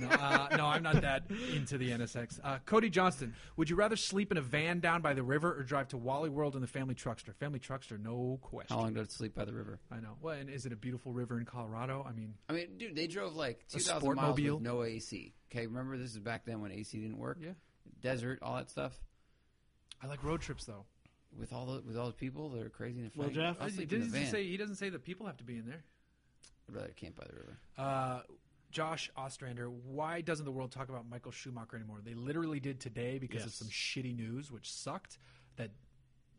Speaker 2: no, uh, no, I'm not that into the NSX. Uh, Cody Johnston, would you rather sleep in a van down by the river or drive to Wally World in the family truckster? Family truckster, no
Speaker 4: how
Speaker 2: question.
Speaker 4: long do i have to sleep by the river
Speaker 2: I know. Well, and is it a beautiful river in Colorado? I mean,
Speaker 4: I mean, dude, they drove like
Speaker 2: A
Speaker 4: 2,000 miles
Speaker 2: Sportmobile?
Speaker 4: with no AC. Okay, remember this is back then when AC didn't work.
Speaker 2: Yeah.
Speaker 4: desert, all that stuff.
Speaker 2: I like road trips though.
Speaker 4: With all the with all the people that are crazy and
Speaker 3: Well,
Speaker 4: fighting.
Speaker 3: Jeff-
Speaker 4: I'll
Speaker 2: he,
Speaker 4: sleep in the
Speaker 2: doesn't
Speaker 4: van.
Speaker 2: say, he doesn't say that people have to be in there.
Speaker 4: I'd rather camp by the river.
Speaker 2: Uh, Josh Ostrander, why doesn't the world talk about Michael Schumacher anymore? They literally did today because of
Speaker 3: Yes.
Speaker 2: some shitty news, which sucked. That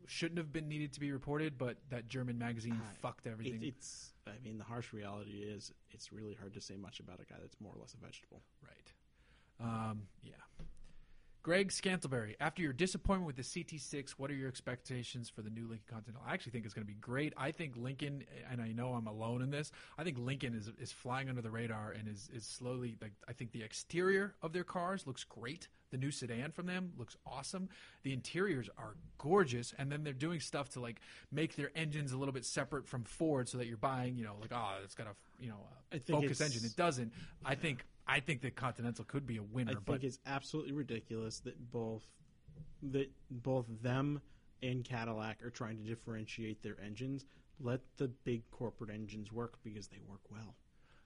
Speaker 2: shouldn't have been needed to be reported, but that German magazine fucked
Speaker 3: Ah, It,
Speaker 2: everything.
Speaker 3: it's. I mean, the harsh reality is it's really hard to say much about a guy that's more or less a vegetable.
Speaker 2: Right. Um, yeah. Greg Scantleberry, after your disappointment with the CT6, what are your expectations for the new Lincoln Continental? I actually think it's going to be great. I think Lincoln, and I know I'm alone in this, I think Lincoln is, is flying under the radar and is, is slowly, like, I think the exterior of their cars looks great. The new sedan from them looks awesome. The interiors are gorgeous. And then they're doing stuff to, like, make their engines a little bit separate from Ford so that you're buying, you know, like, oh, it's got a, you know,
Speaker 3: I
Speaker 2: a
Speaker 3: think
Speaker 2: focus
Speaker 3: it's-
Speaker 2: engine. It doesn't. I think I think that Continental could be a winner,
Speaker 3: I
Speaker 2: but
Speaker 3: think it's absolutely ridiculous that both that both them and Cadillac are trying to differentiate their engines. Let the big corporate engines work because they work well.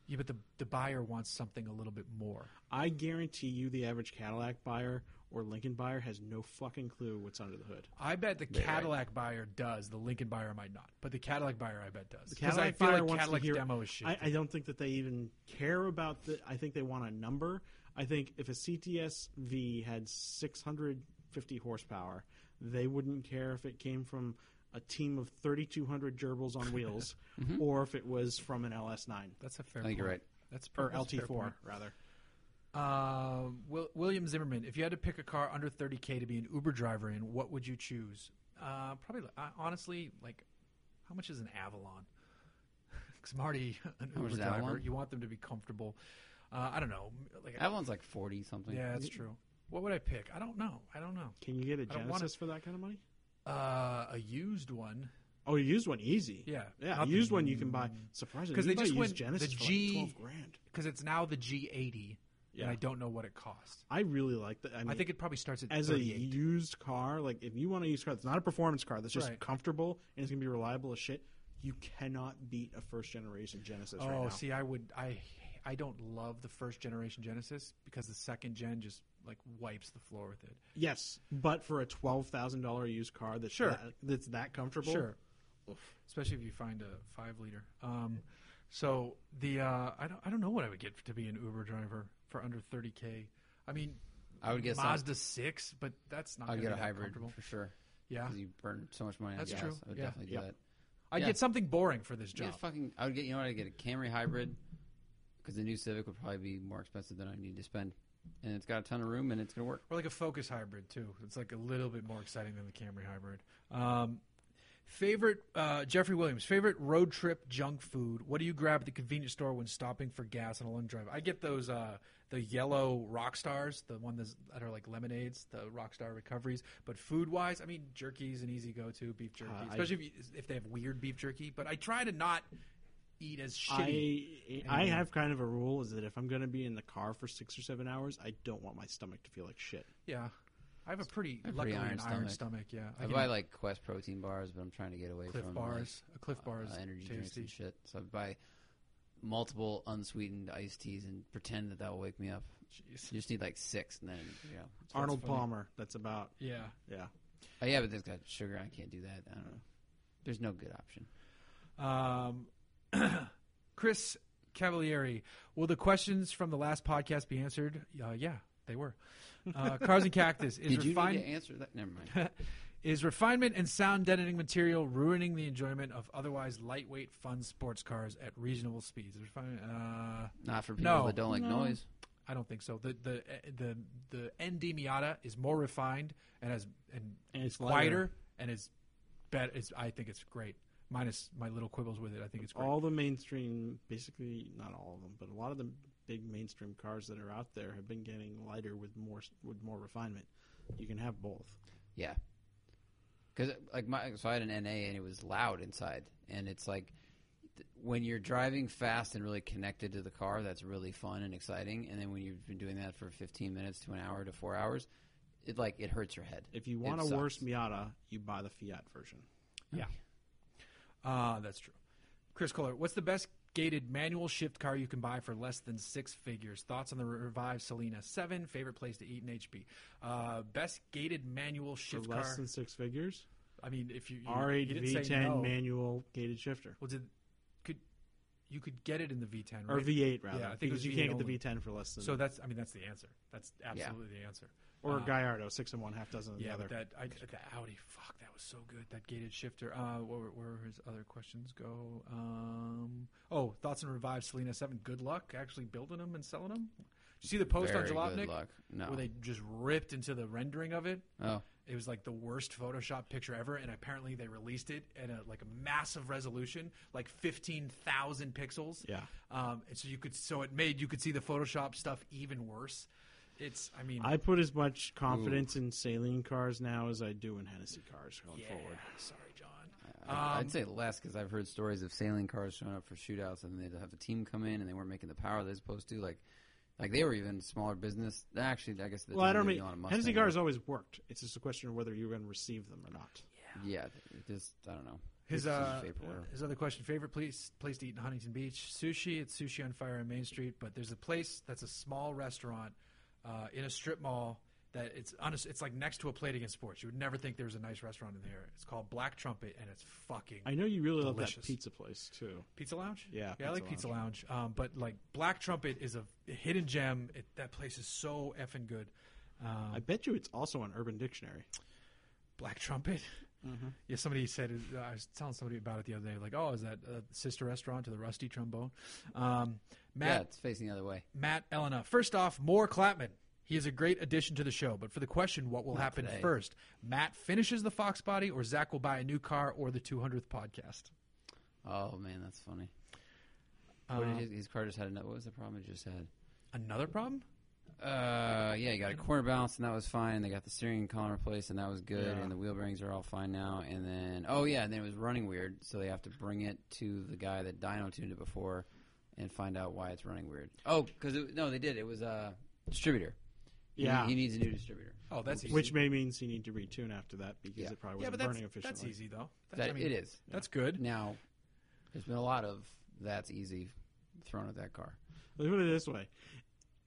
Speaker 2: yeah, but the the buyer wants something a little bit more.
Speaker 3: I guarantee you the average Cadillac buyer or Lincoln buyer has no fucking clue what's under the hood.
Speaker 2: I bet the Cadillac buyer does. The Lincoln buyer might not, but the Cadillac buyer I bet does.
Speaker 3: The
Speaker 2: Because I
Speaker 3: Cadillac
Speaker 2: feel
Speaker 3: buyer
Speaker 2: like
Speaker 3: wants
Speaker 2: Cadillac's
Speaker 3: to hear,
Speaker 2: demo is oh, shit.
Speaker 3: I, I don't think that they even care about the. I think they want a number. I think if a CTS V had 650 horsepower, they wouldn't care if it came from a team of 3,200 gerbils on wheels,
Speaker 2: Mm-hmm.
Speaker 3: or if it was from an LS9
Speaker 2: that's a fair.
Speaker 4: I
Speaker 2: point.
Speaker 4: think you're right.
Speaker 2: That's
Speaker 3: or
Speaker 2: per that's a fair
Speaker 3: LT4
Speaker 2: point.
Speaker 3: rather.
Speaker 2: Um, Will, William Zimmerman, if you had to pick a car under 30k to be an Uber driver in, what would you choose? Uh, probably, uh, honestly, like how much is an Avalon? Because Marty, an
Speaker 4: much
Speaker 2: Uber
Speaker 4: is
Speaker 2: driver,
Speaker 4: Avalon?
Speaker 2: you want them to be comfortable. Uh, I don't know, like
Speaker 4: That one's like forty something.
Speaker 2: Yeah, that's true. What would I pick? I don't know. I don't know.
Speaker 3: Can you get a
Speaker 2: I don't wanna-
Speaker 3: Genesis for that kind of money?
Speaker 2: Uh, a used one
Speaker 3: Oh, a used one easy.
Speaker 2: Yeah,
Speaker 3: yeah.
Speaker 2: not
Speaker 3: A
Speaker 2: the-
Speaker 3: used one you can buy. Surprisingly, because they just went
Speaker 2: the
Speaker 3: Genesis for like
Speaker 2: G-
Speaker 3: twelve grand.
Speaker 2: because it's now the G80,
Speaker 3: Yeah.
Speaker 2: and I don't know what it costs.
Speaker 3: I really like that. I, mean,
Speaker 2: I think it probably starts at
Speaker 3: as a
Speaker 2: 38.
Speaker 3: used car, like if you want a used car that's not a performance car that's just
Speaker 2: Right.
Speaker 3: comfortable and it's gonna be reliable as shit, you cannot beat a first generation Genesis
Speaker 2: oh,
Speaker 3: right now.
Speaker 2: see, I would I I don't love the first generation Genesis because the second gen just like wipes the floor with it.
Speaker 3: Yes, but for a twelve thousand dollar used car that's
Speaker 2: Sure.
Speaker 3: that, that's that comfortable,
Speaker 2: Sure. Especially if you find a five liter. Um, so the uh, I don't I don't know what I would get to be an Uber driver for under thirty k. I mean,
Speaker 4: I would get some-
Speaker 2: Mazda six, but that's not.
Speaker 4: I'd
Speaker 2: gonna
Speaker 4: get a
Speaker 2: be that
Speaker 4: hybrid
Speaker 2: comfortable.
Speaker 4: for sure.
Speaker 2: Yeah,
Speaker 4: Because you burn so much money on
Speaker 2: That's
Speaker 4: gas.
Speaker 2: true.
Speaker 4: I would
Speaker 2: Yeah.
Speaker 4: definitely
Speaker 3: Yep.
Speaker 4: do that.
Speaker 2: I'd
Speaker 4: Yeah.
Speaker 2: get something boring for this
Speaker 4: Get a
Speaker 2: job.
Speaker 4: fucking. I would get. You know what? I'd get a Camry hybrid because the new Civic would probably be more expensive than I need to spend, and it's got a ton of room and it's gonna work.
Speaker 2: Or like a Focus hybrid too. It's like a little bit more exciting than the Camry hybrid. Um, favorite uh, Jeffrey Williams. Favorite road trip junk food. What do you grab at the convenience store when stopping for gas on a long drive? I get those uh, the yellow rock stars, the one that's, that are like lemonades, the rock star recoveries. But food wise, I mean, jerky's an easy go to beef jerky,
Speaker 3: Uh, I-
Speaker 2: especially if, you, if they have weird beef jerky. But I try to not eat as shitty. Mm-hmm.
Speaker 3: I I have kind of a rule is that if I'm gonna be in the car for six or seven hours, I don't want my stomach to feel like shit.
Speaker 2: yeah, I have a pretty
Speaker 4: I have a
Speaker 2: luckily
Speaker 4: pretty iron
Speaker 2: an iron
Speaker 4: stomach.
Speaker 2: stomach. Yeah,
Speaker 4: I, buy like Quest protein bars, but I'm trying to get away
Speaker 2: Cliff
Speaker 4: from like,
Speaker 2: bars, a Cliff bars,
Speaker 4: uh, energy drinks
Speaker 2: tasty.
Speaker 4: and shit. So I buy multiple unsweetened iced teas and pretend that that will wake me up.
Speaker 2: Jeez.
Speaker 4: You just need like six, and then you know.
Speaker 3: Arnold
Speaker 2: funny.
Speaker 3: Palmer, that's about
Speaker 2: Yeah.
Speaker 3: yeah.
Speaker 4: Oh yeah, but that's got sugar. I can't do that. I don't know. There's no good option.
Speaker 2: Um, Chris Cavalieri, will the questions from the last podcast be answered? Uh, yeah, they were. Uh, Cars and Cactus is
Speaker 4: Did you
Speaker 2: refine-
Speaker 4: need to answer that? Never mind.
Speaker 2: is refinement and sound deadening material ruining the enjoyment of otherwise lightweight, fun sports cars at reasonable speeds? Refinement, uh,
Speaker 4: Not for people
Speaker 2: No.
Speaker 4: that don't like noise.
Speaker 2: I don't think so. The the the the ND Miata is more refined and has and,
Speaker 3: And it's
Speaker 2: quieter and is better. It's, I think it's great. Minus my little quibbles with it, I think it's great.
Speaker 3: all the mainstream, basically not all of them, but a lot of the big mainstream cars that are out there have been getting lighter with more with more refinement. You can have both.
Speaker 4: Yeah. Because like my so I had an NA and it was loud inside, and it's like th- when you're driving fast and really connected to the car, that's really fun and exciting. And then when you've been doing that for 15 minutes to an hour to four hours, it like it hurts your head.
Speaker 3: If you want
Speaker 4: It
Speaker 3: a
Speaker 4: sucks.
Speaker 3: worse Miata, you buy the Fiat version.
Speaker 2: Yeah. Uh, that's true. Chris Kohler, what's the best gated manual shift car you can buy for less than six figures? Thoughts on the revived Selena 7? Favorite place to eat in HP? Uh, best gated manual
Speaker 3: For
Speaker 2: shift
Speaker 3: less
Speaker 2: car?
Speaker 3: than six figures,
Speaker 2: I mean, if you. you
Speaker 3: R8
Speaker 2: you didn't say
Speaker 3: V10
Speaker 2: no.
Speaker 3: manual gated shifter
Speaker 2: Well, did. Could. You could get it in the V10,
Speaker 3: or
Speaker 2: right?
Speaker 3: V8 rather,
Speaker 2: Yeah, I think it
Speaker 3: because
Speaker 2: was
Speaker 3: you
Speaker 2: V8
Speaker 3: can't get
Speaker 2: only.
Speaker 3: the V10 for less than
Speaker 2: So that's, I mean, that's the answer. That's absolutely the answer.
Speaker 3: or
Speaker 2: uh,
Speaker 3: Gallardo six and one half dozen of the
Speaker 2: Yeah,
Speaker 3: other.
Speaker 2: but that I, the Audi, fuck, that was so good. That gated shifter. Uh, where, were- where were his other questions go? Um, oh, thoughts on revived Selena Seven. Good luck actually building them and selling them. Did you see the post on
Speaker 4: Very good
Speaker 2: Jalopnik
Speaker 4: luck. No.
Speaker 2: where they just ripped into the rendering of it?
Speaker 4: oh,
Speaker 2: It was like the worst Photoshop picture ever, and apparently they released it at a, like a massive resolution, like fifteen thousand pixels.
Speaker 3: Yeah.
Speaker 2: um, and so you could, so it made you could see the Photoshop stuff even worse. It's, I mean,
Speaker 3: I put as much confidence in saline cars now as I do in Hennessy cars going
Speaker 2: yeah,
Speaker 3: forward. Uh,
Speaker 2: sorry, John.
Speaker 4: I-
Speaker 3: Um,
Speaker 4: I'd say less because I've heard stories of sailing cars showing up for shootouts and they'd have a team come in and they weren't making the power they're supposed to. Like, like they were even smaller business. Actually, I guess.
Speaker 3: Well, I don't
Speaker 4: maybe
Speaker 3: mean
Speaker 4: on a
Speaker 3: Hennessy
Speaker 4: Mustang,
Speaker 3: cars always worked. It's just a question of whether you're going to receive them or not.
Speaker 4: Yeah, it just I don't know.
Speaker 2: His
Speaker 4: It's just
Speaker 2: uh,
Speaker 4: vaporware.
Speaker 2: his other question: favorite place place to eat in Huntington Beach? Sushi. It's sushi on fire on Main Street, but there's a place that's a small restaurant uh, in a strip mall that it's on a, it's like next to a plate against sports. You would never think there was a nice restaurant in there. It's called Black Trumpet, and it's fucking
Speaker 3: I know you really love
Speaker 2: Delicious.
Speaker 3: that pizza place too.
Speaker 2: Pizza Lounge.
Speaker 3: Yeah,
Speaker 2: yeah, I
Speaker 3: Pizza
Speaker 2: like Pizza Lounge. Um, but like Black Trumpet is a hidden gem. It, that place is so effing good. Um,
Speaker 3: I bet you it's also on Urban Dictionary.
Speaker 2: Black Trumpet.
Speaker 4: Mm-hmm.
Speaker 2: Yeah, somebody said uh, I was telling somebody about it the other day. Like, oh, is that a sister restaurant to the Rusty Trombone? Um,
Speaker 4: Yeah,
Speaker 2: Matt
Speaker 4: it's facing the other way.
Speaker 2: Matt Elena. First off, more Clapman. He is a great addition to the show. But for the question, what will happen
Speaker 4: today.
Speaker 2: first? Matt finishes the Fox Body, or Zach will buy a new car, or the 200th podcast.
Speaker 4: Oh man, that's funny. What did his, his car just had another. What was the problem it just had?
Speaker 2: Another problem?
Speaker 4: Uh, yeah, you got a corner balance and that was fine. They got the steering column replaced and that was good.
Speaker 3: Yeah.
Speaker 4: And the wheel bearings are all fine now. And then oh yeah, and then it was running weird, so they have to bring it to the guy that dyno tuned it before, and find out why it's running weird. Oh, because no, they did. It was a distributor. He-
Speaker 3: Yeah.
Speaker 4: he, needs a new distributor.
Speaker 2: Oh, that's easy.
Speaker 3: Which may means you need to retune after that because
Speaker 4: Yeah.
Speaker 3: it probably
Speaker 2: yeah,
Speaker 3: wasn't
Speaker 2: but that's,
Speaker 3: burning efficiently.
Speaker 2: that's easy though. That's,
Speaker 4: That
Speaker 2: I mean,
Speaker 4: it is
Speaker 2: That's good.
Speaker 4: now. There's been a lot of that's easy thrown at that car.
Speaker 3: Let's put it this way: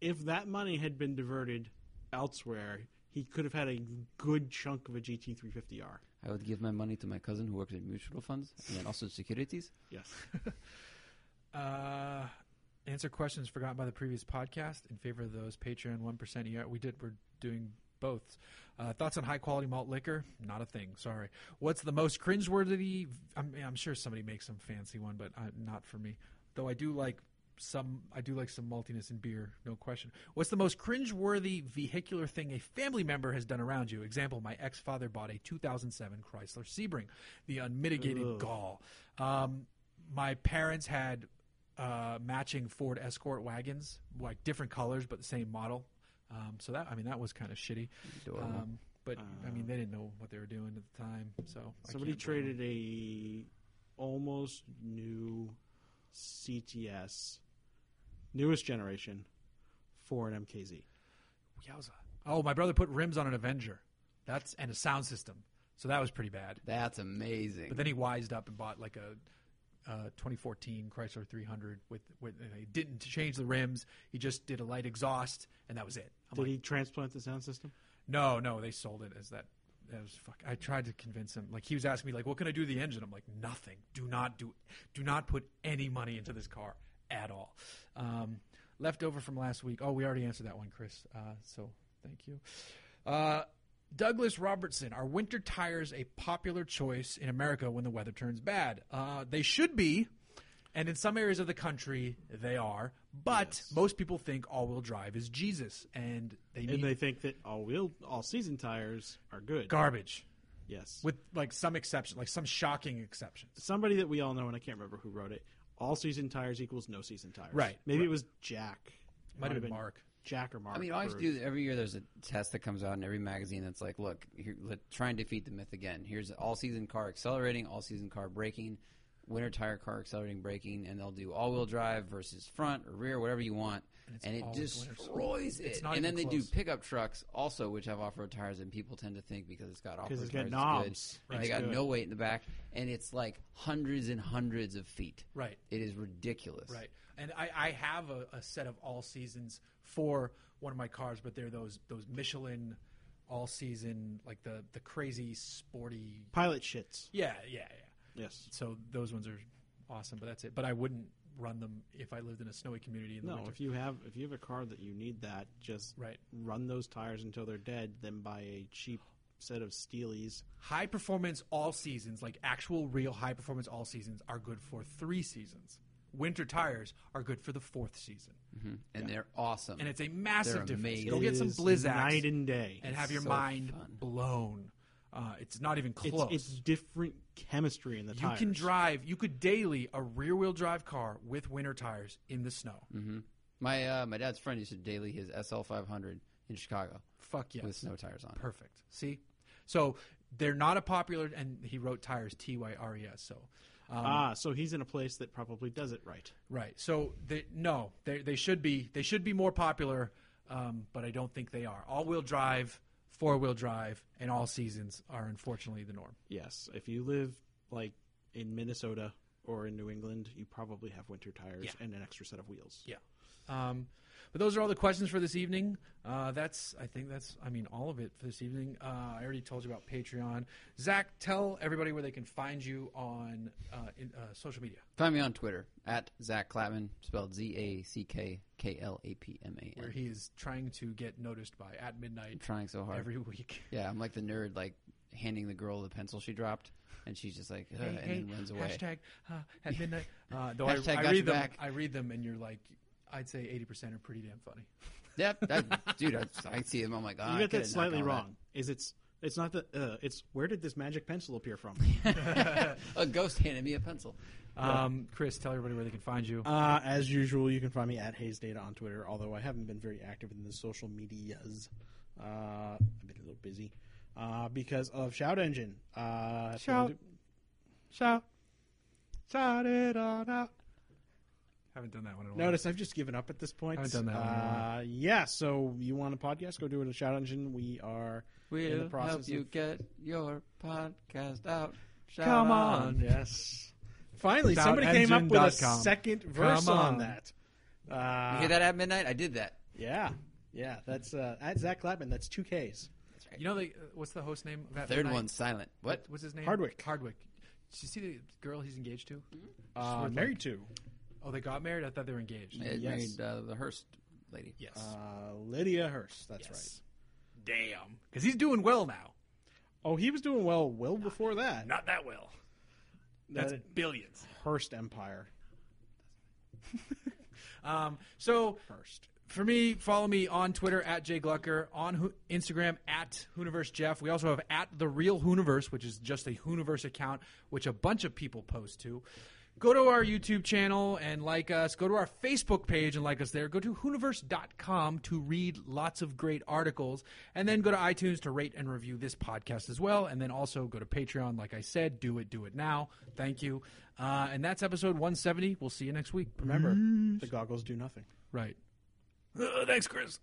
Speaker 3: if that money had been diverted elsewhere, he could have had a good chunk of a GT350R.
Speaker 4: I would give my money to my cousin who works at mutual funds and then also securities.
Speaker 3: Yes.
Speaker 2: Uh, answer questions forgotten by the previous podcast in favor of those Patreon one percent. Yeah, we did. We're doing both. Uh, thoughts on high quality malt liquor? Not a thing. Sorry. What's the most cringeworthy? I'm, I'm sure somebody makes some fancy one, but uh, not for me. Though I do like some. I do like some maltiness in beer, no question. What's the most cringeworthy vehicular thing a family member has done around you? Example: My ex-father bought a 2007 Chrysler Sebring. The unmitigated
Speaker 3: Ugh.
Speaker 2: gall. Um, my parents had uh, matching Ford Escort wagons, like different colors but the same model. Um, so that I mean that was kind of shitty.
Speaker 4: Adorable.
Speaker 2: Um, but I mean
Speaker 3: Uh,
Speaker 2: they didn't know what they were doing at the time. So I
Speaker 3: Somebody
Speaker 2: can't blame them.
Speaker 3: traded a almost new CTS, newest generation, for an MKZ.
Speaker 2: Yowza. Oh, my brother put rims on an Avenger. That's and a sound system. So that was pretty bad.
Speaker 4: that's amazing.
Speaker 2: But then he wised up and bought like a. Uh, 2014 Chrysler 300 with with and he didn't change the rims. He just did a light exhaust and that was it. I'm
Speaker 3: Did
Speaker 2: like,
Speaker 3: he transplant the sound system?
Speaker 2: No, no, they sold it as that. That was fuck. I tried to convince him. Like he was asking me, like, "What can I do to the engine?" I'm like, "Nothing. Do not do. Do not put any money into this car at all." Um, leftover from last week. Oh, we already answered that one, Chris. Uh, so thank you. Uh, Douglas Robertson. Are winter tires a popular choice in America when the weather turns bad? Uh, they should be. And in some areas of the country, they are. But most people think all-wheel drive is Jesus, and they need
Speaker 3: And they think that all wheel, all season tires are good.
Speaker 2: garbage.
Speaker 3: yes.
Speaker 2: with like some exception, like some shocking exceptions.
Speaker 3: somebody that we all know, and I can't remember who wrote it. All season tires equals no season tires.
Speaker 2: Right,
Speaker 3: Maybe it was Jack. It
Speaker 2: Might have been Mark.
Speaker 3: Jack or Mark.
Speaker 4: I mean, all I
Speaker 3: for-
Speaker 4: do every year. There's a test that comes out in every magazine that's like, look, here, let, try and defeat the myth again. Here's all season car accelerating, all season car braking, winter tire car accelerating braking, and they'll do all wheel drive versus front or rear, whatever you want,
Speaker 2: it's
Speaker 4: and, it
Speaker 2: always winter.
Speaker 4: destroys it.
Speaker 2: not
Speaker 4: and
Speaker 2: even
Speaker 4: then they
Speaker 2: close.
Speaker 4: do pickup trucks also, which have off road tires, and people tend to think because it's got off road
Speaker 3: Because
Speaker 4: tires,
Speaker 3: it's got
Speaker 4: it's
Speaker 3: knobs.
Speaker 4: good, and they
Speaker 3: It's
Speaker 4: got
Speaker 3: good.
Speaker 4: no weight in the back, and it's like hundreds and hundreds of feet.
Speaker 2: Right.
Speaker 4: It is ridiculous.
Speaker 2: Right. And I, I have a, a set of all seasons for one of my cars, but they're those those Michelin all season, like the the crazy sporty.
Speaker 3: Pilot shits.
Speaker 2: Yeah, yeah, yeah.
Speaker 3: Yes.
Speaker 2: So those ones are awesome, but that's it. But I wouldn't run them if I lived in a snowy community in the
Speaker 3: No,
Speaker 2: winter.
Speaker 3: if you have if you have a car that you need that, just
Speaker 2: Right.
Speaker 4: Hmm.
Speaker 2: Uh,
Speaker 4: Mm-hmm. uh,
Speaker 2: E um,
Speaker 3: Ah,
Speaker 2: um, Um, Uh, uh, uh, Um,
Speaker 3: uh, Um, Uh, Uh, Uh,
Speaker 4: uh, "Ah,
Speaker 2: Haven't done that one in a while.
Speaker 3: Notice I've just given up at this point.
Speaker 2: Haven't done that one in a while.
Speaker 3: Uh, yeah, so you want a podcast? Go do it at Shout Engine. We are in the
Speaker 4: We'll
Speaker 3: process
Speaker 4: help you
Speaker 3: of-
Speaker 4: get your podcast out. Shout
Speaker 2: Come
Speaker 4: out.
Speaker 2: on.
Speaker 3: Yes. Finally, somebody came up with a
Speaker 2: DoubtEngine.com.
Speaker 3: second verse
Speaker 2: Come
Speaker 3: on.
Speaker 2: on.
Speaker 3: that.
Speaker 4: You
Speaker 3: Uh,
Speaker 4: hear that at midnight? I did that.
Speaker 3: Yeah, yeah. That's uh, at Zach Clapman. That's two Ks.
Speaker 2: You know, the, uh, what's the host name? Of that
Speaker 4: Third
Speaker 2: night?
Speaker 4: one's silent. What?
Speaker 2: What's his name?
Speaker 3: Hardwick.
Speaker 2: Hardwick. Did you see the girl he's engaged to?
Speaker 3: Uh, married to
Speaker 2: Oh, they got married. I thought they were engaged.
Speaker 4: It
Speaker 3: Yes.
Speaker 4: married uh, the Hearst lady.
Speaker 2: Yes.
Speaker 3: uh, Lydia Hurst. That's
Speaker 2: Yes. Damn. Because he's doing well now.
Speaker 3: right. Oh, he was doing well well before that.
Speaker 2: Not that well. That's
Speaker 3: That
Speaker 2: billions.
Speaker 3: Hearst Empire.
Speaker 2: Um, so
Speaker 3: Hearst.
Speaker 2: for me, follow me on Twitter at Jay Glucker, on Ho- Instagram at Hooniverse Jeff. We also have at the Real Hooniverse, which is just a Hooniverse account, which a bunch of people post to. Go to our YouTube channel and like us. Go to our Facebook page and like us there. Go to hooniverse.com to read lots of great articles. And then go to iTunes to rate and review this podcast as well. And then also go to Patreon. Like I said, do it, do it now. Thank you. Uh, and that's episode 170. We'll see you next week.
Speaker 3: Remember,
Speaker 2: Mm.
Speaker 3: the goggles do nothing.
Speaker 2: Right. thanks, Chris.